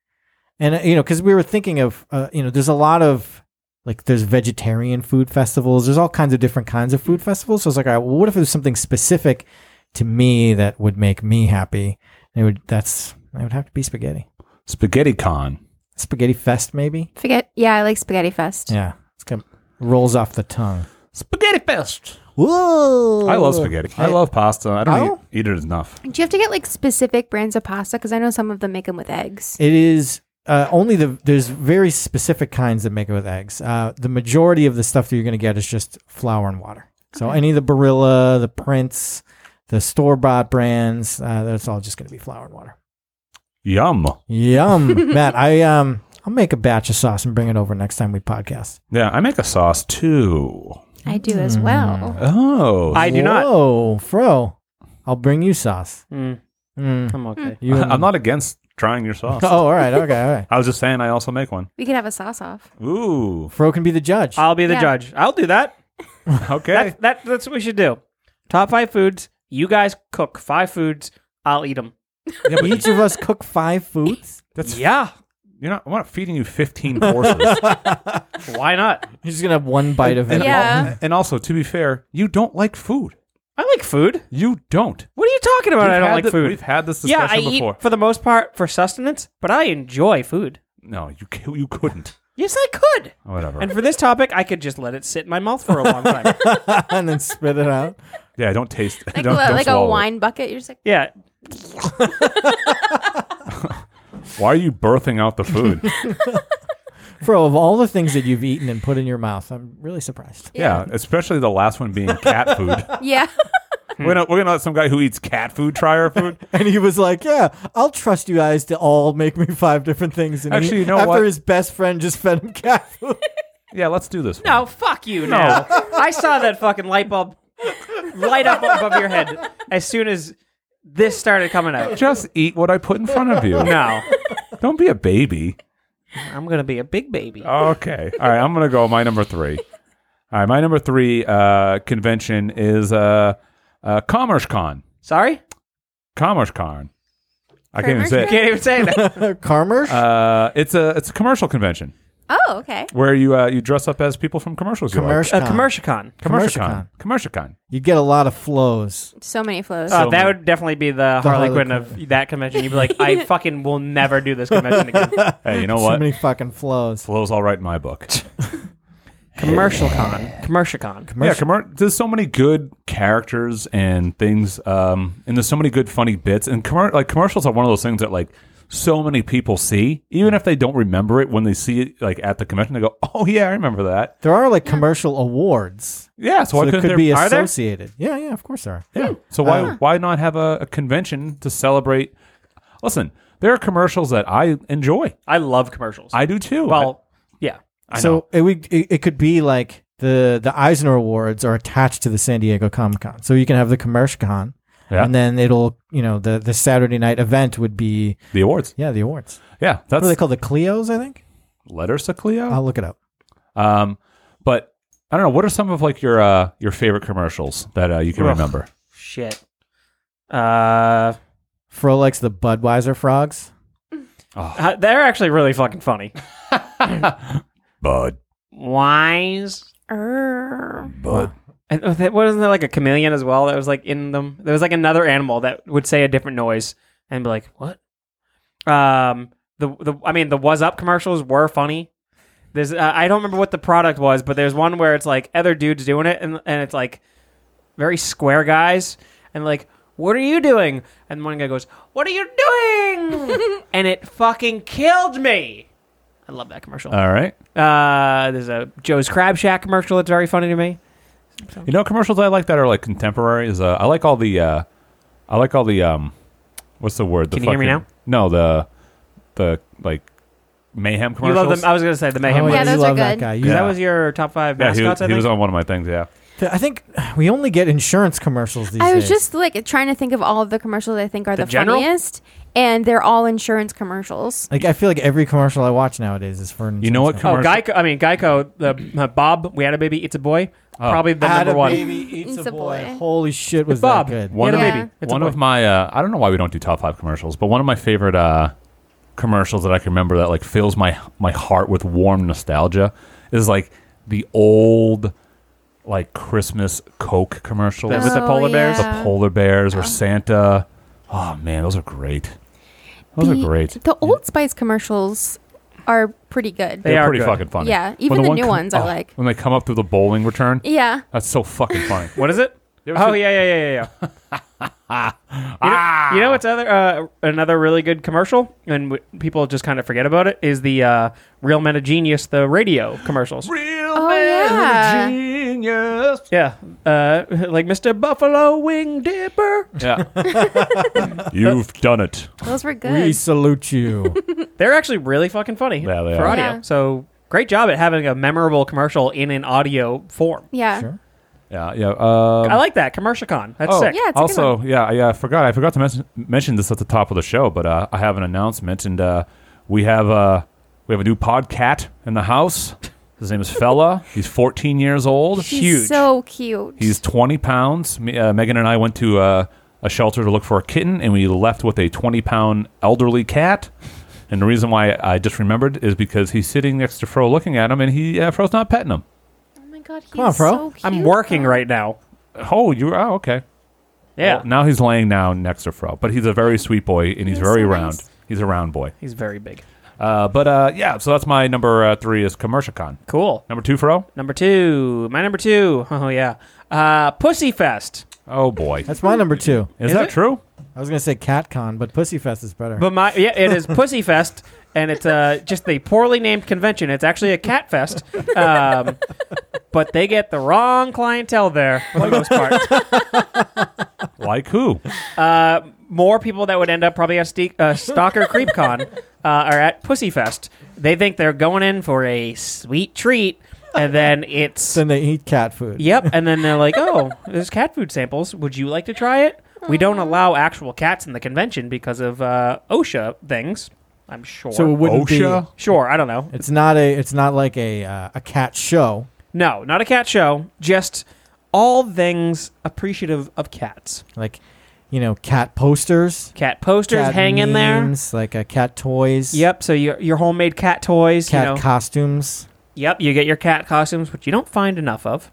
[SPEAKER 3] and uh, you know because we were thinking of uh, you know there's a lot of like there's vegetarian food festivals there's all kinds of different kinds of food festivals so it's like all right, well, what if there's something specific to me that would make me happy and it would that's it would have to be spaghetti
[SPEAKER 5] Spaghetti con.
[SPEAKER 3] spaghetti fest maybe
[SPEAKER 1] Forget. Yeah, I like spaghetti fest.
[SPEAKER 3] yeah it's kind of rolls off the tongue
[SPEAKER 5] Spaghetti fest.
[SPEAKER 3] Whoa!
[SPEAKER 5] I love spaghetti. I love pasta. I don't
[SPEAKER 3] Oh.
[SPEAKER 5] eat, eat it enough.
[SPEAKER 1] Do you have to get like specific brands of pasta? Because I know some of them make them with eggs.
[SPEAKER 3] It is uh, only the there's very specific kinds that make it with eggs. Uh, the majority of the stuff that you're going to get is just flour and water. So any of the Barilla, the Prince, the store bought brands, uh, that's all just going to be flour and water.
[SPEAKER 5] Yum.
[SPEAKER 3] Yum, Matt. I um, I'll make a batch of sauce and bring it over next time we podcast.
[SPEAKER 5] Yeah, I make a sauce too.
[SPEAKER 1] I do as well.
[SPEAKER 5] Oh,
[SPEAKER 4] I do not.
[SPEAKER 3] Oh, fro, I'll bring you sauce.
[SPEAKER 4] Mm,
[SPEAKER 3] Mm,
[SPEAKER 4] Uh, I'm okay.
[SPEAKER 1] Hmm.
[SPEAKER 3] you and-
[SPEAKER 5] I'm not against trying your sauce.
[SPEAKER 3] Oh, all right, okay, all right.
[SPEAKER 5] I was just saying I also make one.
[SPEAKER 1] We could have a sauce off.
[SPEAKER 5] Ooh,
[SPEAKER 3] Fro can be the judge.
[SPEAKER 4] I'll be the
[SPEAKER 1] Yeah.
[SPEAKER 4] judge. I'll do that.
[SPEAKER 5] okay.
[SPEAKER 4] That, that that's what we should do. Top five foods. You guys cook five foods. I'll eat them.
[SPEAKER 3] Each of us cook five foods.
[SPEAKER 5] That's,
[SPEAKER 4] Yeah.
[SPEAKER 5] You're not. I'm not feeding you 15 courses.
[SPEAKER 4] Why not?
[SPEAKER 3] You're just gonna have one bite of it.
[SPEAKER 1] Yeah.
[SPEAKER 5] and also, to be fair, you don't like food.
[SPEAKER 4] I like food.
[SPEAKER 5] You don't.
[SPEAKER 4] What are you talking about?
[SPEAKER 5] We've
[SPEAKER 4] I don't
[SPEAKER 5] had
[SPEAKER 4] like
[SPEAKER 5] thi-
[SPEAKER 4] food.
[SPEAKER 5] We've had this
[SPEAKER 4] Yeah, I
[SPEAKER 5] discussion before.
[SPEAKER 4] eat for the most part for sustenance, but I enjoy food.
[SPEAKER 5] no, you c- you couldn't.
[SPEAKER 4] Yes, I could.
[SPEAKER 5] Whatever.
[SPEAKER 4] And for this topic, I could just let it sit in my mouth for a long time.
[SPEAKER 3] and then spit it out.
[SPEAKER 5] yeah, don't taste.
[SPEAKER 1] Like
[SPEAKER 5] don't, don't
[SPEAKER 1] a, like a
[SPEAKER 5] swallow it.
[SPEAKER 1] wine bucket. You're just like,
[SPEAKER 4] yeah.
[SPEAKER 5] Why are you birthing out the food? yeah.
[SPEAKER 3] Bro, of all the things that you've eaten and put in your mouth, I'm really surprised.
[SPEAKER 5] especially the last one being cat food.
[SPEAKER 1] yeah.
[SPEAKER 5] we're gonna we're gonna let some guy who eats cat food try our food.
[SPEAKER 3] And he was like, "Yeah, I'll trust you guys to all make me five different things." And
[SPEAKER 5] Actually,
[SPEAKER 3] he,
[SPEAKER 5] you know
[SPEAKER 3] after
[SPEAKER 5] what?
[SPEAKER 3] his best friend just fed him cat food.
[SPEAKER 5] Yeah, let's do this.
[SPEAKER 4] No, Oh, fuck you now. I saw that fucking light bulb light up above your head as soon as this started coming out.
[SPEAKER 5] Just eat what I put in front of you.
[SPEAKER 4] No.
[SPEAKER 5] Don't be a baby.
[SPEAKER 4] I'm going to be a big baby.
[SPEAKER 5] Oh. Okay. All right. I'm gonna go my number three. All right. My number three uh, convention is uh, uh, Commerce Con.
[SPEAKER 4] Sorry?
[SPEAKER 5] Commerce Con. I can't even
[SPEAKER 1] Commerce
[SPEAKER 5] say it.
[SPEAKER 4] Can't even say that.
[SPEAKER 3] Karmer?
[SPEAKER 5] Uh, it's a it's a commercial convention.
[SPEAKER 1] Oh, okay.
[SPEAKER 5] where you uh, you dress up as people from commercials. you like.
[SPEAKER 3] Commercial.
[SPEAKER 4] Uh, Commercialcon.
[SPEAKER 5] Commercialcon. Commercialcon.
[SPEAKER 3] You'd get a lot of flows.
[SPEAKER 1] So many flows.
[SPEAKER 4] Uh, that would definitely be the,
[SPEAKER 3] The
[SPEAKER 4] Harley
[SPEAKER 3] Harley
[SPEAKER 4] Quinn of that convention. You'd be like, I fucking will never do this convention again.
[SPEAKER 5] Hey, you know
[SPEAKER 3] So
[SPEAKER 5] what?
[SPEAKER 3] many fucking flows.
[SPEAKER 5] Flow's all right in my book.
[SPEAKER 4] Commercial con. Commercial con.
[SPEAKER 5] Yeah, commer- there's so many good characters and things, um, and there's so many good funny bits. And commer- like commercials are one of those things that like so many people see, even if they don't remember it when they see it like at the convention, they go, "Oh yeah, I remember that."
[SPEAKER 3] There are like commercial awards.
[SPEAKER 5] Yeah, so,
[SPEAKER 3] So
[SPEAKER 5] why
[SPEAKER 3] it
[SPEAKER 5] couldn't
[SPEAKER 3] could
[SPEAKER 5] there
[SPEAKER 3] be hmm, ah.
[SPEAKER 5] are there?
[SPEAKER 3] associated. Yeah, yeah, of course there are.
[SPEAKER 5] Yeah. So why why not have a, a convention to celebrate? Listen, there are commercials that I enjoy.
[SPEAKER 4] I love commercials.
[SPEAKER 5] I do too.
[SPEAKER 4] well, yeah.
[SPEAKER 5] I, I know.
[SPEAKER 3] so it would it, it could be like the the Eisner Awards are attached to the San Diego Comic Con, so you can have the Commercial Con,
[SPEAKER 5] Yeah.
[SPEAKER 3] and then it'll you know the the Saturday night event would be
[SPEAKER 5] the awards.
[SPEAKER 3] yeah the awards.
[SPEAKER 5] Yeah,
[SPEAKER 3] What
[SPEAKER 5] that's
[SPEAKER 3] are they called? The Clios, I think.
[SPEAKER 5] letters to
[SPEAKER 1] Oh.
[SPEAKER 5] Cleo.
[SPEAKER 3] I'll look it up.
[SPEAKER 5] Um, but I don't know. What are some of like your uh, your favorite commercials that uh, you can
[SPEAKER 4] Ugh.
[SPEAKER 5] remember?
[SPEAKER 4] Shit. Uh,
[SPEAKER 3] Frolikes the Budweiser frogs.
[SPEAKER 4] uh, they're actually really fucking funny.
[SPEAKER 5] Bud,
[SPEAKER 4] Wise.
[SPEAKER 1] Err.
[SPEAKER 5] Bud.
[SPEAKER 4] And uh, that- wasn't there like a chameleon as well that was like in them? There was like another animal that would say a different noise and be like, "What?" Um, the the I mean, the was up commercials were funny. There's uh, I don't remember what the product was, but there's one where it's like other dudes doing it, and and it's like very square guys, and like, "What are you doing?" And one guy goes, "What are you doing?" and it fucking killed me. I love that commercial.
[SPEAKER 5] All right.
[SPEAKER 4] Uh, there's a Joe's Crab Shack commercial that's very funny to me.
[SPEAKER 5] You know, commercials I like that are like contemporary. Is uh, I like all the, uh, I like all the, um, what's the word? The
[SPEAKER 4] Can you hear me
[SPEAKER 5] fucking- No, the, the like mayhem
[SPEAKER 4] You
[SPEAKER 5] commercials.
[SPEAKER 4] love them. I was gonna say the mayhem.
[SPEAKER 3] Oh,
[SPEAKER 4] ones.
[SPEAKER 1] Yeah,
[SPEAKER 3] you
[SPEAKER 1] those are
[SPEAKER 3] love that
[SPEAKER 1] good.
[SPEAKER 3] guy. You-
[SPEAKER 5] Yeah.
[SPEAKER 4] That was your top five
[SPEAKER 5] yeah, he,
[SPEAKER 4] mascots.
[SPEAKER 5] was-
[SPEAKER 4] I
[SPEAKER 5] he
[SPEAKER 4] think.
[SPEAKER 5] was on one of my things. Yeah.
[SPEAKER 3] I think we only get insurance commercials these
[SPEAKER 1] I was
[SPEAKER 3] days.
[SPEAKER 1] just like trying to think of all of the commercials I think are
[SPEAKER 4] The
[SPEAKER 1] the,
[SPEAKER 4] general?
[SPEAKER 1] funniest, and they're all insurance commercials.
[SPEAKER 3] like I feel like every commercial I watch nowadays is for an
[SPEAKER 5] You know what?
[SPEAKER 3] insurance
[SPEAKER 4] oh,
[SPEAKER 5] Commercial.
[SPEAKER 4] Geico. I mean, Geico. The uh, Bob. We had a baby. It's a boy.
[SPEAKER 5] Oh.
[SPEAKER 4] Probably the
[SPEAKER 3] Had
[SPEAKER 4] number
[SPEAKER 3] a
[SPEAKER 4] one.
[SPEAKER 3] baby eats
[SPEAKER 1] It's
[SPEAKER 3] a
[SPEAKER 1] a
[SPEAKER 3] boy.
[SPEAKER 1] boy.
[SPEAKER 3] Holy shit, was
[SPEAKER 4] Bob.
[SPEAKER 3] that good?
[SPEAKER 5] One
[SPEAKER 4] we
[SPEAKER 5] of
[SPEAKER 4] had
[SPEAKER 1] Yeah.
[SPEAKER 4] a baby. It's
[SPEAKER 5] one
[SPEAKER 4] a boy.
[SPEAKER 5] of my uh, I don't know why we don't do top five commercials, but one of my favorite uh, commercials that I can remember that like fills my my heart with warm nostalgia is like the old like Christmas Coke commercials
[SPEAKER 4] That With the
[SPEAKER 1] Oh,
[SPEAKER 4] polar bears?
[SPEAKER 5] the
[SPEAKER 1] yeah.
[SPEAKER 5] polar bears or Santa. Oh man, those are great. Those
[SPEAKER 1] The-
[SPEAKER 5] are great.
[SPEAKER 1] The Old Spice commercials are pretty good.
[SPEAKER 4] They
[SPEAKER 5] They're
[SPEAKER 4] are
[SPEAKER 5] pretty
[SPEAKER 4] good.
[SPEAKER 5] fucking funny.
[SPEAKER 1] Yeah,
[SPEAKER 5] When
[SPEAKER 1] even the
[SPEAKER 5] one
[SPEAKER 1] new
[SPEAKER 5] com-
[SPEAKER 1] ones I
[SPEAKER 5] oh,
[SPEAKER 1] like.
[SPEAKER 5] when they come up through the bowling return.
[SPEAKER 1] yeah.
[SPEAKER 5] That's so fucking funny.
[SPEAKER 4] What is it?
[SPEAKER 5] ever
[SPEAKER 4] Oh yeah,
[SPEAKER 5] seen-
[SPEAKER 4] yeah, yeah, yeah, yeah. you, know, you know what's other uh, another really good commercial, and w- people just kind of forget about it is the uh, Real Men of Genius, the radio commercials.
[SPEAKER 5] Real
[SPEAKER 1] Oh, yeah.
[SPEAKER 5] genius.
[SPEAKER 4] Yeah, uh, like Mr. Buffalo Wing Dipper.
[SPEAKER 5] Yeah. You've done it.
[SPEAKER 1] Those were good.
[SPEAKER 3] We salute you.
[SPEAKER 4] They're actually really fucking funny
[SPEAKER 5] Yeah, they
[SPEAKER 4] for
[SPEAKER 5] are.
[SPEAKER 4] audio.
[SPEAKER 1] Yeah.
[SPEAKER 4] So great job at having a memorable commercial in an audio form.
[SPEAKER 1] yeah.
[SPEAKER 3] Sure.
[SPEAKER 5] Yeah, yeah. Um,
[SPEAKER 4] I like that commercial con. That's
[SPEAKER 5] oh,
[SPEAKER 4] sick.
[SPEAKER 1] Yeah, it's a good
[SPEAKER 5] also, yeah, yeah. I forgot. I forgot to mes- mention this at the top of the show, but uh, I have an announcement, and uh, we have uh, we have a new podcat in the house. His name is Fella. He's 14 years old.
[SPEAKER 1] He's so cute.
[SPEAKER 5] He's 20 pounds. Me, uh, Megan and I went to uh, a shelter to look for a kitten, and we left with a 20 pound elderly cat. And the reason why I just remembered is because he's sitting next to Fro, looking at him, and he uh, Fro's not petting him.
[SPEAKER 1] oh my god, he's
[SPEAKER 3] Come on, bro.
[SPEAKER 1] so cute.
[SPEAKER 4] I'm working right now.
[SPEAKER 5] Oh, you? Oh, okay.
[SPEAKER 4] Yeah.
[SPEAKER 5] Well, now he's laying down next to Fro, but he's a very sweet boy and he's
[SPEAKER 1] He's
[SPEAKER 5] very
[SPEAKER 1] so
[SPEAKER 5] round.
[SPEAKER 1] nice.
[SPEAKER 5] He's a round boy.
[SPEAKER 4] He's very big.
[SPEAKER 5] Uh, but uh, yeah, so that's my number uh, three is Commercialcon.
[SPEAKER 4] Cool.
[SPEAKER 5] Number two, Fro.
[SPEAKER 4] Number two. My number two. Oh, yeah. Uh, Pussy Fest.
[SPEAKER 5] Oh boy, is,
[SPEAKER 3] That's my number two.
[SPEAKER 5] that
[SPEAKER 4] it?
[SPEAKER 5] true?
[SPEAKER 3] I was gonna say CatCon, but Pussyfest is better.
[SPEAKER 4] But my, yeah, it is Pussy Fest, and it's uh, just the poorly named convention. It's actually a cat fest. Um, but they get the wrong clientele there for the most part.
[SPEAKER 5] Like who?
[SPEAKER 4] uh, more people that would end up probably at Ste- uh, Stalker CreepCon uh, are at Pussyfest. They think they're going in for a sweet treat, and then it's
[SPEAKER 3] then they eat cat food.
[SPEAKER 4] yep, and then they're like, "Oh, there's cat food samples. Would you like to try it?" We don't allow actual cats in the convention because of uh, OSHA things. I'm sure.
[SPEAKER 3] So it wouldn't
[SPEAKER 5] OSHA?
[SPEAKER 3] be.
[SPEAKER 4] sure, I don't know.
[SPEAKER 3] It's not a. It's not like a uh, a cat show.
[SPEAKER 4] No, not a cat show. Just all things appreciative of cats.
[SPEAKER 3] Like, you know, cat posters.
[SPEAKER 4] Cat posters
[SPEAKER 3] cat
[SPEAKER 4] hang in there.
[SPEAKER 3] memes, Like uh, cat toys.
[SPEAKER 4] Yep. So your your homemade cat toys.
[SPEAKER 3] Cat
[SPEAKER 4] you know.
[SPEAKER 3] costumes.
[SPEAKER 4] yep. You get your cat costumes, which you don't find enough of.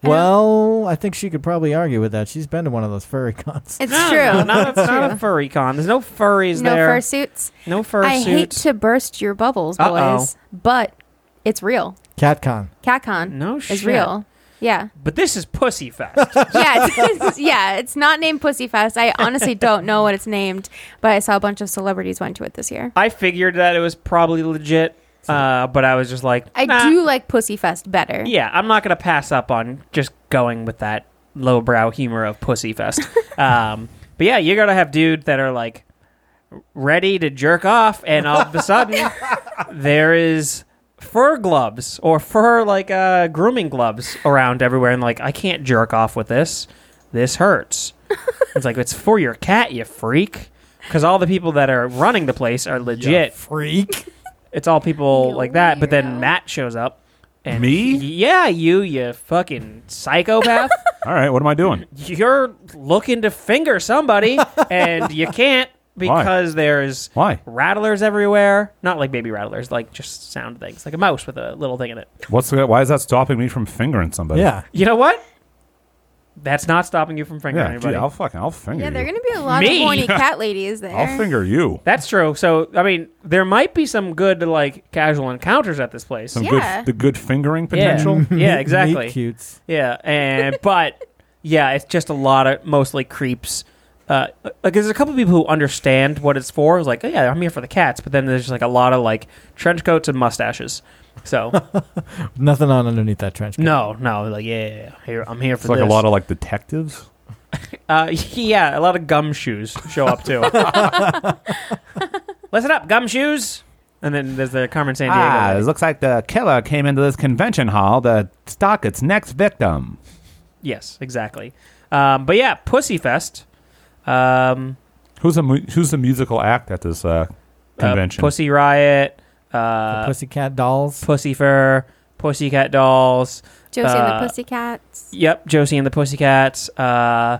[SPEAKER 1] I don't-
[SPEAKER 3] Well, I think she could probably argue with that. She's been to one of those furry cons.
[SPEAKER 1] It's
[SPEAKER 4] No,
[SPEAKER 1] true.
[SPEAKER 4] No, not, it's not a
[SPEAKER 1] True.
[SPEAKER 4] furry con. There's no furries
[SPEAKER 1] no
[SPEAKER 4] there.
[SPEAKER 1] fursuits.
[SPEAKER 4] no fursuits.
[SPEAKER 1] I hate to burst your bubbles, boys,
[SPEAKER 4] Uh-oh.
[SPEAKER 1] but it's real.
[SPEAKER 3] Cat con.
[SPEAKER 1] CatCon
[SPEAKER 4] No shit.
[SPEAKER 1] is real. Yeah.
[SPEAKER 4] But this is Pussy Fest.
[SPEAKER 1] Yeah, it's, it's- yeah, it's not named Pussy Fest. I honestly don't know what it's named, but I saw a bunch of celebrities went to it this year.
[SPEAKER 4] I figured that it was probably legit, uh, but I was just like,
[SPEAKER 1] I
[SPEAKER 4] nah.
[SPEAKER 1] do like Pussy Fest better.
[SPEAKER 4] Yeah, I'm not gonna pass up on just going with that lowbrow humor of Pussy Fest. um, but yeah, you gotta have dudes that are like ready to jerk off, and all of a sudden there is fur gloves or fur like uh, grooming gloves around everywhere, and like I can't jerk off with this. This hurts. it's like it's for your cat, you freak. Because all the people that are running the place are legit.
[SPEAKER 3] Freak.
[SPEAKER 4] It's all people
[SPEAKER 1] You
[SPEAKER 4] like that. But then
[SPEAKER 1] weirdo.
[SPEAKER 4] Matt shows up. And
[SPEAKER 5] Me?
[SPEAKER 4] Yeah, you, you fucking psychopath.
[SPEAKER 5] All right, what am I doing?
[SPEAKER 4] You're looking to finger somebody, and you can't because there's
[SPEAKER 5] Why?
[SPEAKER 4] rattlers everywhere. Not like baby rattlers, like just sound things, like a mouse with a little thing in it.
[SPEAKER 5] What's the, why is that stopping me from fingering somebody?
[SPEAKER 3] Yeah.
[SPEAKER 4] You know what? That's not stopping you from fingering
[SPEAKER 5] yeah. Gee,
[SPEAKER 4] anybody.
[SPEAKER 5] I'll fucking I'll finger.
[SPEAKER 1] Yeah, there are
[SPEAKER 5] you.
[SPEAKER 1] going to be a lot
[SPEAKER 4] Me?
[SPEAKER 1] of horny cat ladies there.
[SPEAKER 5] I'll finger you.
[SPEAKER 4] That's true. So, I mean, there might be some good, like, casual encounters at this place.
[SPEAKER 5] Some
[SPEAKER 1] Yeah.
[SPEAKER 5] good the good fingering
[SPEAKER 4] Yeah.
[SPEAKER 5] potential.
[SPEAKER 4] Yeah, exactly.
[SPEAKER 3] Meat cutes.
[SPEAKER 4] Yeah, and but yeah, it's just a lot of mostly creeps. Uh, like there's a couple people who understand what it's for. It's like, oh, yeah, I'm here for the cats, but then there's just like a lot of like trench coats and mustaches. So
[SPEAKER 3] Nothing on underneath that trench coat.
[SPEAKER 4] no, no, like yeah, yeah, yeah, here I'm here for
[SPEAKER 5] It's like
[SPEAKER 4] this.
[SPEAKER 5] a lot of like detectives.
[SPEAKER 4] uh, yeah, a lot of gumshoes show up too. Listen up, gumshoes. And then there's the Carmen San Diego.
[SPEAKER 5] Ah, looks like the killer came into this convention hall to stalk its next victim.
[SPEAKER 4] yes, exactly. Um, but yeah, Pussy Fest. Um,
[SPEAKER 5] Who's a mu- who's the musical act at this uh,
[SPEAKER 4] uh,
[SPEAKER 5] convention?
[SPEAKER 4] Pussy Riot.
[SPEAKER 3] The
[SPEAKER 4] Uh,
[SPEAKER 3] pussycat dolls.
[SPEAKER 4] Pussy Fur, Pussycat Dolls.
[SPEAKER 1] Josie and
[SPEAKER 4] Uh,
[SPEAKER 1] the Pussycats.
[SPEAKER 4] Yep, Josie and the Pussycats. Uh,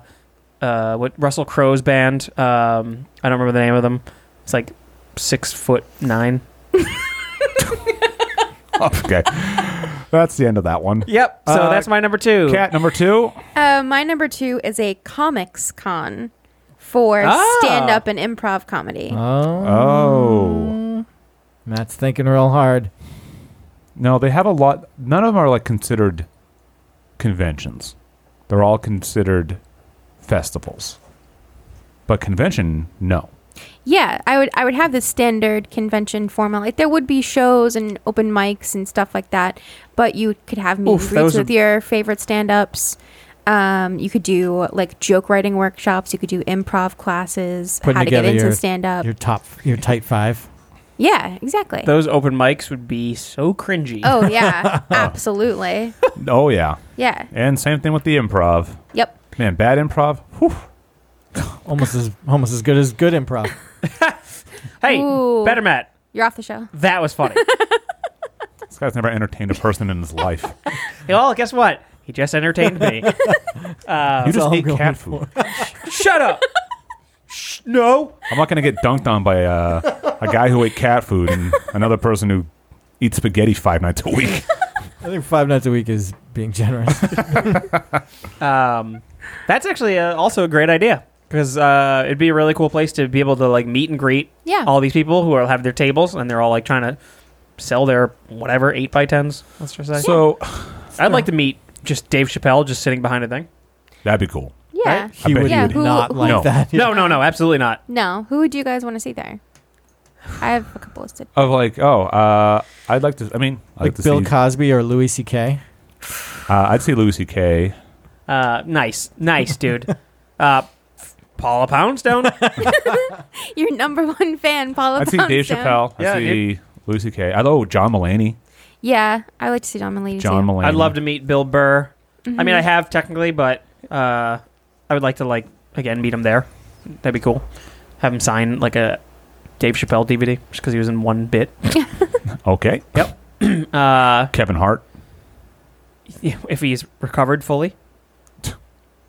[SPEAKER 4] uh, what Russell Crowe's band? Um, I don't remember the name of them. It's like six foot nine.
[SPEAKER 5] okay, that's the end of that one.
[SPEAKER 4] Yep. So
[SPEAKER 5] Uh,
[SPEAKER 4] that's my number two.
[SPEAKER 5] Cat number two.
[SPEAKER 1] Uh, my number two is a comics con for
[SPEAKER 4] Ah.
[SPEAKER 1] stand up and improv comedy.
[SPEAKER 3] Oh.
[SPEAKER 5] Oh
[SPEAKER 3] Matt's thinking real hard.
[SPEAKER 5] no, they have a lot. None of them are like considered conventions. They're all considered festivals. But convention, no.
[SPEAKER 1] Yeah, I would I would have the standard convention format. Like there would be shows and open mics and stuff like that, but you could have meet
[SPEAKER 4] Oof,
[SPEAKER 1] and greets
[SPEAKER 4] those are-
[SPEAKER 1] with your favorite stand-ups. Um, you could do like joke writing workshops. You could do improv classes.
[SPEAKER 3] Putting
[SPEAKER 1] how to get
[SPEAKER 3] together
[SPEAKER 1] into
[SPEAKER 3] your-
[SPEAKER 1] stand-up.
[SPEAKER 3] Your top, your tight five.
[SPEAKER 1] yeah, exactly.
[SPEAKER 4] Those open mics would be so cringy.
[SPEAKER 1] oh yeah, absolutely.
[SPEAKER 5] Oh yeah,
[SPEAKER 1] Yeah.
[SPEAKER 5] and same thing with the improv.
[SPEAKER 1] Yep.
[SPEAKER 5] Man, bad improv. Whew.
[SPEAKER 3] Almost as almost as good as good improv.
[SPEAKER 4] Hey,
[SPEAKER 1] Ooh.
[SPEAKER 4] better Matt.
[SPEAKER 1] You're off the show.
[SPEAKER 4] That was funny.
[SPEAKER 5] This guy's never entertained a person in his life.
[SPEAKER 3] Uh,
[SPEAKER 4] well, guess what? He just entertained me.
[SPEAKER 5] you
[SPEAKER 3] all
[SPEAKER 5] just
[SPEAKER 3] I'm
[SPEAKER 5] ate
[SPEAKER 3] going
[SPEAKER 5] cat food.
[SPEAKER 4] Shut up. Shh, no.
[SPEAKER 5] I'm not going to get dunked on by uh, a guy who ate cat food and another person who eats spaghetti five nights a week.
[SPEAKER 3] I think five nights a week is being generous.
[SPEAKER 4] Um, that's actually uh also a great idea because uh, it'd be a really cool place to be able to like meet and greet
[SPEAKER 1] Yeah.
[SPEAKER 4] all these people who are, have their tables and they're all like trying to sell their whatever eight by tens. Let's just say.
[SPEAKER 5] So
[SPEAKER 4] I'd like to meet just Dave Chappelle just sitting behind a thing.
[SPEAKER 5] that'd be cool.
[SPEAKER 1] yeah.
[SPEAKER 5] I
[SPEAKER 3] He
[SPEAKER 5] bet
[SPEAKER 3] would
[SPEAKER 5] you
[SPEAKER 1] Yeah,
[SPEAKER 5] would.
[SPEAKER 1] who-
[SPEAKER 3] not
[SPEAKER 1] who-
[SPEAKER 3] like
[SPEAKER 5] No.
[SPEAKER 3] that.
[SPEAKER 4] No, no, no, absolutely not.
[SPEAKER 1] No. Who would you guys want to see there? I have a couple listed.
[SPEAKER 5] Of like, oh, uh, I'd like to. I mean, I'd like
[SPEAKER 3] Like
[SPEAKER 5] to
[SPEAKER 3] Bill
[SPEAKER 5] see.
[SPEAKER 3] Cosby or Louis C.K.
[SPEAKER 5] uh, I'd see Louis C.K.
[SPEAKER 4] Uh, nice, nice, dude. uh, Paula Poundstone.
[SPEAKER 1] Your number one fan, Paula.
[SPEAKER 5] I'd see Dave
[SPEAKER 1] Poundstone.
[SPEAKER 5] Chappelle.
[SPEAKER 4] Yeah,
[SPEAKER 5] I'd see Louis C.K. I oh John Mulaney.
[SPEAKER 1] Yeah, I like to see John Mulaney.
[SPEAKER 5] John
[SPEAKER 1] too.
[SPEAKER 5] Mulaney.
[SPEAKER 4] I'd love to meet Bill Burr. I mean, I
[SPEAKER 1] Mm-hmm.
[SPEAKER 4] have technically, but uh, I would like to like again meet him there. That'd be cool. Have him sign like a Dave Chappelle DVD just because he was in one bit.
[SPEAKER 5] Okay,
[SPEAKER 4] Uh,
[SPEAKER 5] Kevin Hart.
[SPEAKER 4] if he's recovered fully.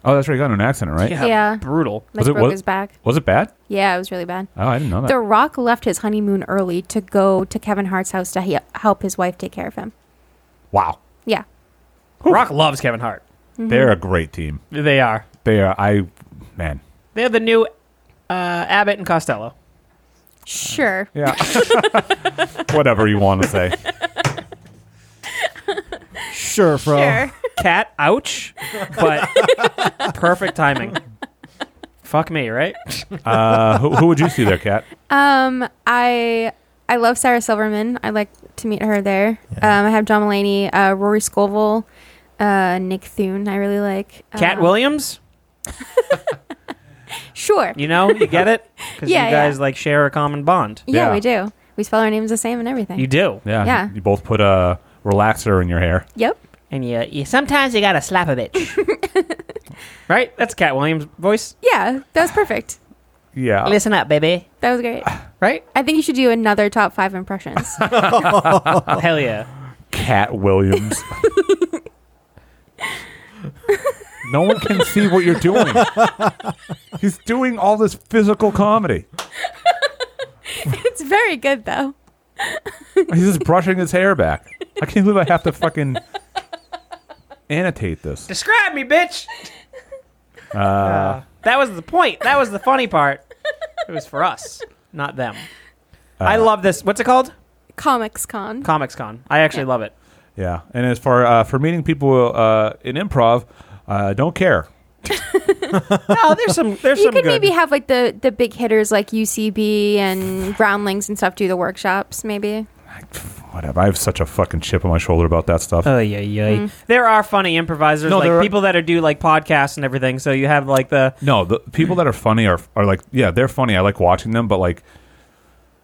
[SPEAKER 5] Oh, that's right. He got in an accident, right?
[SPEAKER 4] Yeah.
[SPEAKER 1] Yeah.
[SPEAKER 4] Brutal.
[SPEAKER 1] Like
[SPEAKER 5] Was it
[SPEAKER 1] broke
[SPEAKER 5] what-
[SPEAKER 1] his back.
[SPEAKER 5] Was it bad?
[SPEAKER 1] Yeah, it was really bad.
[SPEAKER 5] Oh, I didn't know that.
[SPEAKER 1] The Rock left his honeymoon early to go to Kevin Hart's house to he- help his wife take care of him.
[SPEAKER 5] wow.
[SPEAKER 1] Yeah.
[SPEAKER 4] Rock loves Kevin Hart.
[SPEAKER 5] They're a great team.
[SPEAKER 4] They are.
[SPEAKER 5] They are. I, man.
[SPEAKER 4] They're the new uh, Abbott and Costello.
[SPEAKER 1] Sure.
[SPEAKER 5] Yeah. Whatever you want to say.
[SPEAKER 3] Sure, bro.
[SPEAKER 1] Sure.
[SPEAKER 4] Cat, ouch, but perfect timing. Fuck me, right?
[SPEAKER 1] Uh-huh.
[SPEAKER 5] Uh, who, who would you see there, Kat?
[SPEAKER 1] Um, I I love Sarah Silverman. I like to meet her there. Um, I have John Mulaney, uh, Rory Scovel, uh, Nick Thune. I really like
[SPEAKER 4] Cat
[SPEAKER 1] Um,
[SPEAKER 4] Williams,
[SPEAKER 1] Sure.
[SPEAKER 4] you know, you get it? Because
[SPEAKER 1] Yeah,
[SPEAKER 4] you guys
[SPEAKER 1] yeah.
[SPEAKER 4] like share a common bond.
[SPEAKER 1] Yeah,
[SPEAKER 5] Yeah.
[SPEAKER 1] we do. We spell our names the same and everything.
[SPEAKER 4] You do.
[SPEAKER 5] Yeah.
[SPEAKER 1] Yeah.
[SPEAKER 5] You both put a relaxer in your hair.
[SPEAKER 1] yep.
[SPEAKER 4] And you, you sometimes you gotta slap a bitch. right? That's Cat Williams' voice.
[SPEAKER 1] Yeah, that was perfect.
[SPEAKER 5] Yeah.
[SPEAKER 4] Listen up, baby.
[SPEAKER 1] That was great.
[SPEAKER 4] Right?
[SPEAKER 1] I think you should do another top five impressions.
[SPEAKER 4] Oh, Hell yeah.
[SPEAKER 5] Cat Williams. no one can see what you're doing. He's doing all this physical comedy.
[SPEAKER 1] it's very good though.
[SPEAKER 5] He's just brushing his hair back. I can't believe I have to fucking annotate this. Uh,
[SPEAKER 4] Describe me, bitch. Uh, that was the point. That was the funny part. It was for us, not them. I love this. What's it called?
[SPEAKER 1] Comics Con.
[SPEAKER 4] Comics Con. I actually love it.
[SPEAKER 5] Yeah. And as far uh, for meeting people uh, in improv, uh, don't care.
[SPEAKER 4] Oh, there's some. There's
[SPEAKER 1] you
[SPEAKER 4] some
[SPEAKER 1] could
[SPEAKER 4] good.
[SPEAKER 1] maybe have like the the big hitters like UCB and Groundlings and stuff do the workshops maybe.
[SPEAKER 5] Whatever. I have such a fucking chip on my shoulder about that stuff.
[SPEAKER 3] Uh,
[SPEAKER 4] Oh yeah, yeah. There are funny improvisers,
[SPEAKER 5] No,
[SPEAKER 4] like
[SPEAKER 5] there are-
[SPEAKER 4] people that are do like podcasts and everything. So you have like the
[SPEAKER 5] No, the people that are funny are are like, yeah, they're funny. I like watching them, but like,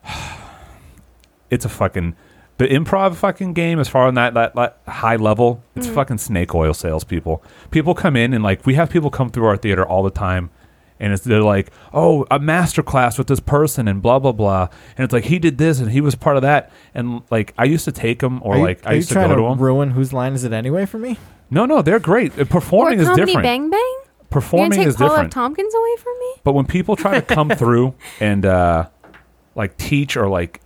[SPEAKER 5] it's a fucking the improv fucking game as far on that that, that high level. It's
[SPEAKER 3] Mm.
[SPEAKER 5] fucking snake oil salespeople. People come in and like we have people come through our theater all the time. And it's, they're like, oh, a master class with this person and blah blah blah, and it's like he did this and he was part of that, and like I used to take him or
[SPEAKER 3] Are you,
[SPEAKER 5] like
[SPEAKER 3] are
[SPEAKER 5] I
[SPEAKER 3] you
[SPEAKER 5] used to
[SPEAKER 3] trying
[SPEAKER 5] go
[SPEAKER 3] to,
[SPEAKER 5] to him.
[SPEAKER 3] ruin whose line is it anyway for me?
[SPEAKER 5] no, no, they're great. Uh,
[SPEAKER 1] Or
[SPEAKER 5] Performing is
[SPEAKER 1] Comedy
[SPEAKER 5] different.
[SPEAKER 1] Bang Bang? You're
[SPEAKER 5] Performing
[SPEAKER 1] gonna
[SPEAKER 5] is
[SPEAKER 1] take Paul F.
[SPEAKER 5] different.
[SPEAKER 1] Tompkins away from me?
[SPEAKER 5] But when people try to come through and uh, like teach or like,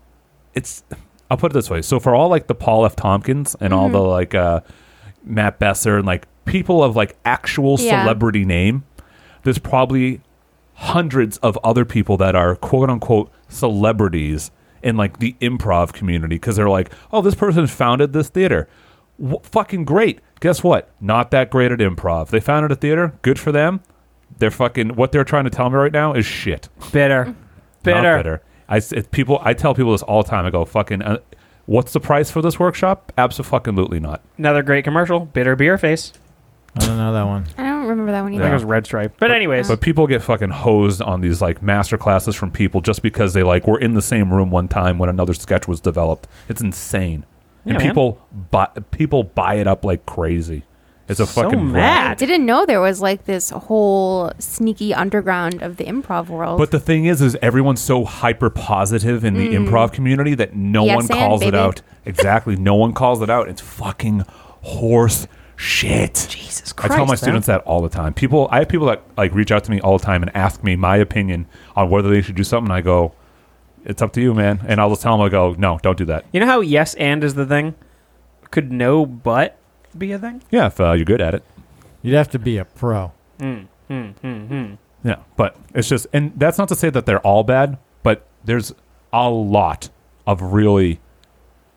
[SPEAKER 5] it's I'll put it this way. So for all like the Paul F. Tompkins and all the like uh, Matt Besser and like people of like actual
[SPEAKER 1] Yeah.
[SPEAKER 5] celebrity name, there's probably hundreds of other people that are quote unquote celebrities in like the improv community because they're like, oh, this person founded this theater. W- fucking great. Guess what? Not that great at improv. They founded a theater. Good for them. They're fucking what they're trying to tell me right now is shit.
[SPEAKER 4] bitter,
[SPEAKER 5] Not
[SPEAKER 4] bitter.
[SPEAKER 5] bitter. I s- it, people. I tell people this all the time. I go fucking. Uh, what's the price for this workshop? Absolutely not.
[SPEAKER 4] Another great commercial. Bitter beer face.
[SPEAKER 3] I don't know that one.
[SPEAKER 1] I don't remember that one
[SPEAKER 4] I think
[SPEAKER 1] either.
[SPEAKER 4] it was Red Stripe. But anyways,
[SPEAKER 5] But people get fucking hosed on these like master classes from people just because they like were in the same room one time when another sketch was developed. It's insane,
[SPEAKER 4] Yeah,
[SPEAKER 5] and
[SPEAKER 4] man.
[SPEAKER 5] people buy people buy it up like crazy. It's a
[SPEAKER 4] So
[SPEAKER 5] fucking riot.
[SPEAKER 4] mad.
[SPEAKER 1] I didn't know there was like this whole sneaky underground of the improv world.
[SPEAKER 5] But the thing is, is everyone's so hyper positive in the
[SPEAKER 4] Mm.
[SPEAKER 5] improv community that no
[SPEAKER 1] Yes
[SPEAKER 5] one
[SPEAKER 1] and,
[SPEAKER 5] calls it
[SPEAKER 1] baby.
[SPEAKER 5] out. Exactly, no one calls it out. It's fucking horse shit. Jesus I tell my
[SPEAKER 4] Christ, man.
[SPEAKER 5] students that all the time. People, I have people that like reach out to me all the time and ask me my opinion on whether they should do something. I go, it's up to you, man. And I'll just tell them, I go, no, don't do that.
[SPEAKER 4] you know how yes and is the thing. Could no but be a thing?
[SPEAKER 5] Yeah, if uh, you're good at it.
[SPEAKER 3] You'd have to be a pro.
[SPEAKER 5] Hmm, Yeah, but it's just, and that's not to say that they're all bad, but there's a lot of really,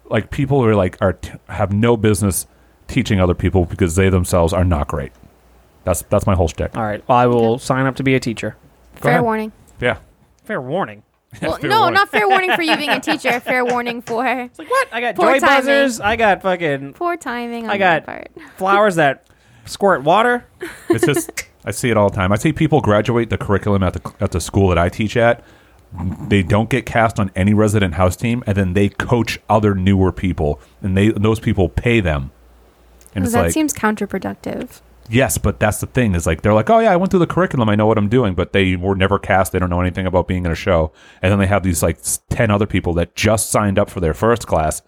[SPEAKER 5] like people who are like are t- have no business teaching other people because they themselves are not great. That's that's my whole shtick.
[SPEAKER 4] All right. Well, I will sign up to be a teacher.
[SPEAKER 1] fair
[SPEAKER 5] ahead.
[SPEAKER 1] warning.
[SPEAKER 5] Yeah,
[SPEAKER 4] Fair warning.
[SPEAKER 1] Well,
[SPEAKER 5] fair
[SPEAKER 1] no,
[SPEAKER 5] warning.
[SPEAKER 1] not fair warning for you being a teacher. Fair warning for
[SPEAKER 4] It's like what? I got
[SPEAKER 1] Poor
[SPEAKER 4] joy
[SPEAKER 1] timing.
[SPEAKER 4] buzzers. I got fucking
[SPEAKER 1] poor timing. On
[SPEAKER 4] I got-
[SPEAKER 1] that part.
[SPEAKER 4] flowers that squirt water.
[SPEAKER 5] it's just I see it all the time. I see people graduate the curriculum at the cl- at the school that I teach at. They don't get cast on any resident house team, and then they coach other newer people, and they those people pay them. And it's
[SPEAKER 1] that
[SPEAKER 5] like,
[SPEAKER 1] seems counterproductive.
[SPEAKER 5] Yes, but that's the thing is like they're like, oh yeah, I went through the curriculum, I know what I'm doing, but they were never cast. They don't know anything about being in a show, and then they have these like s- ten other people that just signed up for their first class,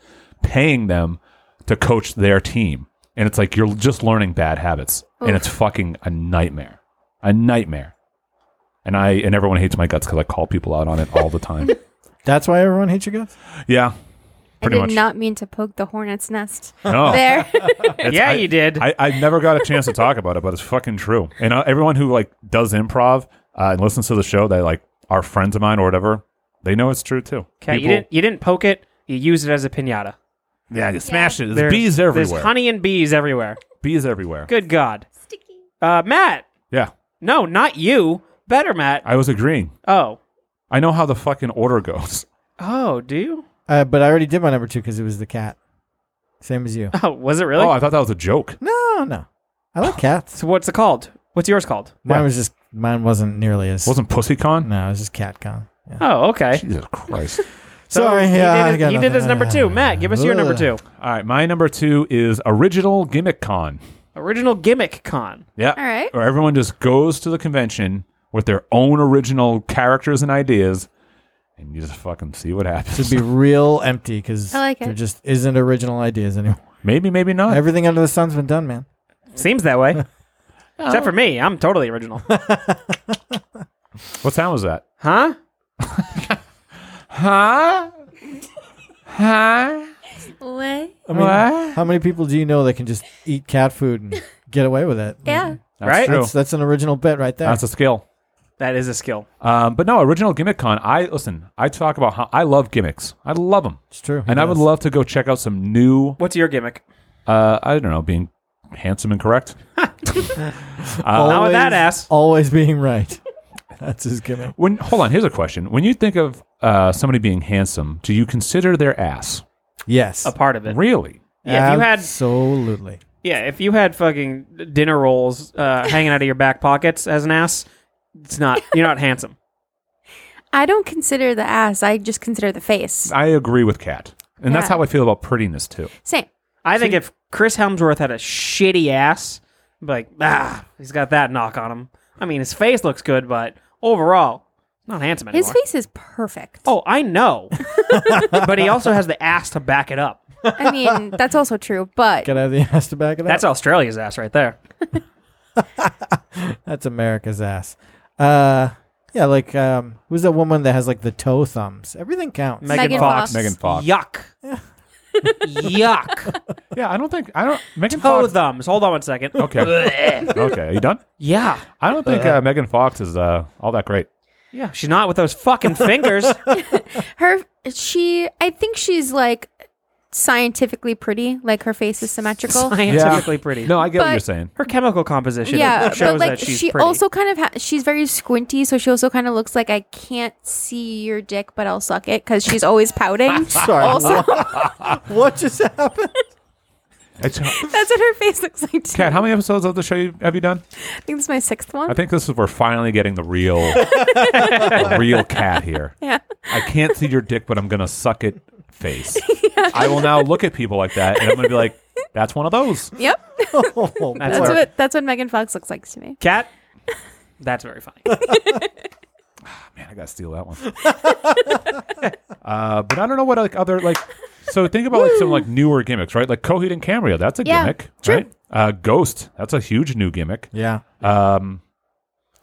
[SPEAKER 5] paying them to coach their team, and it's like you're just learning bad habits. and it's fucking a nightmare, a nightmare. And I and everyone hates my guts because I call people out on it all the time.
[SPEAKER 3] That's why everyone hates you guys.
[SPEAKER 5] yeah, pretty
[SPEAKER 1] I did
[SPEAKER 5] much. Oh.
[SPEAKER 1] not mean to poke the hornet's nest
[SPEAKER 5] No.
[SPEAKER 1] there.
[SPEAKER 5] It's-
[SPEAKER 4] yeah,
[SPEAKER 5] I-
[SPEAKER 4] you did.
[SPEAKER 5] I, I never got a chance to talk about it, but it's fucking true. And uh, everyone who like does improv uh, and listens to the show, they like are friends of mine or whatever. They know it's true too.
[SPEAKER 4] okay, you didn't. You didn't poke it. You used it as a pinata.
[SPEAKER 5] yeah, you smash it. There's
[SPEAKER 4] There-
[SPEAKER 5] bees everywhere.
[SPEAKER 4] There's honey and bees everywhere.
[SPEAKER 5] bees everywhere.
[SPEAKER 4] Good God,
[SPEAKER 1] Sticky.
[SPEAKER 4] uh, Matt.
[SPEAKER 5] Yeah,
[SPEAKER 4] No, not you. Better, Matt.
[SPEAKER 5] I was agreeing.
[SPEAKER 4] Oh,
[SPEAKER 5] I know how the fucking order goes.
[SPEAKER 4] oh, do you?
[SPEAKER 3] Uh, but I already did my number two because it was the cat. Same as you.
[SPEAKER 4] Oh, was it really?
[SPEAKER 5] Oh, I thought that was a joke.
[SPEAKER 3] No, no. I like cats.
[SPEAKER 4] so what's it called? What's yours called?
[SPEAKER 3] Mine was just mine wasn't nearly as
[SPEAKER 5] Wasn't PussyCon?
[SPEAKER 3] no, it was just cat con. Yeah.
[SPEAKER 4] Oh, okay.
[SPEAKER 5] Jesus Christ.
[SPEAKER 3] Sorry,
[SPEAKER 4] he
[SPEAKER 3] yeah, I
[SPEAKER 4] did,
[SPEAKER 3] got
[SPEAKER 4] his, he did his
[SPEAKER 3] nothing.
[SPEAKER 4] number two. Matt, give us your number
[SPEAKER 3] Ugh.
[SPEAKER 4] two.
[SPEAKER 5] All right, my number two is Original Gimmick Con.
[SPEAKER 4] Original gimmick con.
[SPEAKER 5] Yeah.
[SPEAKER 1] All right.
[SPEAKER 5] Where everyone just goes to the convention with their own original characters and ideas, and you just fucking see what happens.
[SPEAKER 3] Should be real empty because
[SPEAKER 1] I like it.
[SPEAKER 3] there just isn't original ideas anymore.
[SPEAKER 5] Maybe, maybe not.
[SPEAKER 3] Everything under the sun's been done, man.
[SPEAKER 4] Seems that way. Except for me, I'm totally original.
[SPEAKER 5] what sound was that?
[SPEAKER 4] huh?
[SPEAKER 5] Huh? Huh?
[SPEAKER 1] What?
[SPEAKER 3] I mean, how many people do you know that can just eat cat food and get away with it?
[SPEAKER 1] Yeah.
[SPEAKER 5] That's
[SPEAKER 4] Right?
[SPEAKER 5] True.
[SPEAKER 3] That's, that's an original bit right there.
[SPEAKER 5] That's a skill.
[SPEAKER 4] That is a skill.
[SPEAKER 5] Um, but no, original gimmick con. I listen. I talk about how I love gimmicks. I love them,
[SPEAKER 3] it's true.
[SPEAKER 5] and I would love to go check out some new.
[SPEAKER 4] What's your gimmick?
[SPEAKER 5] Uh, I don't know, being handsome and correct.
[SPEAKER 4] Not with that ass.
[SPEAKER 3] Always being right. That's his gimmick.
[SPEAKER 5] When hold on, here's a question. When you think of uh, somebody being handsome, do you consider their ass?
[SPEAKER 3] Yes.
[SPEAKER 4] A part of it.
[SPEAKER 5] Really?
[SPEAKER 4] Yeah, if you had
[SPEAKER 3] absolutely.
[SPEAKER 4] yeah, if you had fucking dinner rolls uh, hanging out of your back pockets as an ass, it's not you're not handsome.
[SPEAKER 1] I don't consider the ass. I just consider the face.
[SPEAKER 5] I agree with Kat. And that's
[SPEAKER 1] Yeah.
[SPEAKER 5] how I feel about prettiness too.
[SPEAKER 1] Same.
[SPEAKER 4] I think if Chris Helmsworth had a shitty ass, I'd be like, ah, he's got that knock on him. I mean, his face looks good, but overall, not handsome anymore.
[SPEAKER 1] His face is perfect.
[SPEAKER 4] Oh, I know. but he also has the ass to back it up.
[SPEAKER 1] I mean, that's also true, but
[SPEAKER 3] Get out of the ass to back it up.
[SPEAKER 4] That's Australia's ass right there.
[SPEAKER 3] That's America's ass. Uh, yeah, like um, who's that woman that has like the toe thumbs? Everything counts.
[SPEAKER 4] Megan
[SPEAKER 1] Megan
[SPEAKER 4] Fox.
[SPEAKER 1] Fox.
[SPEAKER 5] Megan Fox.
[SPEAKER 4] Yuck. Yuck.
[SPEAKER 5] Yeah, I don't think I don't Megan
[SPEAKER 4] Toe
[SPEAKER 5] Fox.
[SPEAKER 4] thumbs. Hold on one second.
[SPEAKER 5] Okay. okay. You done?
[SPEAKER 4] Yeah.
[SPEAKER 5] I don't think uh, Megan Fox is uh, all that great.
[SPEAKER 4] Yeah. She's not with those fucking fingers.
[SPEAKER 1] her she I think she's like scientifically pretty, like her face is symmetrical.
[SPEAKER 4] Scientifically pretty.
[SPEAKER 5] No, I get what
[SPEAKER 1] But-
[SPEAKER 5] you're saying.
[SPEAKER 4] Her chemical composition
[SPEAKER 1] yeah,
[SPEAKER 4] shows
[SPEAKER 1] but like
[SPEAKER 4] that she's
[SPEAKER 1] she
[SPEAKER 4] pretty.
[SPEAKER 1] also kind of ha- she's very squinty, so she also kind of looks like I can't see your dick, but I'll suck it because she's always pouting.
[SPEAKER 3] Sorry.
[SPEAKER 1] also,
[SPEAKER 3] What just happened?
[SPEAKER 5] It's-
[SPEAKER 1] that's what her face looks like. Too.
[SPEAKER 5] Kat, how many episodes of the show you, have you done?
[SPEAKER 1] I think this is my sixth one.
[SPEAKER 5] I think this is we're finally getting the real, the real cat here.
[SPEAKER 1] yeah,
[SPEAKER 5] I can't see your dick, but I'm gonna suck it. Face. I will now look at people like that, and I'm gonna be like, "That's one of those."
[SPEAKER 1] yep.
[SPEAKER 3] Oh,
[SPEAKER 4] That's
[SPEAKER 1] That's
[SPEAKER 4] her.
[SPEAKER 1] what that's what Megan Fox looks like to me.
[SPEAKER 4] Cat. That's very funny.
[SPEAKER 5] Man, I gotta steal that one. uh, but I don't know what like other like. So think about like some like newer gimmicks, right? Like Coheed and Cambria, that's a
[SPEAKER 1] Yeah,
[SPEAKER 5] gimmick,
[SPEAKER 1] true.
[SPEAKER 5] right? Uh, Ghost, that's a huge new gimmick.
[SPEAKER 3] yeah.
[SPEAKER 5] Um,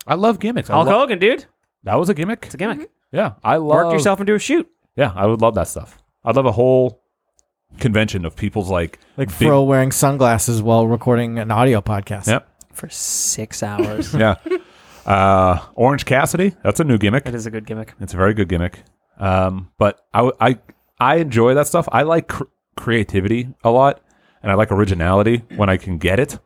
[SPEAKER 5] I love gimmicks. I
[SPEAKER 4] Hulk
[SPEAKER 5] lo-
[SPEAKER 4] Hogan, dude.
[SPEAKER 5] that was a gimmick.
[SPEAKER 4] It's a gimmick.
[SPEAKER 5] Yeah, I love
[SPEAKER 4] Work yourself into a shoot.
[SPEAKER 5] Yeah, I would love that stuff. I'd love a whole convention of people's like
[SPEAKER 3] Like
[SPEAKER 5] big-
[SPEAKER 3] Fro wearing sunglasses while recording an audio podcast.
[SPEAKER 5] Yep.
[SPEAKER 4] For six hours.
[SPEAKER 5] Yeah. uh, Orange Cassidy, that's a new gimmick.
[SPEAKER 4] That is a good gimmick.
[SPEAKER 5] It's a very good gimmick. Um, but I, w- I- I enjoy that stuff. I like cr- creativity a lot, and I like originality when I can get it.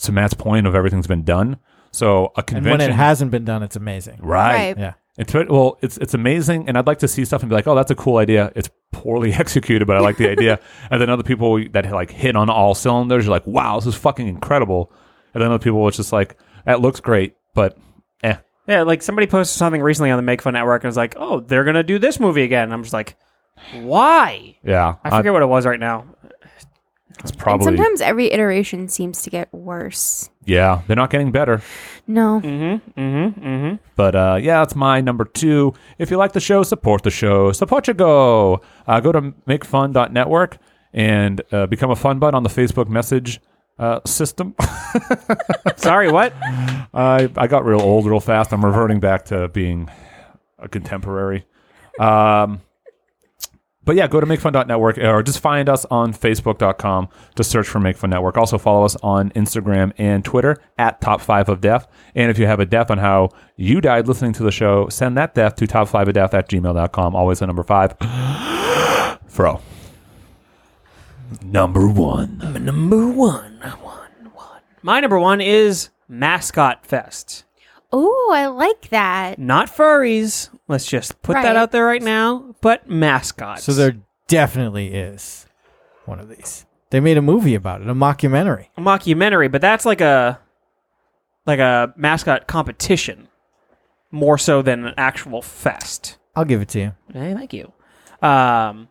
[SPEAKER 5] To Matt's point of everything's been done, so a
[SPEAKER 3] And
[SPEAKER 5] convention
[SPEAKER 3] when it hasn't been done, it's amazing.
[SPEAKER 5] right.
[SPEAKER 1] Right.
[SPEAKER 3] Yeah.
[SPEAKER 5] It's ve- well, it's it's amazing, and I'd like to see stuff and be like, oh, that's a cool idea. It's poorly executed, but I like the idea. And then other people that like hit on all cylinders, you're like, wow, this is fucking incredible. And then other people, it's just like, that looks great, but eh.
[SPEAKER 4] Yeah, like somebody posted something recently on the Make Fun Network and was like, "Oh, they're gonna do this movie again." And I'm just like, "Why?"
[SPEAKER 5] Yeah,
[SPEAKER 4] I forget what it was right now.
[SPEAKER 5] it's probably
[SPEAKER 1] And sometimes every iteration seems to get worse.
[SPEAKER 5] yeah. They're not getting better.
[SPEAKER 1] No.
[SPEAKER 4] Mm-hmm. Mm-hmm. Mm-hmm.
[SPEAKER 5] But uh, yeah, that's my number two. If you like the show, support the show. Support your go. Uh, go to makefun.network and uh, become a fun bud on the Facebook message uh, system.
[SPEAKER 4] Sorry, what?
[SPEAKER 5] I I got real old real fast. I'm reverting back to being a contemporary. Um, but yeah, go to makefun.network or just find us on facebook.com to search for Make Fun Network. Also follow us on Instagram and Twitter at Top 5 of Death. And if you have a death on how you died listening to the show, send that death to top 5 of death at gmail.com. Always the number five. Fro. Number one.
[SPEAKER 4] Number one, one, one. My number one is Mascot Fest.
[SPEAKER 1] Oh, I like that.
[SPEAKER 4] Not furries. Let's just put
[SPEAKER 1] Right.
[SPEAKER 4] that out there right now. But mascots.
[SPEAKER 3] So there definitely is one of these. They made a movie about it, a mockumentary.
[SPEAKER 4] a mockumentary, but that's like a like a mascot competition more so than an actual fest.
[SPEAKER 3] I'll give it to you.
[SPEAKER 4] Hey, thank you. Um,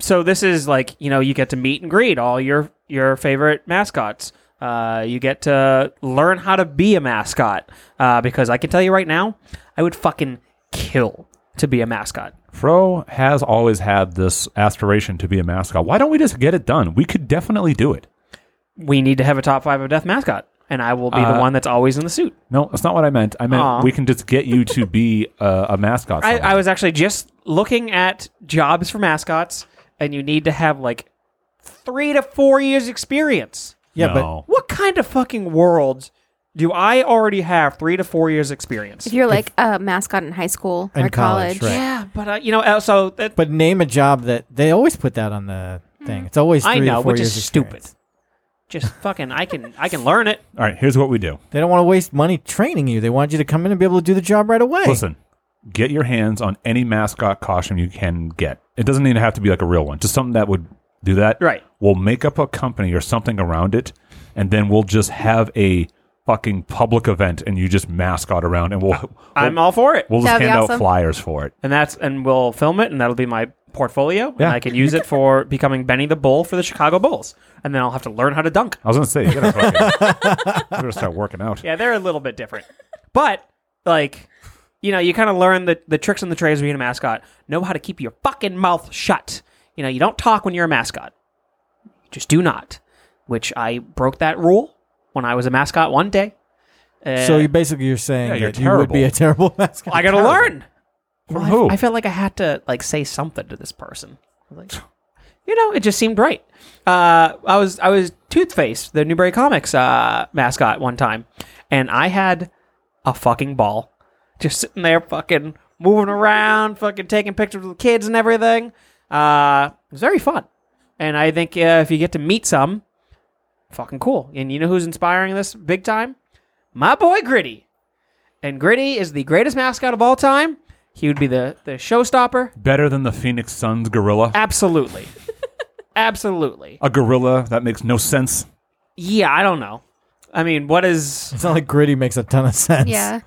[SPEAKER 4] so this is like you know you get to meet and greet all your your favorite mascots. Uh, you get to learn how to be a mascot uh, because I can tell you right now, I would fucking kill to be a mascot.
[SPEAKER 5] Fro has always had this aspiration to be a mascot. Why don't we just get it done? We could definitely do it.
[SPEAKER 4] We need to have a top five of death mascot, and I will be the
[SPEAKER 5] Uh,
[SPEAKER 4] one that's always in the suit.
[SPEAKER 5] No, that's not what I meant. I meant
[SPEAKER 4] Aw.
[SPEAKER 5] we can just get you to be a, a mascot.
[SPEAKER 4] I,
[SPEAKER 5] somewhere.
[SPEAKER 4] I was actually just looking at jobs for mascots, and you need to have like three to four years experience.
[SPEAKER 3] Yeah,
[SPEAKER 5] No.
[SPEAKER 4] What kind of fucking world do I already have three to four years experience?
[SPEAKER 1] If you're like a mascot in high school
[SPEAKER 3] In
[SPEAKER 1] or college,
[SPEAKER 3] college, right.
[SPEAKER 4] Yeah, but uh, you know, uh, so that,
[SPEAKER 3] but name a job that they always put that on the thing. It's always three
[SPEAKER 4] Hmm. I
[SPEAKER 3] to
[SPEAKER 4] know,
[SPEAKER 3] four
[SPEAKER 4] which
[SPEAKER 3] years
[SPEAKER 4] is stupid.
[SPEAKER 3] experience.
[SPEAKER 4] Just fucking, I can, I can learn it.
[SPEAKER 5] All right, here's what we do.
[SPEAKER 3] They don't want to waste money training you. They want you to come in and be able to do the job right away.
[SPEAKER 5] Listen, get your hands on any mascot costume you can get. It doesn't even have to be like a real one. Just something that would do that.
[SPEAKER 4] Right.
[SPEAKER 5] We'll make up a company or something around it, and then we'll just have a fucking public event, and you just mascot around, and we'll we'll,
[SPEAKER 4] I'm all for it,
[SPEAKER 5] we'll just
[SPEAKER 1] That'd be
[SPEAKER 5] hand out
[SPEAKER 1] awesome.
[SPEAKER 5] flyers for it.
[SPEAKER 4] and that's, and we'll film it, and that'll be my portfolio,
[SPEAKER 5] Yeah.
[SPEAKER 4] and I can use it for becoming Benny the Bull for the Chicago Bulls, and then I'll have to learn how to dunk.
[SPEAKER 5] I was gonna say you gotta, fucking, you gotta start working out.
[SPEAKER 4] Yeah, they're a little bit different. But like, you know, you kind of learn the, the tricks and the trades when you're a mascot. Know how to keep your fucking mouth shut. You know, you don't talk when you're a mascot. You just do not. Which I broke that rule when I was a mascot one day. Uh,
[SPEAKER 3] So you basically you're saying
[SPEAKER 5] Yeah, you're
[SPEAKER 3] that you would be a terrible mascot.
[SPEAKER 4] I gotta learn.
[SPEAKER 5] From who?
[SPEAKER 4] I felt like I had to like say something to this person. I was Like, you know, it just seemed right. Uh, I was I was Toothface, the Newberry Comics uh, mascot one time, and I had a fucking ball, just sitting there, fucking moving around, fucking taking pictures with kids and everything. Uh, it was very fun, and I think uh, if you get to meet some, fucking cool. And you know who's inspiring this big time? My boy Gritty. And Gritty is the greatest mascot of all time. He would be the, the showstopper.
[SPEAKER 5] Better than the Phoenix Suns gorilla.
[SPEAKER 4] Absolutely. Absolutely.
[SPEAKER 5] A gorilla that makes no sense.
[SPEAKER 4] Yeah, I don't know. I mean, what is.
[SPEAKER 3] It's not like gritty makes a ton of sense.
[SPEAKER 1] yeah.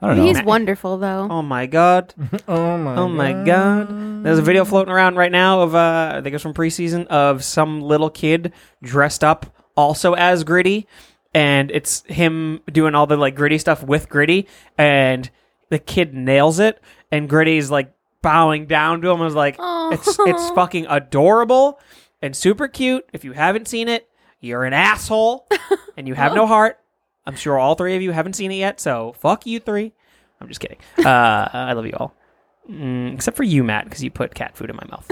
[SPEAKER 5] I don't know.
[SPEAKER 1] He's wonderful though.
[SPEAKER 4] Oh my god.
[SPEAKER 3] Oh my.
[SPEAKER 4] Oh my god. There's a video floating around right now of, uh, I think it's from preseason, of some little kid dressed up also as Gritty. And it's him doing all the like gritty stuff with Gritty. And the kid nails it. And Gritty's like bowing down to him and was like, it's, it's fucking adorable and super cute. If you haven't seen it, you're an asshole and you have no heart. I'm sure all three of you haven't seen it yet, so fuck you three. I'm just kidding. Uh, I love you all. Mm, except for you, Matt, because you put cat food in my mouth.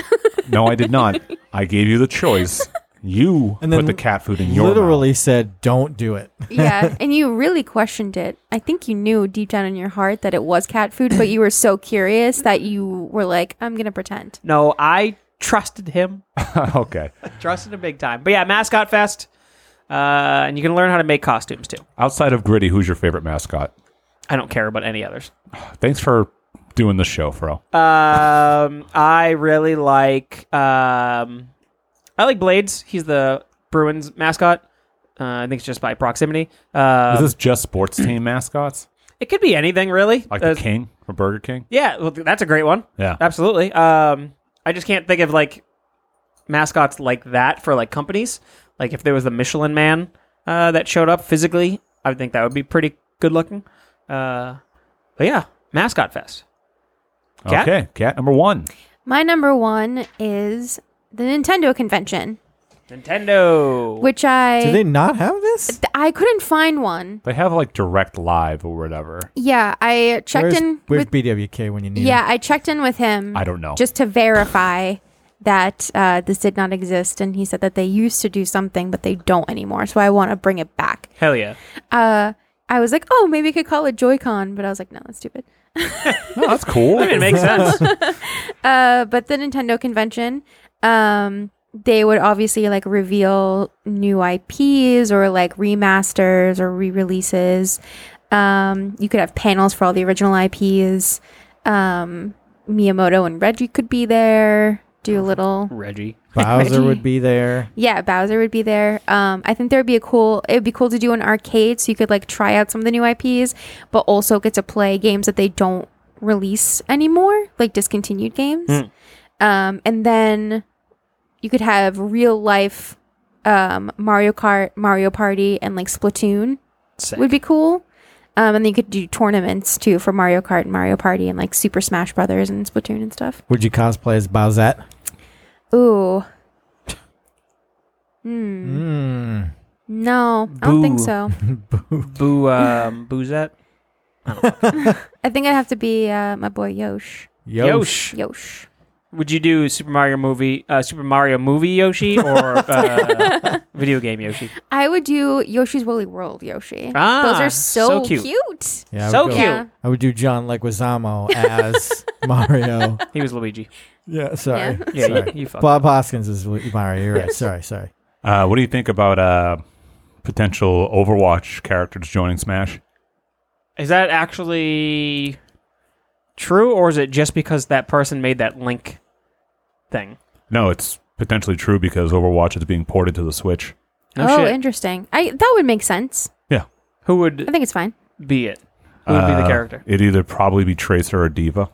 [SPEAKER 5] No, I did not. I gave you the choice. You
[SPEAKER 3] And
[SPEAKER 5] put
[SPEAKER 3] then
[SPEAKER 5] the cat food in your
[SPEAKER 3] Literally said, "Don't do it."
[SPEAKER 1] yeah, and you really questioned it. I think you knew deep down in your heart that it was cat food, but you were so curious that you were like, "I'm gonna pretend."
[SPEAKER 4] no, I trusted him.
[SPEAKER 5] mouth. okay.
[SPEAKER 4] Trusted him big time. But yeah, Mascot Fest. Uh, and you can learn how to make costumes too.
[SPEAKER 5] Outside of Gritty, who's your favorite mascot?
[SPEAKER 4] I don't care about any others.
[SPEAKER 5] Thanks for doing the show, Fro.
[SPEAKER 4] Um, I really like. Um, I like Blades. He's the Bruins mascot. Uh, I think it's just by proximity. Uh,
[SPEAKER 5] Is this just sports team mascots?
[SPEAKER 4] it could be anything, really.
[SPEAKER 5] Like
[SPEAKER 4] Uh,
[SPEAKER 5] the King from Burger King?
[SPEAKER 4] yeah, well, th- that's a great one.
[SPEAKER 5] Yeah.
[SPEAKER 4] Absolutely. Um, I just can't think of like mascots like that for like companies. Like if there was the Michelin Man uh, that showed up physically, I would think that would be pretty good looking. Uh, but yeah, mascot fest. Cat?
[SPEAKER 5] Okay. Cat number one.
[SPEAKER 1] My number one is the Nintendo convention.
[SPEAKER 4] Nintendo.
[SPEAKER 1] which I
[SPEAKER 3] Do they not have this?
[SPEAKER 1] th- I couldn't find one.
[SPEAKER 5] They have like direct live or whatever.
[SPEAKER 1] Yeah, I checked
[SPEAKER 3] Where's,
[SPEAKER 1] in
[SPEAKER 3] where's
[SPEAKER 1] with
[SPEAKER 3] BWK when you need
[SPEAKER 1] yeah, I checked in with him.
[SPEAKER 5] I don't know.
[SPEAKER 1] just to verify that uh, this did not exist, and he said that they used to do something, but they don't anymore. So I want to bring it back.
[SPEAKER 4] Hell yeah.
[SPEAKER 1] Uh, I was like, oh, maybe I could call it Joy-Con, but I was like, no, that's stupid.
[SPEAKER 5] No, Oh, that's cool.
[SPEAKER 4] I mean, it makes sense.
[SPEAKER 1] Uh, but the Nintendo convention, um, they would obviously like reveal new IPs or like remasters or re-releases. Um, you could have panels for all the original IPs. Um, Miyamoto and Reggie could be there. Do a little
[SPEAKER 2] Reggie.
[SPEAKER 3] Bowser
[SPEAKER 1] Reggie.
[SPEAKER 3] would be there.
[SPEAKER 1] Yeah, Bowser would be there. Um, I think there would be a cool. It would be cool to do an arcade, so you could like try out some of the new IPs, but also get to play games that they don't release anymore, like discontinued games. Um, and then you could have real life um, Mario Kart, Mario Party, and like Splatoon would be cool. Um, and then you could do tournaments too for Mario Kart and Mario Party and like Super Smash Brothers and Splatoon and stuff.
[SPEAKER 3] Would you cosplay as Bowsette?
[SPEAKER 1] Ooh. Hmm.
[SPEAKER 3] Mm.
[SPEAKER 1] No, I don't think
[SPEAKER 4] Boo.
[SPEAKER 1] so.
[SPEAKER 4] Boo, um, boozette.
[SPEAKER 1] I think I'd have to be uh, my boy Yosh.
[SPEAKER 3] Yosh.
[SPEAKER 1] Yosh.
[SPEAKER 4] Would you do Super Mario movie, uh, Super Mario movie Yoshi or uh, video game Yoshi?
[SPEAKER 1] I would do Yoshi's Woolly World Yoshi.
[SPEAKER 4] Ah,
[SPEAKER 1] Those are so,
[SPEAKER 4] so
[SPEAKER 1] cute.
[SPEAKER 4] cute.
[SPEAKER 3] Yeah, I
[SPEAKER 4] So
[SPEAKER 3] would go-
[SPEAKER 4] cute.
[SPEAKER 1] Yeah.
[SPEAKER 3] I would do John Leguizamo as Mario.
[SPEAKER 4] He was Luigi.
[SPEAKER 3] Yeah, sorry.
[SPEAKER 4] Yeah,
[SPEAKER 3] sorry.
[SPEAKER 4] you, you fuck.
[SPEAKER 3] Bob Hoskins is Lu- Mario. You're right. Sorry, sorry.
[SPEAKER 5] Uh, what do you think about uh, potential Overwatch characters joining Smash?
[SPEAKER 4] Is that actually true, or is it just because that person made that link thing?
[SPEAKER 5] No, it's potentially true because Overwatch is being ported to the Switch.
[SPEAKER 4] No
[SPEAKER 1] oh,
[SPEAKER 4] shit.
[SPEAKER 1] interesting. I that would make sense.
[SPEAKER 4] Who
[SPEAKER 1] I
[SPEAKER 4] would
[SPEAKER 1] think it's fine.
[SPEAKER 4] be it? Who would be
[SPEAKER 5] Uh,
[SPEAKER 4] the character?
[SPEAKER 5] It'd either probably be Tracer or Diva.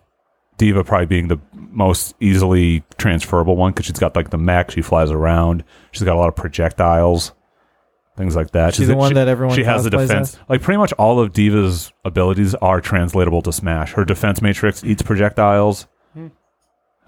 [SPEAKER 5] Diva probably being the most easily transferable one because she's got like the mech. She flies around. She's got a lot of projectiles, things like that.
[SPEAKER 3] She's the one that everyone
[SPEAKER 5] She has the
[SPEAKER 3] cosplays
[SPEAKER 5] defense.
[SPEAKER 3] as?
[SPEAKER 5] Like pretty much all of Diva's abilities are translatable to Smash. Her defense matrix eats projectiles.
[SPEAKER 4] Hmm.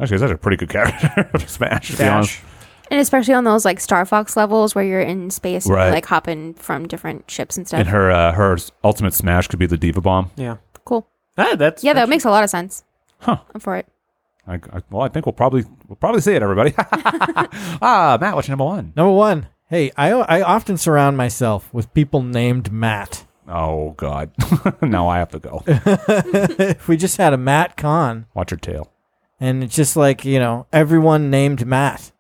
[SPEAKER 5] Actually, that's a pretty good character of Smash. To be honest.
[SPEAKER 4] Dash.
[SPEAKER 1] And especially on those like Star Fox levels where you're in space, and
[SPEAKER 5] Right.
[SPEAKER 1] you're, like hopping from different ships and stuff.
[SPEAKER 5] And her uh, her ultimate Smash could be the Diva Bomb.
[SPEAKER 4] Yeah.
[SPEAKER 1] cool.
[SPEAKER 4] Ah, that's
[SPEAKER 1] Yeah, that
[SPEAKER 4] that's-
[SPEAKER 1] makes a lot of sense.
[SPEAKER 5] Huh.
[SPEAKER 1] I'm for it.
[SPEAKER 5] I, I, well, I think we'll probably we'll probably see it, everybody. ah, Matt, what's your number one?
[SPEAKER 3] Number one. Hey, I, I often surround myself with people named Matt.
[SPEAKER 5] Oh God! now I have to go.
[SPEAKER 3] if we just had a Matt Con,
[SPEAKER 5] Watch your tail.
[SPEAKER 3] and it's just like you know, everyone named Matt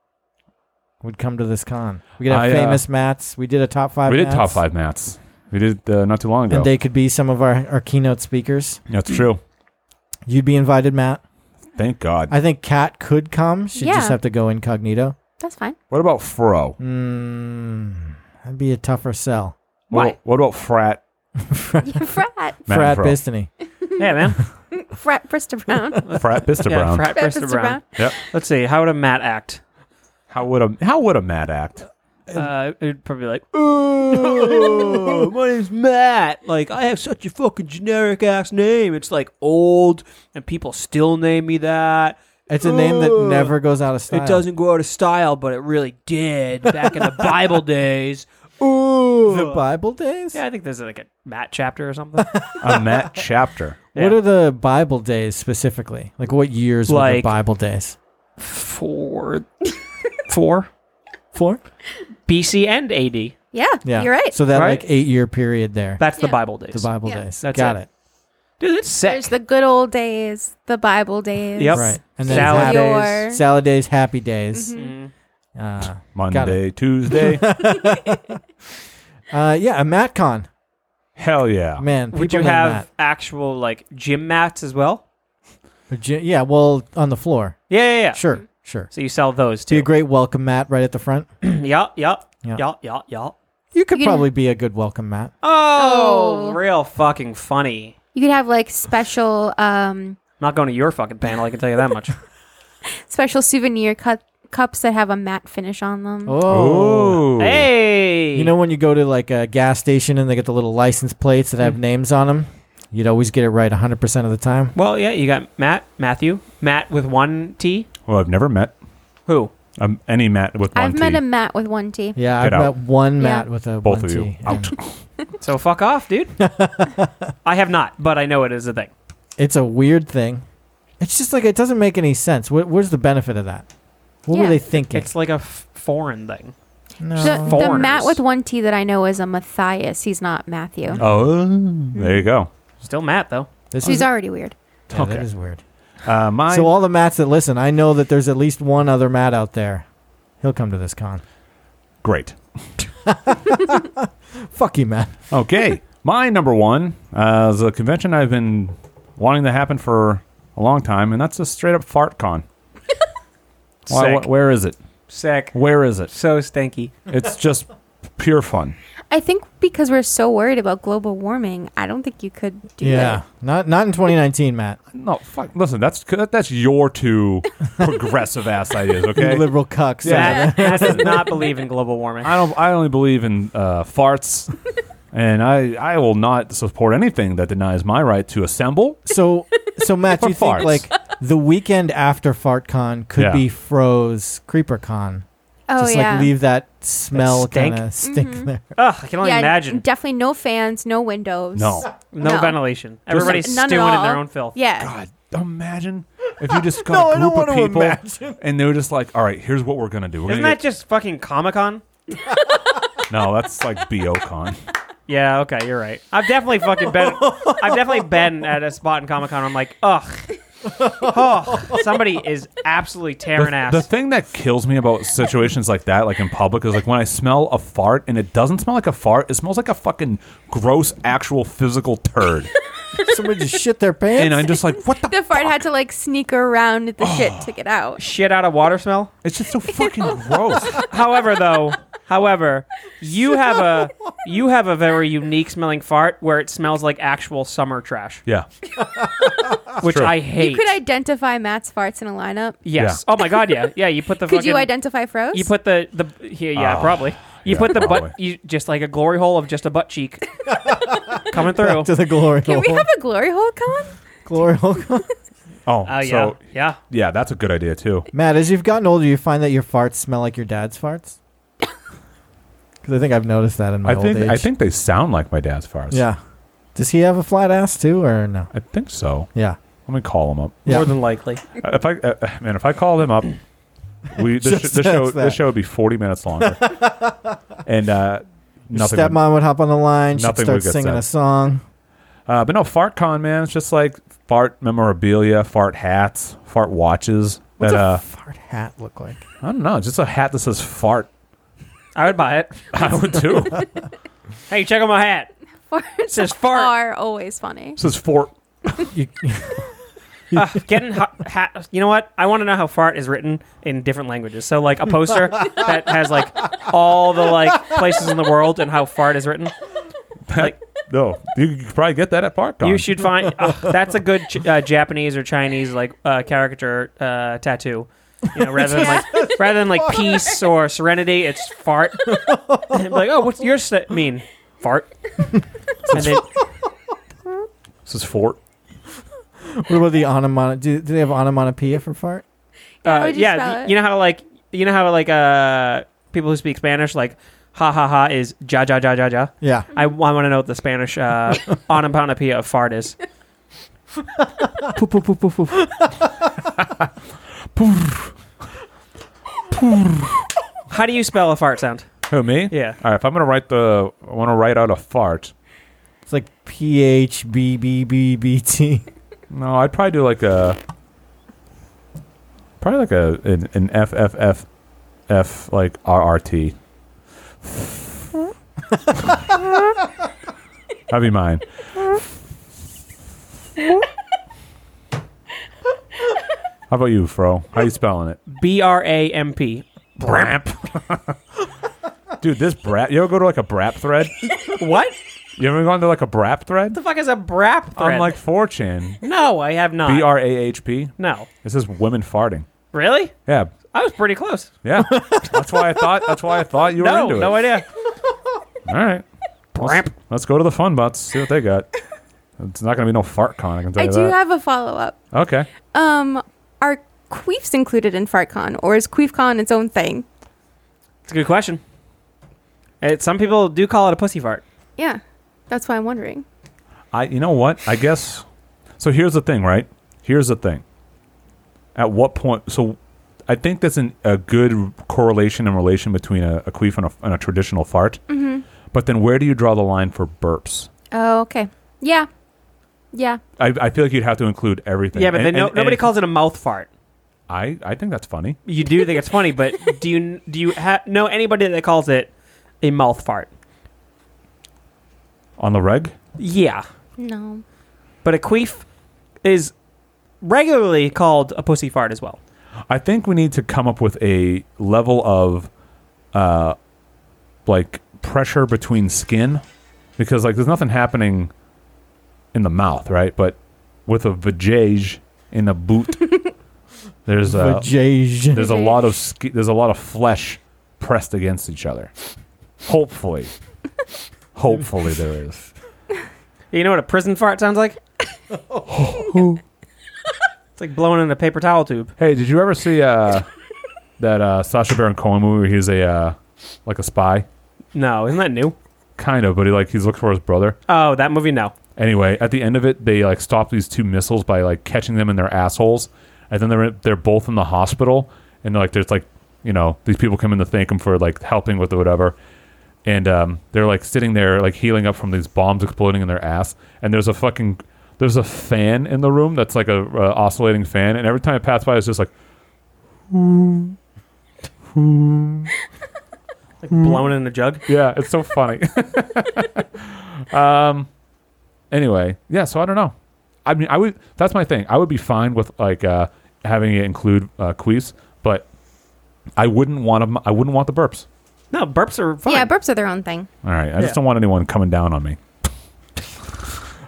[SPEAKER 3] would come to this con. We could have
[SPEAKER 5] I, uh,
[SPEAKER 3] famous Matts. We did a top five.
[SPEAKER 5] we did top
[SPEAKER 3] Matts,
[SPEAKER 5] five mats. We did uh, not too long ago.
[SPEAKER 3] and they could be some of our, our keynote speakers.
[SPEAKER 5] That's true.
[SPEAKER 3] You'd be invited, Matt.
[SPEAKER 5] Thank God.
[SPEAKER 3] I think Kat could come. She'd
[SPEAKER 1] Yeah.
[SPEAKER 3] just have to go incognito.
[SPEAKER 1] That's fine.
[SPEAKER 5] what about Fro?
[SPEAKER 3] Mm, that'd be a tougher sell.
[SPEAKER 5] What, what about Frat?
[SPEAKER 1] frat,
[SPEAKER 5] Matt
[SPEAKER 3] Frat
[SPEAKER 5] and
[SPEAKER 3] Bistany.
[SPEAKER 4] yeah, man.
[SPEAKER 1] frat, Bristol Brown.
[SPEAKER 5] Fro. Frat Bista
[SPEAKER 4] yeah,
[SPEAKER 5] Brown.
[SPEAKER 4] Frat Brista Brown.
[SPEAKER 1] Brista Brown.
[SPEAKER 5] Yep.
[SPEAKER 4] Let's see. How would a Matt act?
[SPEAKER 5] How would a How would a Matt act?
[SPEAKER 4] Uh, it'd probably be like, "Ooh, my name's Matt. Like, I have such a fucking generic ass name. It's like old, and people still name me that.
[SPEAKER 3] It's a name that
[SPEAKER 4] Ugh.
[SPEAKER 3] never goes out of style.
[SPEAKER 4] It doesn't go out of style, but it really did back in the Bible days. Ooh,
[SPEAKER 3] The Bible days?
[SPEAKER 4] yeah, I think there's like a Matt chapter or something.
[SPEAKER 5] A Matt chapter.
[SPEAKER 3] What
[SPEAKER 4] Yeah.
[SPEAKER 3] are the Bible days specifically? Like what years were the
[SPEAKER 4] Like-
[SPEAKER 3] Bible days?
[SPEAKER 4] Four, four
[SPEAKER 3] Four?
[SPEAKER 4] BC and AD.
[SPEAKER 1] yeah,
[SPEAKER 3] Yeah.
[SPEAKER 1] you're right.
[SPEAKER 3] So that
[SPEAKER 4] Right.
[SPEAKER 3] like eight year period there.
[SPEAKER 4] That's the
[SPEAKER 1] Yeah.
[SPEAKER 4] Bible days.
[SPEAKER 3] the Bible
[SPEAKER 1] Yeah.
[SPEAKER 3] days.
[SPEAKER 4] That's
[SPEAKER 3] Got
[SPEAKER 4] it.
[SPEAKER 3] it.
[SPEAKER 4] Dude, that's sick.
[SPEAKER 1] There's the good old days, the Bible days.
[SPEAKER 4] Yep.
[SPEAKER 3] Right. And then
[SPEAKER 4] Salad
[SPEAKER 3] happy,
[SPEAKER 1] Your-
[SPEAKER 3] salad days, happy days.
[SPEAKER 4] Mm.
[SPEAKER 3] Uh,
[SPEAKER 5] Monday, Tuesday.
[SPEAKER 3] uh, yeah, a MatCon.
[SPEAKER 5] Hell yeah.
[SPEAKER 3] Man,
[SPEAKER 4] Would
[SPEAKER 3] people
[SPEAKER 4] you
[SPEAKER 3] named
[SPEAKER 4] have
[SPEAKER 3] Matt.
[SPEAKER 4] actual like gym mats as well?
[SPEAKER 3] Or gy- Yeah, well, on the floor.
[SPEAKER 4] Yeah, yeah, yeah.
[SPEAKER 3] Sure, sure.
[SPEAKER 4] So you sell those
[SPEAKER 3] Be
[SPEAKER 4] too.
[SPEAKER 3] a great welcome mat right at the front.
[SPEAKER 4] yeah, yeah,
[SPEAKER 3] Yeah.
[SPEAKER 4] yeah, yeah, yeah.
[SPEAKER 3] You could
[SPEAKER 1] You can-
[SPEAKER 3] probably be a good welcome mat.
[SPEAKER 4] Oh,
[SPEAKER 1] Oh.
[SPEAKER 4] real fucking funny.
[SPEAKER 1] You could have like special um
[SPEAKER 4] I'm not going to your fucking panel. I can tell you that much.
[SPEAKER 1] special souvenir cu- cups that have a matte finish on them.
[SPEAKER 3] Oh.
[SPEAKER 5] Ooh.
[SPEAKER 4] hey,
[SPEAKER 3] You know when you go to like a gas station and they get the little license plates that
[SPEAKER 1] Mm.
[SPEAKER 3] have names on them? You'd always get it right 100% of the time.
[SPEAKER 4] Well, yeah, you got Matt, Matthew, Matt with one T.
[SPEAKER 5] Well, I've never met.
[SPEAKER 4] Who?
[SPEAKER 5] Um, any Matt with one
[SPEAKER 1] I've met
[SPEAKER 5] T.
[SPEAKER 1] a Matt with one T.
[SPEAKER 3] Yeah, I've
[SPEAKER 5] Get out.
[SPEAKER 3] met one
[SPEAKER 1] Yeah.
[SPEAKER 3] Matt with a
[SPEAKER 5] Both
[SPEAKER 3] one
[SPEAKER 5] of you
[SPEAKER 3] T.
[SPEAKER 5] out.
[SPEAKER 4] So fuck off, dude. I have not, but I know it is a thing.
[SPEAKER 3] It's a weird thing. It's just like it doesn't make any sense. Wh- where's the benefit of that? What were
[SPEAKER 1] Yeah.
[SPEAKER 3] they thinking?
[SPEAKER 4] It's like a f- foreign thing.
[SPEAKER 3] no.
[SPEAKER 1] The, the
[SPEAKER 4] Foreigners.
[SPEAKER 1] Matt with one T that I know is a Matthias. He's not Matthew.
[SPEAKER 5] Oh, there you go.
[SPEAKER 4] Still Matt though.
[SPEAKER 3] this
[SPEAKER 1] So he's
[SPEAKER 3] is,
[SPEAKER 1] already weird.
[SPEAKER 3] yeah,
[SPEAKER 5] okay.
[SPEAKER 3] that is weird.
[SPEAKER 5] Uh, my
[SPEAKER 3] So all the Matts that listen, I know that there's at least one other Matt out there. He'll come to this con.
[SPEAKER 5] great.
[SPEAKER 3] Fuck you, Matt.
[SPEAKER 5] Okay, my number one uh, is a convention I've been wanting to happen for a long time, and that's a straight up fart con. Why,
[SPEAKER 4] Sick.
[SPEAKER 5] wh- where is it?
[SPEAKER 4] Sick.
[SPEAKER 5] Where is it?
[SPEAKER 4] So stinky.
[SPEAKER 5] It's just pure fun.
[SPEAKER 1] I think because we're so worried about global warming, I don't think you could do
[SPEAKER 3] yeah,
[SPEAKER 1] that.
[SPEAKER 3] not not in 2019, Matt.
[SPEAKER 5] No, fuck. Listen, that's that's your two progressive ass ideas. Okay,
[SPEAKER 3] You liberal cucks.
[SPEAKER 5] Yeah.
[SPEAKER 4] Matt, Matt does not believe in global warming.
[SPEAKER 5] I don't. I only believe in uh, farts, and I I will not support anything that denies my right to assemble.
[SPEAKER 3] So so Matt, do you
[SPEAKER 5] For
[SPEAKER 3] think
[SPEAKER 5] farts.
[SPEAKER 3] like the weekend after FartCon could
[SPEAKER 5] Yeah.
[SPEAKER 3] be Froze CreeperCon?
[SPEAKER 1] Oh
[SPEAKER 3] Just
[SPEAKER 1] yeah.
[SPEAKER 3] like leave that smell
[SPEAKER 4] That stink?
[SPEAKER 3] kind of stink
[SPEAKER 1] Mhm.
[SPEAKER 3] there.
[SPEAKER 4] Ugh, I can only
[SPEAKER 1] yeah,
[SPEAKER 4] imagine.
[SPEAKER 1] Definitely no fans, no windows.
[SPEAKER 5] No.
[SPEAKER 4] no,
[SPEAKER 1] No.
[SPEAKER 4] ventilation.
[SPEAKER 5] Just-
[SPEAKER 4] Everybody's
[SPEAKER 1] None at
[SPEAKER 4] stewing in their
[SPEAKER 1] all.
[SPEAKER 4] own filth.
[SPEAKER 1] Yeah.
[SPEAKER 5] God, imagine if you just got
[SPEAKER 3] No, I
[SPEAKER 5] a
[SPEAKER 3] don't
[SPEAKER 5] group of
[SPEAKER 3] wanna
[SPEAKER 5] people
[SPEAKER 3] imagine.
[SPEAKER 5] and they're just like, all right, here's what we're gonna do. We're
[SPEAKER 4] Isn't
[SPEAKER 5] gonna
[SPEAKER 4] that just fucking Comic Con?
[SPEAKER 5] get, no? That's like BOCon.
[SPEAKER 4] Yeah, okay, you're right. I've definitely fucking been. I've definitely been at a spot in Comic Con. I'm like, ugh, oh, somebody is absolutely tearing
[SPEAKER 5] The,
[SPEAKER 4] ass.
[SPEAKER 5] the thing that kills me about situations like that, like in public, is like when I smell a fart and it doesn't smell like a fart. It smells like a fucking gross, actual physical turd,
[SPEAKER 3] Somebody just shit their pants.
[SPEAKER 5] and I'm just like, what the?
[SPEAKER 1] The fart had to like sneak around the shit to get out.
[SPEAKER 4] Shit out of water smell.
[SPEAKER 5] It's just so fucking gross.
[SPEAKER 4] However, though, however, you have a you have a very unique smelling fart where it smells like actual summer trash,
[SPEAKER 5] Yeah.
[SPEAKER 4] which
[SPEAKER 5] true.
[SPEAKER 4] I hate.
[SPEAKER 1] You could identify Matt's farts in a lineup.
[SPEAKER 4] yes. Oh my god, yeah, yeah. You put the
[SPEAKER 1] Could
[SPEAKER 4] fucking,
[SPEAKER 1] you identify Froze?
[SPEAKER 4] You put the the yeah, yeah
[SPEAKER 5] Ah,
[SPEAKER 4] probably. You
[SPEAKER 5] yeah,
[SPEAKER 4] put the
[SPEAKER 5] probably.
[SPEAKER 4] butt you just like a glory hole of just a butt cheek coming through.
[SPEAKER 3] Back to the glory
[SPEAKER 1] Can
[SPEAKER 3] hole.
[SPEAKER 1] we have a glory hole, Colin?
[SPEAKER 3] glory hole.
[SPEAKER 5] Oh,
[SPEAKER 4] Oh yeah,
[SPEAKER 5] so
[SPEAKER 4] yeah.
[SPEAKER 5] yeah, that's a good idea too.
[SPEAKER 3] Matt, as you've gotten older, you find that your farts smell like your dad's farts. Because I think I've noticed that in my
[SPEAKER 5] I think
[SPEAKER 3] old age.
[SPEAKER 5] I think they sound like my dad's farts.
[SPEAKER 3] Yeah. Does he have a flat ass too, or no?
[SPEAKER 5] I think so.
[SPEAKER 3] Yeah.
[SPEAKER 5] Let me call him up.
[SPEAKER 3] Yeah.
[SPEAKER 4] More than likely.
[SPEAKER 5] Uh, If I uh, uh, man, if I called him up, we this, sh-
[SPEAKER 3] Just
[SPEAKER 5] this show
[SPEAKER 3] ask that.
[SPEAKER 5] this show would be forty minutes longer, and uh,
[SPEAKER 3] Your
[SPEAKER 5] nothing. would-
[SPEAKER 3] stepmom would hop on the line. She'd
[SPEAKER 5] nothing
[SPEAKER 3] start
[SPEAKER 5] would get
[SPEAKER 3] singing
[SPEAKER 5] said.
[SPEAKER 3] a song.
[SPEAKER 5] Uh, but no, FartCon man, it's just like fart memorabilia, fart hats, fart watches.
[SPEAKER 3] What's
[SPEAKER 5] that
[SPEAKER 3] a
[SPEAKER 5] uh,
[SPEAKER 3] fart hat look like?
[SPEAKER 5] I don't know, just a hat that says fart.
[SPEAKER 4] I would buy it.
[SPEAKER 5] I would too. It
[SPEAKER 4] Hey, check out my hat. It
[SPEAKER 1] Farts
[SPEAKER 4] says fart.
[SPEAKER 1] are always funny.
[SPEAKER 5] says fort.
[SPEAKER 3] You,
[SPEAKER 4] Ugh, getting hot, hat. You know what? I want to know how fart is written in different languages. So like a poster that has like all the like places in the world and how fart is written. Like
[SPEAKER 5] No, you could probably get that at FartCon.
[SPEAKER 4] you should find. ugh, that's a good ch- uh, Japanese or Chinese like uh, caricature uh, tattoo. You know, rather than like rather than like peace or serenity, it's fart. like, oh, what's yours sa- mean? Fart. and then
[SPEAKER 5] This is fort.
[SPEAKER 3] what about the onomatopoeia? Do, do they have onomatopoeia for fart?
[SPEAKER 1] How
[SPEAKER 4] uh,
[SPEAKER 1] would you spell
[SPEAKER 4] yeah,
[SPEAKER 1] it?
[SPEAKER 4] you know how like you know how like uh people who speak Spanish like ha ha ha is ja ja ja ja ja.
[SPEAKER 3] Yeah.
[SPEAKER 4] I,
[SPEAKER 1] Mm-hmm.
[SPEAKER 4] want to know what the Spanish uh, onomatopoeia of fart is.
[SPEAKER 3] Poof, poof, poof, poof, poof.
[SPEAKER 4] How do you spell a fart sound?
[SPEAKER 5] Who me?
[SPEAKER 4] Yeah.
[SPEAKER 5] All right. If I'm gonna write the, I want to write out a fart.
[SPEAKER 3] It's like P H B B B B T.
[SPEAKER 5] No, I'd probably do like a probably like a an, an F F F F like R R T. That'd be mine. How about you, Fro? How you spelling it?
[SPEAKER 4] B R A M P.
[SPEAKER 5] Brap. Dude, this brap. You ever go to like a brap thread?
[SPEAKER 4] What
[SPEAKER 5] You ever gone to like a brap thread?
[SPEAKER 4] the fuck is a brap thread?
[SPEAKER 5] On like 4chan.
[SPEAKER 4] no, I have not.
[SPEAKER 5] B R A H P.
[SPEAKER 4] no,
[SPEAKER 5] This is women farting.
[SPEAKER 4] really?
[SPEAKER 5] Yeah,
[SPEAKER 4] I was pretty close.
[SPEAKER 5] Yeah, that's why I thought. That's why I thought you were
[SPEAKER 4] No,
[SPEAKER 5] into
[SPEAKER 4] no
[SPEAKER 5] it.
[SPEAKER 4] idea.
[SPEAKER 5] All right, let's, let's go to the fun butts. See what they got. It's not going to be no fart con. I can tell
[SPEAKER 1] I
[SPEAKER 5] you
[SPEAKER 1] do
[SPEAKER 5] that.
[SPEAKER 1] have a follow up.
[SPEAKER 5] okay.
[SPEAKER 1] Um, are Queefs included in FartCon, or is QueefCon its own thing?
[SPEAKER 4] It's a good question. It, some people do call it a pussy fart.
[SPEAKER 1] Yeah, that's why I'm wondering.
[SPEAKER 5] I you know what? I guess so here's the thing, right? Here's the thing. At what point so I think that's an, a good correlation and relation between a, a queef and a, and a traditional fart. Mm-hmm. But then where do you draw the line for burps?
[SPEAKER 1] Oh, okay. Yeah, yeah.
[SPEAKER 5] I, I feel like you'd have to include everything.
[SPEAKER 4] Yeah, but
[SPEAKER 5] And-
[SPEAKER 4] then no,
[SPEAKER 5] and-
[SPEAKER 4] nobody
[SPEAKER 5] and-
[SPEAKER 4] calls it a mouth fart.
[SPEAKER 5] I, I think that's funny.
[SPEAKER 4] You do think it's funny, but do you do you ha- know anybody that calls it a mouth fart?
[SPEAKER 5] On the reg?
[SPEAKER 4] Yeah,
[SPEAKER 1] No.
[SPEAKER 4] but a queef is regularly called a pussy fart as well.
[SPEAKER 5] I think we need to come up with a level of uh like pressure between skin because like there's nothing happening in the mouth, right? But with a vajayge in a boot there's a
[SPEAKER 3] Vajayjh.
[SPEAKER 5] there's a lot of ski- there's a lot of flesh pressed against each other. Hopefully. Hopefully there is.
[SPEAKER 4] You know what a prison fart sounds like? it's like blowing in a paper towel tube.
[SPEAKER 5] Hey, did you ever see uh that uh Sasha Baron Cohen movie where he's a uh like a spy?
[SPEAKER 4] No, isn't that new?
[SPEAKER 5] Kind of, but he like he's looking for his brother.
[SPEAKER 4] Oh, that movie. No,
[SPEAKER 5] Anyway, at the end of it, they like stop these two missiles by like catching them in their assholes, and then they're they're both in the hospital, and like there's like you know these people come in to thank him for like helping with whatever, and um, they're like sitting there like healing up from these bombs exploding in their ass, and there's a fucking there's a fan in the room that's like a uh, oscillating fan, and every time it passed by, it's just like
[SPEAKER 4] like
[SPEAKER 5] Hmm.
[SPEAKER 4] blowing in a jug.
[SPEAKER 5] yeah, it's so funny. um, anyway, yeah. So I don't know. I mean, I would. That's my thing. I would be fine with like uh, having it include uh, queefs, but I wouldn't want them. I wouldn't want the burps.
[SPEAKER 4] No, burps are fine.
[SPEAKER 1] Yeah, burps are their own thing.
[SPEAKER 5] All right, I just don't want anyone coming down on me.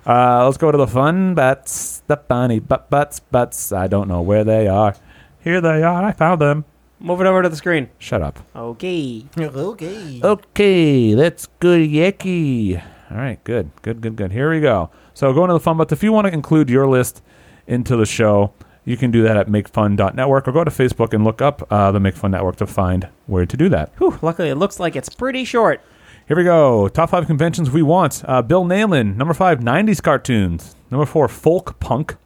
[SPEAKER 5] uh, let's go to the fun butts, the funny butt butts butts. I don't know where they are. Here they are. I found them.
[SPEAKER 4] Move it over to the screen.
[SPEAKER 5] Shut up.
[SPEAKER 4] Okay.
[SPEAKER 3] Okay.
[SPEAKER 5] Okay, that's good, Yeki. All right, good, good, good, good. Here we go. So go into the fun butts. If you want to include your list into the show, you can do that at makefun.network or go to Facebook and look up uh, the Make Fun Network to find where to do that.
[SPEAKER 4] Whew, luckily, it looks like it's pretty short.
[SPEAKER 5] Here we go. Top five conventions we want. Uh, Bill Nalen. Number five, 90s cartoons. Number four, folk punk.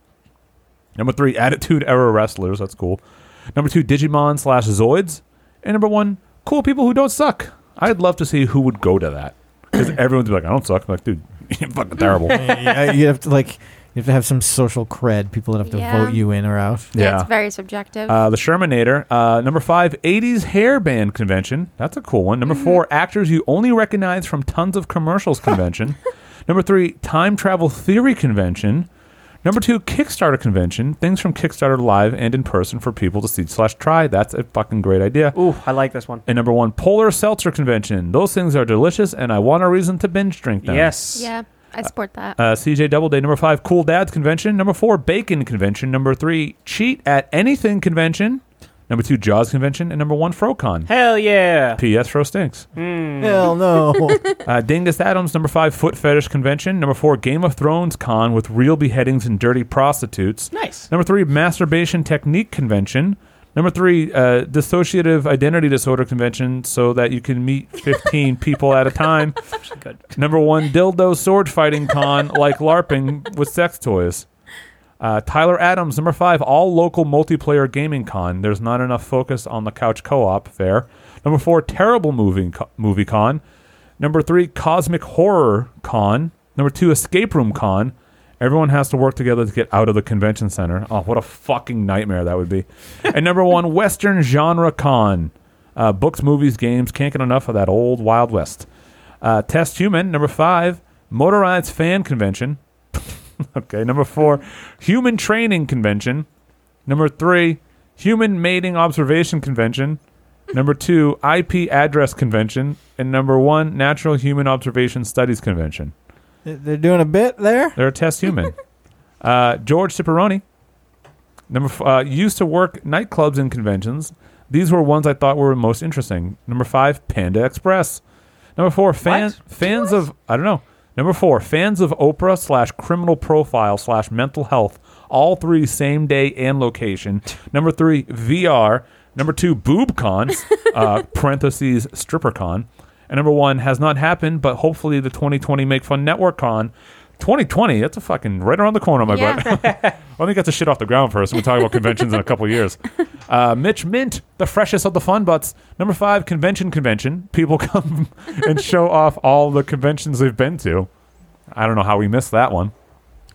[SPEAKER 5] Number three, attitude era wrestlers. That's cool. Number two, Digimon slash Zoids. And number one, cool people who don't suck. I'd love to see who would go to that. Because everyone's like, I don't suck. I'm like, dude, you're fucking terrible. yeah.
[SPEAKER 3] Yeah, you have to like you have to have some social cred. People that have to
[SPEAKER 1] Yeah.
[SPEAKER 3] vote you in or out.
[SPEAKER 1] It's very subjective.
[SPEAKER 5] Uh, the Shermanator. Uh, number five, 80s hair band convention. That's a cool one. Number
[SPEAKER 4] Mm-hmm.
[SPEAKER 5] four, actors you only recognize from tons of commercials convention. number three, time travel theory convention. Number two, Kickstarter convention. Things from Kickstarter live and in person for people to see slash try. That's a fucking great idea.
[SPEAKER 4] Ooh, I like this one.
[SPEAKER 5] And number one, Polar Seltzer convention. Those things are delicious, and I want a reason to binge drink them.
[SPEAKER 4] Yes.
[SPEAKER 1] yeah, I support that.
[SPEAKER 5] Uh, CJ Doubleday, number five, Cool Dads Convention. Number four, Bacon Convention. Number three, Cheat at Anything Convention. Number two, Jaws Convention. And number one, Frocon.
[SPEAKER 4] Hell yeah.
[SPEAKER 5] P.S. Fro stinks.
[SPEAKER 4] Mm.
[SPEAKER 3] Hell no.
[SPEAKER 5] Uh, Dingus Adams, number five, Foot Fetish Convention. Number four, Game of Thrones Con with real beheadings and dirty prostitutes.
[SPEAKER 4] Nice.
[SPEAKER 5] Number three, Masturbation Technique Convention. Number three, uh, Dissociative Identity Disorder Convention so that you can meet 15 people at a time.
[SPEAKER 4] Good.
[SPEAKER 5] Number one, dildo sword fighting con like LARPing with sex toys. Uh, Tyler Adams, number five, all local multiplayer gaming con. There's not enough focus on the couch co-op fair. Number four, terrible movie co- movie con. Number three, cosmic horror con. Number two, escape room con. Everyone has to work together to get out of the convention center. Oh, what a fucking nightmare that would be. and number one, western genre con. Uh, books, movies, games. Can't get enough of that old Wild West. Uh, Test Human, number five, Motorized Fan Convention. okay, number four, Human Training Convention. Number three, Human Mating Observation Convention. Number two, IP Address Convention. And number one, Natural Human Observation Studies Convention.
[SPEAKER 3] They're doing a bit there.
[SPEAKER 5] They're a test human. uh, George Ciperoni, number f- uh, used to work nightclubs and conventions. These were ones I thought were most interesting. Number five, Panda Express. Number four, fans fans of I don't know. Number four, fans of Oprah slash criminal profile slash mental health all three same day and location. Number three, VR. Number two, BoobCon, uh, parentheses, StripperCon. And number one has not happened, but hopefully the 2020 Make Fun Network Con. 2020, that's a fucking right around the corner, my
[SPEAKER 1] Yeah.
[SPEAKER 5] butt. Let me get the shit off the ground first. We'll talk about conventions in a couple years. Uh, Mitch Mint, the freshest of the fun butts. Number five, convention convention. People come and show off all the conventions they've been to. I don't know how we missed that one.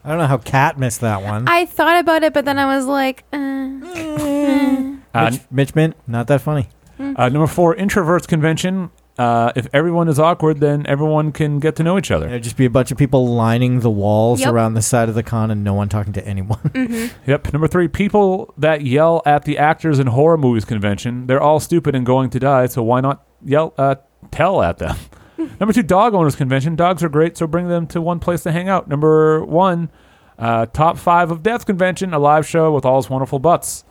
[SPEAKER 3] I don't know how Kat missed that one.
[SPEAKER 1] I thought about it, but then I was like,
[SPEAKER 5] Mm.
[SPEAKER 1] uh,
[SPEAKER 5] Uh,
[SPEAKER 3] Mitch, Mitch Mint, not that funny.
[SPEAKER 5] uh, number four, introverts convention. Uh, if everyone is awkward, then everyone can get to know each other.
[SPEAKER 3] There'd just be a bunch of people lining the walls
[SPEAKER 1] Yep.
[SPEAKER 3] around the side of the con and no one talking to anyone.
[SPEAKER 5] Yep. Number three, people that yell at the actors in horror movies convention. They're all stupid and going to die, so why not yell, uh, tell at them? Number two, dog owners convention. Dogs are great, so bring them to one place to hang out. Number one, uh, top five of death convention, a live show with all his wonderful butts.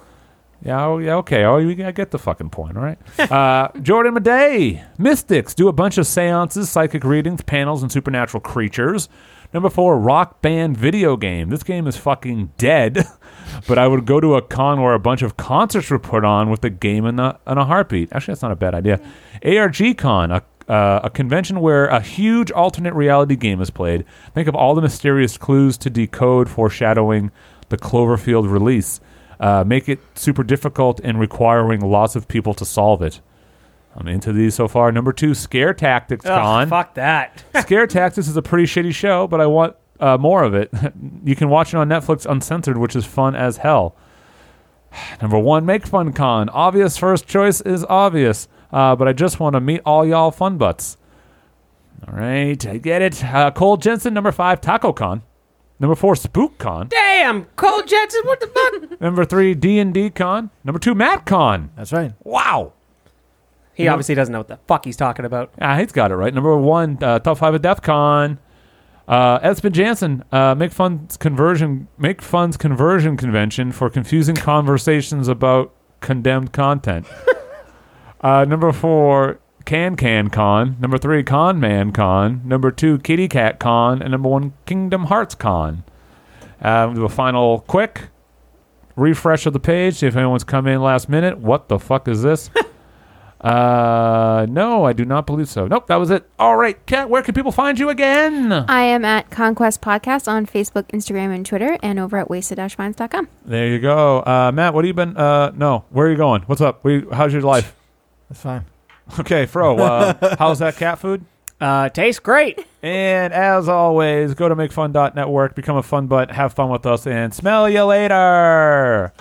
[SPEAKER 5] Yeah, oh, yeah, okay. Oh, you, I get the fucking point, all right? Uh, Jordan Madey, Mystics, do a bunch of seances, psychic readings, panels, and supernatural creatures. Number four, Rock Band Video Game. This game is fucking dead, but I would go to a con where a bunch of concerts were put on with the game in a, in a heartbeat. Actually, that's not a bad idea. ARG Con, a uh, a convention where a huge alternate reality game is played. Think of all the mysterious clues to decode foreshadowing the Cloverfield release. Uh, make it super difficult and requiring lots of people to solve it. I'm into these so far. Number two, Scare Tactics
[SPEAKER 4] Ugh,
[SPEAKER 5] Con.
[SPEAKER 4] fuck that.
[SPEAKER 5] Scare Tactics is a pretty shitty show, but I want uh, more of it. you can watch it on Netflix uncensored, which is fun as hell. Number one, Make Fun Con. Obvious first choice is obvious, uh, but I just want to meet all y'all fun butts. All right, I get it. Uh, Cole Jensen, number five, Taco Con. Number four, Spook Con.
[SPEAKER 4] Damn, Cole Jensen, what the fuck?
[SPEAKER 5] Number three, D and D Con. Number two, Matt Con.
[SPEAKER 3] That's right.
[SPEAKER 5] Wow.
[SPEAKER 4] He obviously doesn't know what the fuck he's talking about.
[SPEAKER 5] Ah, he's got it right. Number one, uh, top five at DEF CON. Uh, Espen Jansen, uh, make fun's conversion, make fun's conversion convention for confusing conversations about condemned content. uh, number four, Can Can Con. Number three, Con Man Con. Number two, Kitty Cat Con, and number one, Kingdom Hearts Con. Uh, we'll do a final quick refresh of the page. See if anyone's come in last minute. What the fuck is this? Uh, no, I do not believe so. Nope, that was it. All right, Kat, where can people find you again?
[SPEAKER 1] I am at Conquest Podcast on Facebook, Instagram, and Twitter, and over at wasted-minds.com.
[SPEAKER 5] There you go. Uh, Matt, what have you been? Uh, no, where are you going? What's up? Where you- how's your life?
[SPEAKER 3] That's fine.
[SPEAKER 5] Okay, Fro, uh, how's that cat food?
[SPEAKER 4] Uh, tastes great.
[SPEAKER 5] And as always, go to makefun.network, become a fun butt, have fun with us, and smell you later.